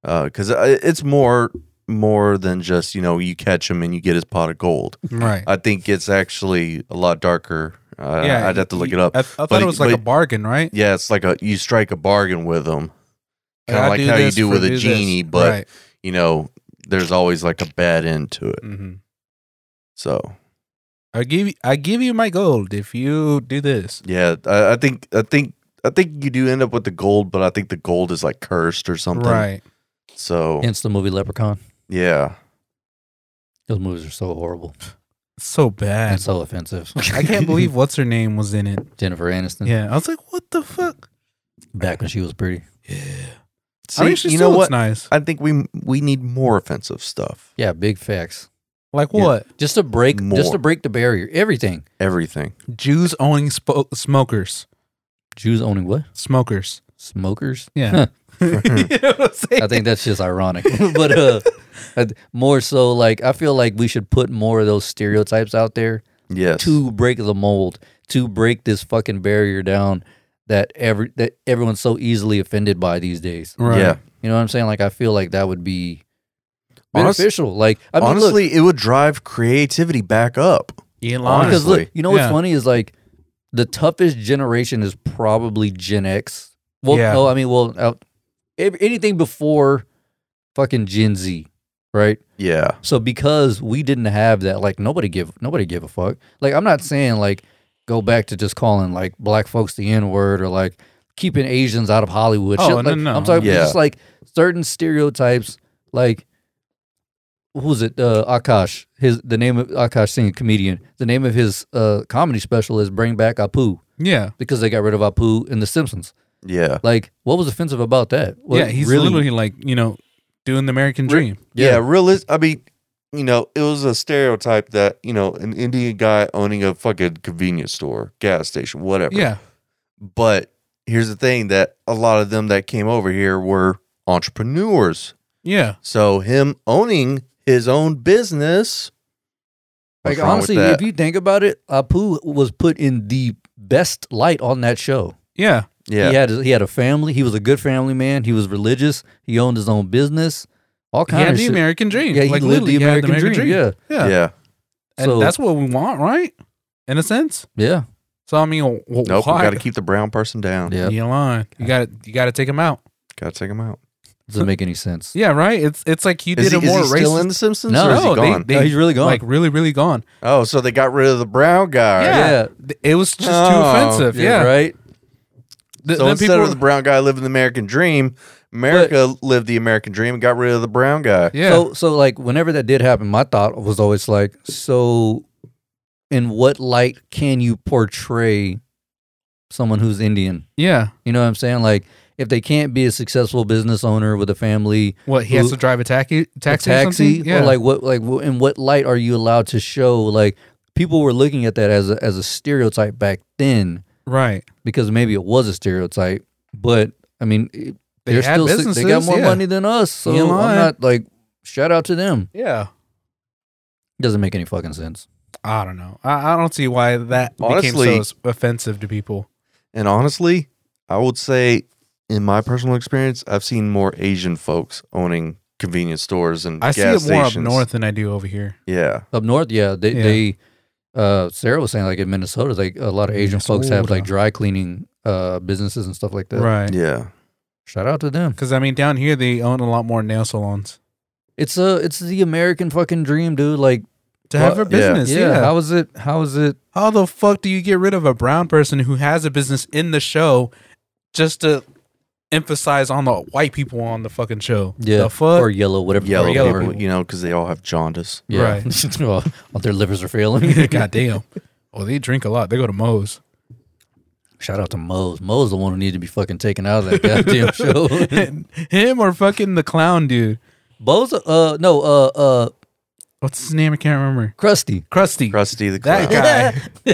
S4: because it's more more than just you know you catch him and you get his pot of gold.
S5: right.
S4: I think it's actually a lot darker. Uh, I'd have to look it up.
S5: I, I thought
S4: But-
S5: it was like a
S4: but-
S5: bargain, right?
S4: yeah, it's like a you strike a bargain with them, kind
S5: I
S4: of like how you
S5: this
S4: do
S5: for
S4: with a
S5: this.
S4: genie, but
S5: Right.
S4: you know, there's always like a bad end to it.
S5: Mhm.
S4: So
S5: I give you, I give you my gold if you do this.
S4: yeah, I, I think I think I think you do end up with the gold, but I think the gold is like cursed or something.
S5: Right.
S4: So
S3: Hence the movie Leprechaun.
S4: yeah,
S3: Those movies are so horrible
S5: So bad.
S3: and so offensive.
S5: I can't believe what's her name was in it.
S3: Jennifer Aniston
S5: Yeah. I was like, what the fuck?
S3: back when she was pretty.
S4: See,
S5: I mean, she
S4: you
S5: still
S4: know what?
S5: looks nice.
S4: I think we we need more offensive stuff.
S3: Yeah, big facts.
S5: Like
S4: Yeah.
S5: what?
S3: Just to break, just
S4: More.
S3: to break the barrier. Everything.
S4: Everything.
S5: Jews owning spo- smokers.
S3: Jews owning what?
S5: Smokers.
S3: Smokers.
S5: Yeah. you know what I'm saying?
S3: I think that's just ironic, but uh, I- more so like I feel like we should put more of those stereotypes out there
S4: Yes.
S3: to break the mold, to break this fucking barrier down that every that everyone's so easily offended by these days.
S5: Right.
S4: Yeah.
S3: You know what I'm saying? Like I feel like that would be
S4: Honest-
S3: beneficial. like I mean, look,
S4: Honestly, it would drive creativity back up.
S5: Elon.
S4: Honest-
S3: Because look,
S4: Honestly.
S3: you know what's
S5: Yeah.
S3: funny is like the toughest generation is probably Gen X. Well,
S5: Yeah.
S3: no, I mean, well, uh, if- anything before fucking Gen Z, right?
S4: Yeah.
S3: So because we didn't have that, like nobody give nobody give a fuck. Like I'm not saying like go back to just calling like black folks the N word or like keeping Asians out of Hollywood.
S5: Oh,
S3: Shit
S5: no,
S3: like-
S5: no,
S3: I'm talking
S4: yeah.
S3: just like certain stereotypes. Like who's it? Uh, Akash. His the name of Akash Singh, a comedian. The name of his uh, comedy special is Bring Back Apu
S5: Yeah.
S3: because they got rid of Apu in The Simpsons.
S4: Yeah.
S3: Like what was offensive about that? What
S5: yeah. He's literally like, you know, doing the American
S4: Re-
S5: dream.
S4: Yeah, realis- I mean, you know, it was a stereotype that you know an Indian guy owning a fucking convenience store, gas station, whatever.
S5: Yeah.
S4: But here's the thing: that a lot of them that came over here were entrepreneurs.
S5: Yeah.
S4: So him owning his own business.
S3: Like honestly, if you think about it, Apu was put in the best light on that show.
S5: Yeah.
S4: yeah,
S3: He had he had a family. He was a good family man. He was religious. He owned his own business. All
S5: He
S3: kinds
S5: had
S3: of
S5: the
S3: shit.
S5: American dream.
S3: Yeah, he
S5: Like,
S3: lived
S5: literally,
S3: the
S5: he had
S3: American, dream. Yeah,
S5: Yeah.
S4: yeah,
S5: And
S3: So-
S5: that's what we want, right? In a sense.
S3: yeah,
S5: So I mean, w- w-
S4: Nope,
S5: why?
S4: got to keep the brown person down.
S3: yeah.
S5: Elon, you got to you got to take him out.
S4: Got to take him out.
S3: Doesn't make any sense.
S5: Yeah, right. It's it's like you
S4: Is
S5: did
S4: he,
S5: a more
S4: is he
S5: racist.
S4: still in the Simpsons?
S3: No.
S4: or is he
S5: No, they-
S4: gone?
S5: they-
S3: No, he's really gone.
S5: Like really, really gone.
S4: oh, so they got rid of the brown guy.
S5: Yeah, Th- it was just too
S4: Oh,
S5: offensive. Yeah,
S3: right.
S5: Th-
S4: So
S5: then
S4: instead
S5: people
S4: of the brown guy living the American dream, America lived the American dream and got rid of the brown guy.
S5: yeah,
S3: So so like whenever that did happen, my thought was always like, so in what light can you portray someone who's Indian?
S5: yeah,
S3: You know what I'm saying? Like if they can't be a successful business owner with a family,
S5: What he has
S3: Who-
S5: to drive a taxi, taxi,
S3: a
S5: or
S3: taxi,
S5: something? yeah.
S3: or like what, like wh- in what light are you allowed to show? Like people were looking at that as a, as a stereotype back then
S5: right.
S3: because maybe it was a stereotype, but I mean, it-
S5: They
S3: they're
S5: had
S3: still si- they got
S5: businesses,
S3: more
S5: yeah. E
S3: money than us, so
S5: You ain't
S3: I'm
S5: lying.
S3: not like shout out to them.
S5: Yeah,
S3: Doesn't make any fucking sense.
S5: I don't know. I, I don't see why that
S4: Honestly-
S5: became so offensive to people.
S4: And honestly, I would say, in my personal experience, I've seen more Asian folks owning convenience stores and
S5: I see
S4: gas
S5: it more up
S4: stations.
S5: north than I do over here.
S4: Yeah,
S3: Up north, yeah, they
S5: Yeah.
S3: they uh Sarah was saying like in Minnesota, like a lot of Asian folks have like
S5: Minnesota.
S3: dry cleaning uh businesses and stuff like that.
S5: Right.
S4: yeah.
S3: Shout out to them.
S5: Because I mean, down here they own a lot more nail salons.
S3: It's a it's the American fucking dream, dude. Like
S5: To
S3: Well,
S5: have a
S4: yeah.
S5: business,
S3: yeah,
S5: yeah.
S3: how is it how is it
S5: How the fuck do you get rid of a brown person who has a business in the show just to emphasize on the white people on the fucking show?
S3: yeah
S5: The fuck?
S3: or yellow whatever the
S4: Yellow,
S3: fuck
S5: yellow
S3: they were.
S4: people, you know, because they all have jaundice.
S3: yeah well, their livers are failing
S5: God damn. Oh, they drink a lot. They go to Moe's.
S3: shout out to Moe's Moe's the one who needed to be fucking taken out of that goddamn show
S5: Him or fucking the clown dude.
S3: Bo's uh no uh uh
S5: What's his name? I can't remember.
S3: Krusty
S5: Krusty.
S4: Krusty the
S5: That
S4: Clown.
S5: guy.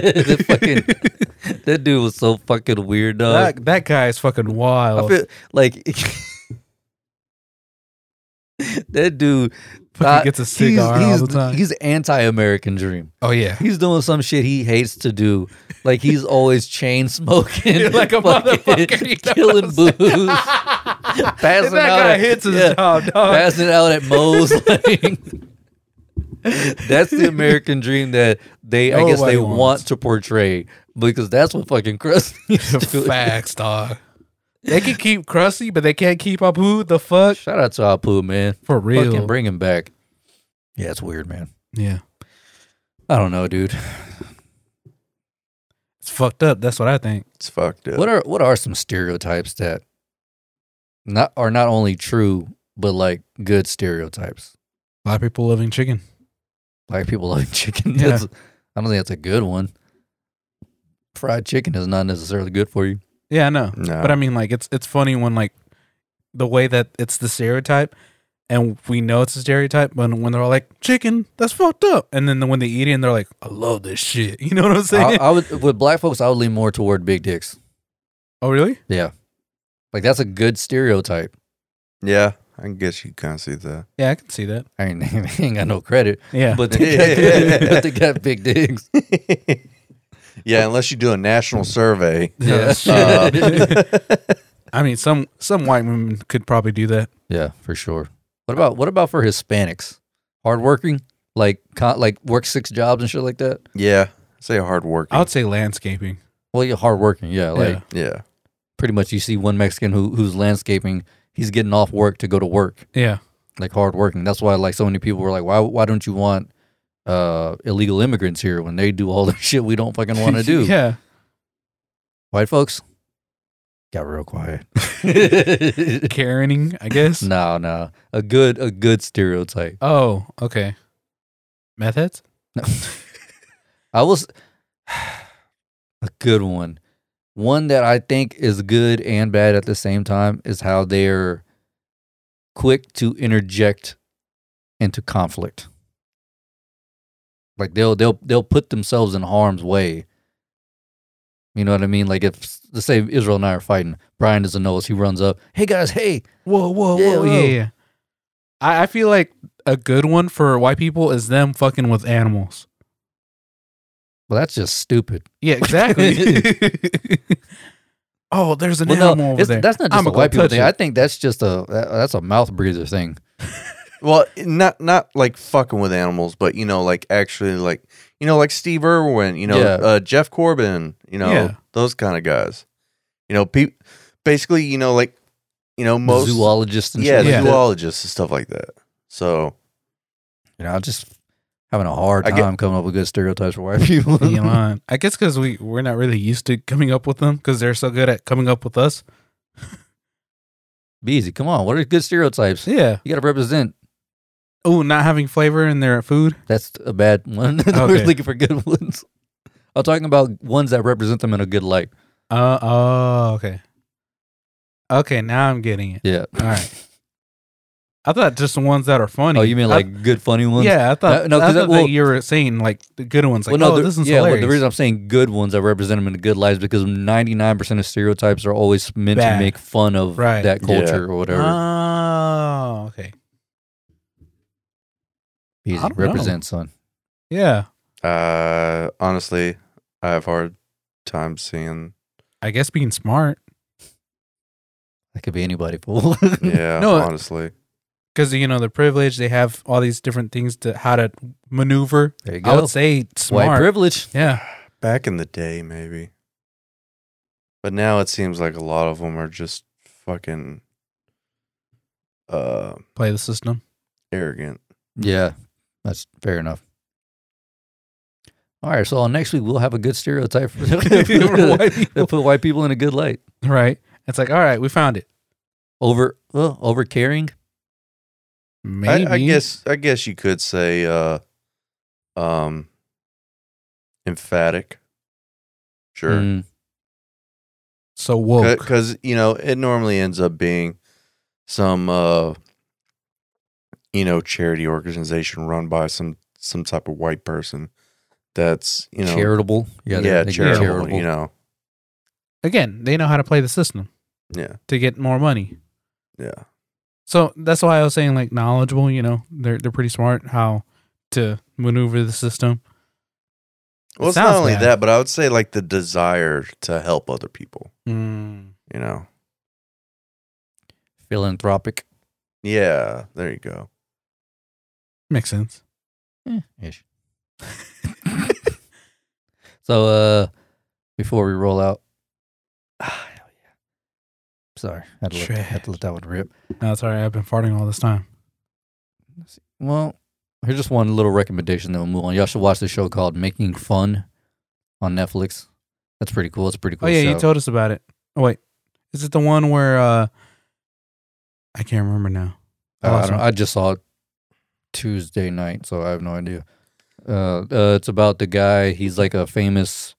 S3: that fucking that dude was so fucking weird dog
S5: That, that guy is fucking wild.
S3: I feel like that dude
S5: Fucking
S3: uh,
S5: gets a cigar
S3: he's,
S5: all the time.
S3: he's anti-American dream
S5: oh yeah.
S3: He's doing some shit he hates to do. Like he's always chain smoking,
S5: Like a
S3: fucking
S5: motherfucker, you know
S3: killing
S5: what
S3: booze,
S5: If
S3: passing
S5: that
S3: out.
S5: guy
S3: at,
S5: hits his
S3: yeah,
S5: job, dog.
S3: passing out at Moe's. like- that's the American dream that they, I guess, they
S5: Nobody
S3: want
S5: wants.
S3: to portray because that's what fucking crusty. is doing.
S5: Facts, dog. They can keep Krusty, but they can't keep up who the fuck
S3: Shout out to Apu, man.
S5: for
S3: Fucking
S5: real.
S3: bring him back. Yeah, it's weird, man.
S5: yeah,
S3: I don't know, dude.
S5: it's fucked up. That's what I think.
S4: It's fucked up.
S3: What are what are some stereotypes that not are not only true but like good stereotypes?
S5: A lot of people loving chicken.
S3: Black people love chicken.
S5: Yeah.
S3: That's, I don't think that's a good one. Fried chicken is not necessarily good for you.
S5: Yeah, I know.
S4: No.
S5: But I mean, like, it's it's funny when like the way that it's the stereotype, and we know it's a stereotype. But when they're all like chicken, that's fucked up. And then when they eat it, and they're like, I love this shit. You know what I'm
S3: I,
S5: saying?
S3: I would with black folks, I would lean more toward big dicks.
S5: oh, really?
S3: Yeah, like that's a good stereotype.
S4: yeah, I guess you kind of see that.
S5: Yeah, I can see that.
S3: I mean, they ain't got no credit,
S5: Yeah,
S3: but they got, but they got big dicks.
S4: yeah, unless you do a national
S5: Mm.
S4: survey.
S3: Yeah. Uh,
S5: I mean, some some white women could probably do that.
S3: Yeah, for sure. What about what about for Hispanics? Hardworking, like con, like work six jobs and shit like that.
S4: yeah, say hard work.
S5: I would say landscaping.
S3: Well, yeah, hardworking. Yeah, like
S5: Yeah.
S4: Yeah,
S3: pretty much you see one Mexican who who's landscaping. He's getting off work to go to work,
S5: Yeah,
S3: like hardworking. That's why like so many people were like, why why don't you want uh illegal immigrants here when they do all the shit we don't fucking want to do?
S5: yeah.
S3: White folks got real quiet.
S5: Karening, I guess.
S3: no, no, a good a good stereotype.
S5: Oh, okay. Meth heads?
S3: I was a good one. One that I think is good and bad at the same time is how they're quick to interject into conflict. Like they'll they'll they'll put themselves in harm's way. You know what I mean? Like if let's say Israel and I are fighting, Brian doesn't know us. He runs up, "Hey guys, hey!"
S5: Whoa, whoa,
S3: Yeah, whoa.
S5: Yeah, yeah. I, I feel like a good one for white people is them fucking with animals.
S3: Well, that's just stupid.
S5: Yeah, exactly. oh, there's an
S3: Well, no,
S5: animal over
S3: it's-
S5: there.
S3: that's not just
S5: I'ma
S3: a
S5: go
S3: white people
S5: touch
S3: thing.
S5: it.
S3: I think that's just a that- that's a mouth breather thing.
S4: well, not not like fucking with animals, but you know, like actually, like you know, like Steve Irwin, you know,
S3: Yeah.
S4: uh, Jeff Corbin, you know,
S5: Yeah.
S4: those kind of guys. You know, pe- basically, you know, like you know, most
S3: Zoologists and
S4: yeah,
S3: shit
S4: the
S5: Yeah.
S3: like that.
S4: zoologists and stuff like that. So
S3: You know, I'm just having a hard
S4: I
S3: time
S4: get-
S3: coming up with good stereotypes for white people.
S5: You lying. I guess because we, we're not really used to coming up with them because they're so good at coming up with us.
S3: Be easy. Come on. What are good stereotypes?
S5: Yeah.
S3: You got to represent.
S5: Oh, not having flavor in their food.
S3: That's a bad one. We're
S5: Okay.
S3: looking for good ones. I'm talking about ones that represent them in a good light.
S5: Uh, oh, okay. Uh, Okay, now I'm getting it.
S3: Yeah.
S5: All right. I thought just the ones that are funny.
S3: Oh, you mean
S5: I-
S3: like good funny ones?
S5: Yeah, I thought.
S3: Uh, no,
S5: I
S3: 'cause
S5: thought
S3: that- well-
S5: that you were saying like the good ones. Like,
S3: well, no,
S5: oh,
S3: the-
S5: this one's
S3: yeah.
S5: hilarious.
S3: Well, the reason I'm saying good ones, I represent them in good lives because 99 percent of stereotypes are always meant
S5: Bad.
S3: to make fun of
S5: Right. Uh,
S3: that
S4: Yeah.
S3: culture or whatever.
S5: Oh, okay.
S3: Easy.
S5: I don't know.
S3: Represent son.
S5: Yeah,
S4: Uh, honestly, I have hard time seeing.
S5: I guess being smart
S3: That could be anybody. Fool.
S4: Yeah,
S5: No, uh,
S4: honestly,
S5: because you know the privilege they have all these different things to how to maneuver.
S3: there you go.
S5: I would say smart.
S3: White privilege.
S5: Yeah,
S4: back in the day, maybe, but now it seems like a lot of them are just fucking uh
S5: play the system.
S4: arrogant.
S3: Yeah, that's fair enough. All right, so next week we'll have a good stereotype for
S5: White people.
S3: that put white people in a good light.
S5: Right. It's like, all right, we found it.
S3: Over, uh, well, over caring.
S5: Maybe.
S4: I, I guess. I guess you could say, uh, um, emphatic. Sure.
S3: Mm,
S5: so woke.
S4: because you know it normally ends up being some uh you know charity organization run by some some type of white person that's you know
S3: charitable.
S4: yeah,
S3: they- they get
S4: charitable, you know
S5: Again, they know how to play the system
S4: yeah
S5: to get more money.
S4: yeah
S5: So that's why I was saying like knowledgeable. You know, they're they're pretty smart how to maneuver the system.
S4: well it's
S5: sounds
S4: not only
S5: bad.
S4: that but i would say like the desire to help other people
S3: Hmm.
S4: you know
S3: philanthropic.
S4: yeah there you go
S5: Makes sense.
S3: Eh, ish. so, uh, before we roll out, ah, hell yeah. Sorry, had to, let, had to let that one rip.
S5: No, it's all right. I've been farting all this time.
S3: Well, here's just one little recommendation that we'll move on. Y'all should watch this show called Making Fun on Netflix. That's pretty cool. It's a pretty
S5: Oh
S3: cool.
S5: yeah,
S3: show.
S5: you told us about it. Oh wait, is it the one where uh I can't remember now? I
S3: Uh, I,
S5: lost
S3: don't,
S5: one.
S3: I just saw it Tuesday night, so I have no idea. Uh, uh, it's about the guy. He's like a famous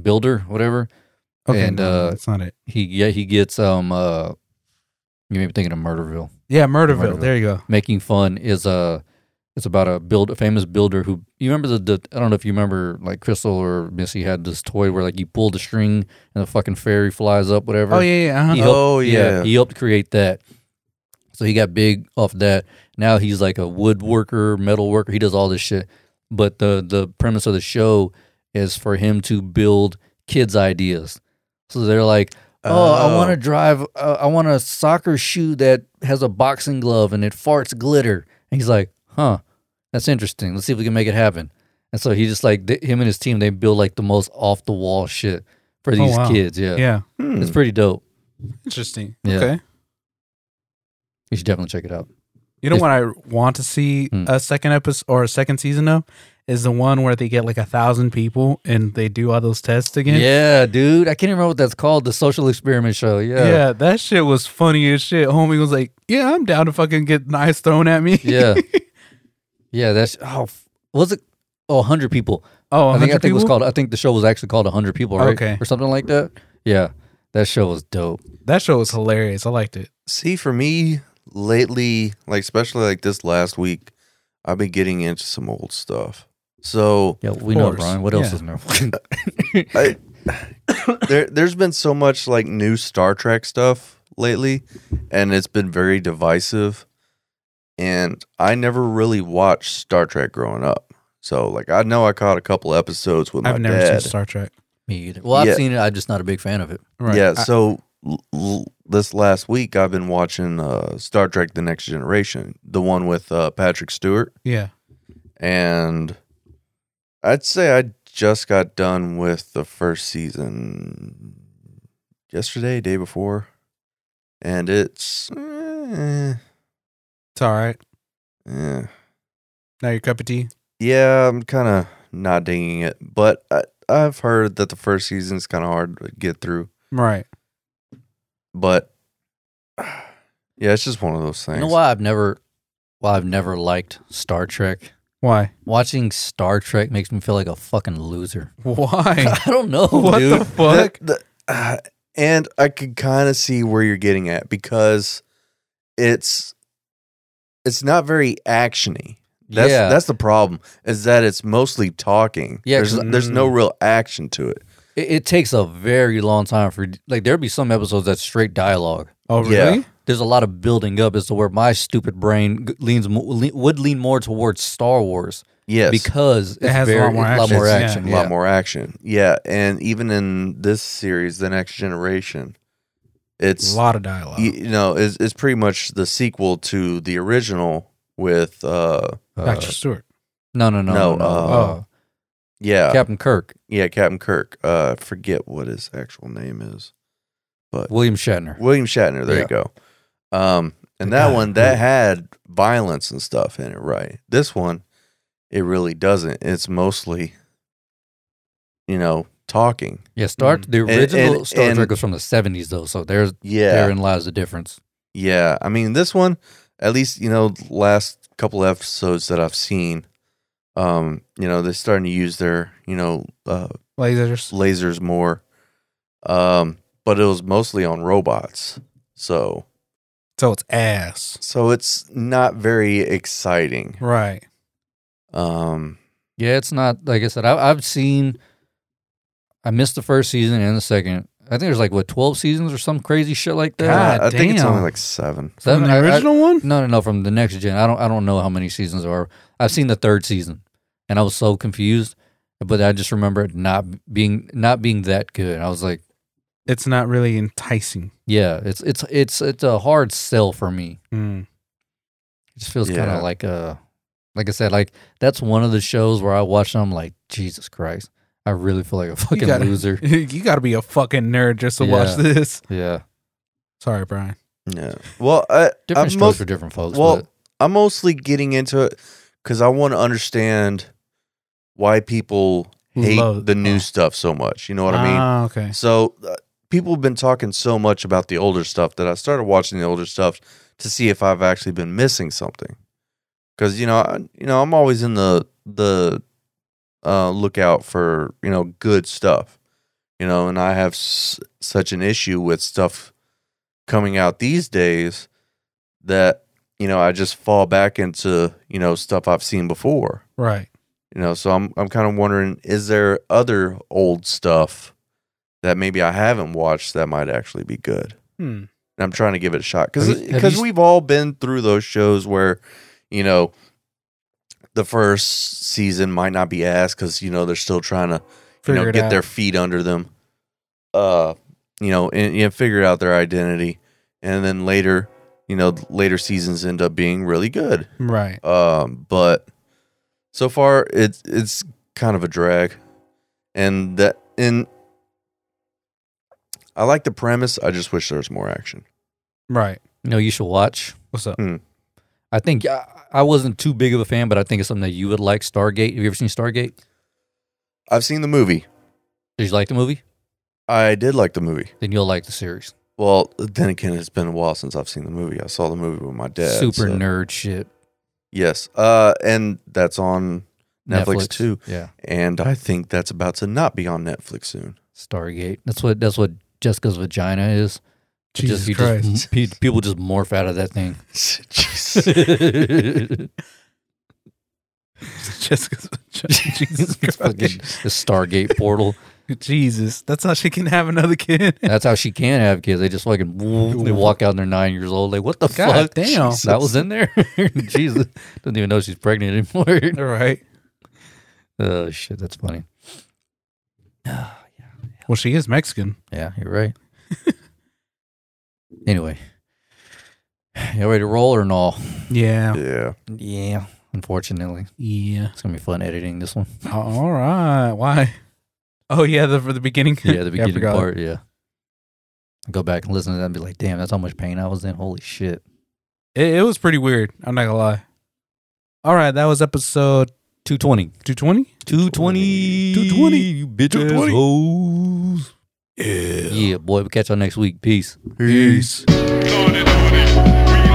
S3: builder, whatever.
S5: Okay,
S3: And,
S5: no, no,
S3: uh,
S5: that's not it.
S3: He yeah, he gets um uh, you may be thinking of Murderville.
S5: Yeah, Murderville.
S3: Murderville.
S5: There you go.
S3: Making Fun is a it's about a build a famous builder who you remember the, the I don't know if you remember like Crystal or Missy had this toy where like you pull the string and the fucking fairy flies up whatever.
S5: Oh yeah, yeah.
S3: He
S5: uh-huh.
S3: helped-
S4: Oh, yeah.
S3: he helped create that. So he got big off that. Now he's like a woodworker, metal worker. He does all this shit. But the the premise of the show is for him to build kids' ideas. So they're like, oh, I want to drive. Uh, I want a soccer shoe that has a boxing glove and it farts glitter. And he's like, huh, that's interesting. Let's see if we can make it happen. And so he just like th- him and his team. They build like the most off the wall shit for
S5: Oh,
S3: these
S5: wow.
S3: kids. Yeah.
S5: yeah.
S4: Hmm.
S3: it's pretty dope.
S5: Interesting.
S3: Yeah.
S5: Okay.
S3: You should definitely check it out.
S5: You know
S3: If-
S5: what I want to see
S3: Hmm.
S5: a second episode or a second season of is the one where they get like a thousand people and they do all those tests again.
S3: Yeah, dude. I can't remember what that's called. The social experiment show.
S5: Yeah.
S3: Yeah.
S5: that shit was funny as shit. Homie was like, "Yeah, I'm down to fucking get knives thrown at me."
S3: Yeah. Yeah. that's oh f- was it oh 100 people.
S5: Oh,
S3: I think I
S5: 100
S3: think it was
S5: people?
S3: called I think the show was actually called 100 people, right?
S5: Okay.
S3: Or something like that. Yeah. That show was dope.
S5: That show was hilarious. I liked it.
S4: See, for me lately, like especially like this last week, I've been getting into some old stuff. So
S3: Yeah, we know
S5: course.
S3: Brian. What else
S5: Yeah.
S3: is new?
S4: I, there, there's been so much like new Star Trek stuff lately, and it's been very divisive. And I never really watched Star Trek growing up, so like I know I caught a couple episodes with my
S5: I've never
S4: dad.
S5: seen Star Trek.
S3: Me either. Well, I've
S4: Yeah.
S3: seen it. I'm just not a big fan of it.
S5: Right.
S4: Yeah,
S5: I-
S4: so l- l- this last week I've been watching uh, Star Trek: The Next Generation, the one with uh, Patrick Stewart.
S5: yeah.
S4: and I'd say I just got done with the first season yesterday, day before, and it's eh,
S5: It's all right.
S4: eh.
S5: Now your cup of tea.
S4: yeah, I'm kind of not digging it, but I, I've heard that the first season's kind of hard to get through,
S5: Right.
S4: but yeah, it's just one of those things.
S3: You know why I've never why I've never liked Star Trek?
S5: Why?
S3: Watching Star Trek makes me feel like a fucking loser.
S5: Why?
S3: I don't know,
S5: what
S3: Oh, dude.
S5: the fuck?
S4: The- the- uh, and I could kind of see where you're getting at because it's it's not very actiony. That's
S3: yeah.
S4: that's the problem is that it's mostly talking.
S3: Yeah,
S4: there's,
S5: 'cause-
S4: there's no real action to it.
S3: it, it takes a very long time for like there'd be some episodes that's straight dialogue.
S5: Oh,
S4: Yeah.
S5: really?
S3: There's a lot of building up as to where my stupid brain g- leans mo- le- would lean more towards Star Wars
S4: Yes,
S3: because it's
S5: has a
S3: very,
S5: lot more action.
S3: more
S5: It's-
S3: action.
S4: a lot more action. Yeah, and even in this series, the Next Generation, it's
S5: A lot of dialogue.
S4: you, you know is is pretty much the sequel to the original with uh
S3: Uh,
S5: Dr. Stewart.
S3: no, no, no,
S4: No,
S3: no.
S4: uh,
S3: uh,
S4: yeah
S3: Captain Kirk,
S4: yeah Captain Kirk. Uh, I forget what his actual name is.
S3: William Shatner.
S4: William Shatner. There
S3: Yeah.
S4: you go. Um, and
S5: The
S4: that
S5: guy,
S4: one that
S5: right.
S4: had violence and stuff in it, right? This one, it really doesn't. It's mostly, you know, talking.
S3: Yeah, Star
S5: Mm.
S3: the
S4: And-
S3: original
S4: and-
S3: Star
S4: and-
S3: Trek was from the 70s though, so there's
S4: Yeah,
S3: therein lies the difference.
S4: yeah. I mean, this one, at least you know, last couple episodes that I've seen, um, you know, they're starting to use their you know uh,
S5: Lasers.
S4: lasers more, um, but it was mostly on robots. So,
S5: So it's ass.
S4: so it's not very exciting.
S5: Right.
S4: Um,
S3: Yeah, it's not like I said. I, I've seen. I missed the first season and the second. I think there's like what twelve seasons or some crazy shit like that.
S4: God, I think it's
S5: damn.
S4: only like seven.
S5: From
S3: Seven- I- I-
S5: the original one?
S3: no, no, no. From the next gen. I don't. I don't know how many seasons there are. I've seen the third season, and I was so confused. But I just remember it not being not being that good. I was like,
S5: It's not really enticing.
S3: yeah, it's it's it's it's a hard sell for me.
S5: Mm.
S3: It just feels kind
S4: Yeah.
S3: of like a, like I said, like that's one of the shows where I watch and I'm like, Jesus Christ, I really feel like a fucking
S5: gotta-
S3: loser.
S5: you got to be a fucking nerd just to
S3: Yeah.
S5: watch this.
S3: Yeah,
S5: Sorry, Brian.
S4: Yeah. Well, I,
S3: different
S4: I'm,
S3: shows
S4: most,
S3: for different folks.
S4: well,
S3: but-
S4: I'm mostly getting into it because I want to understand why people hate
S5: Love-
S4: the new
S5: oh.
S4: stuff so much. You know what I
S5: Ah, okay.
S4: mean? So uh, people have been talking so much about the older stuff that I started watching the older stuff to see if I've actually been missing something. Because you know, I, you know, I'm always in the the uh, lookout for you know good stuff. You know, and I have s- such an issue with stuff coming out these days that you know I just fall back into you know stuff I've seen before
S5: Right.
S4: you know so i'm i'm kind of wondering is there other old stuff that maybe i haven't watched that might actually be good
S5: Hmm.
S4: and i'm trying to give it a shot cuz
S3: Have you- have you-
S4: we've all been through those shows where you know the first season might not be ass cuz you know they're still trying to you know
S5: Figure it
S4: get
S5: out.
S4: their feet under them uh you know and, and figure out their identity and then later you know later seasons end up being really good
S5: Right.
S4: um, but so far it's it's kind of a drag, and that and I like the premise. I just wish there was more action.
S5: Right.
S3: you know, you should watch.
S5: What's up?
S4: Hmm.
S3: I think I, I wasn't too big of a fan, but I think it's something that you would like. Stargate. Have you ever seen Stargate?
S4: I've seen the movie.
S3: Did you like the movie?
S4: I did like the movie.
S3: Then you'll like the series.
S4: Well, then again, it's been a while since I've seen the movie. I saw the movie with my dad.
S3: Super
S4: so-
S3: nerd shit.
S4: Yes, uh, and that's on Netflix, too.
S3: Yeah,
S4: And I think that's about to not be on Netflix soon.
S3: Stargate. That's what that's what Jessica's vagina is. It
S5: Jesus
S3: just, you
S5: Christ.
S3: Just, pe- people just morph out of that thing.
S4: Jesus.
S5: Jessica's E. Jesus
S3: It's
S5: Christ.
S3: fucking the Stargate portal.
S5: Jesus. That's how she can have another kid.
S3: That's how she can have kids. They just fucking whoop, they walk out and they're nine years old. Like what the
S5: God
S3: fuck?
S5: damn.
S3: that was in there. Jesus doesn't even know she's pregnant anymore.
S5: right.
S3: Oh shit, that's funny.
S5: Well, she is Mexican.
S3: Yeah, you're right. anyway, you ready to roll or no?
S5: Yeah.
S4: yeah.
S3: Yeah. Unfortunately,
S5: Yeah.
S3: it's gonna be fun editing this one.
S5: Oh, all right. Why? Oh yeah, the for the beginning.
S3: Yeah, the
S5: I
S3: beginning
S5: forgot.
S3: part. Yeah. Go back and listen to that and be like, damn, that's how much pain I was in. Holy shit.
S5: It, it was pretty weird. I'm not gonna lie. All right, that was episode
S3: 220.
S5: 220.
S3: 220.
S5: 220.
S3: You bitch
S5: 220.
S3: hoes. Yeah. boy. We'll catch y'all next week. Peace.
S5: Peace.
S1: Gonna do it. We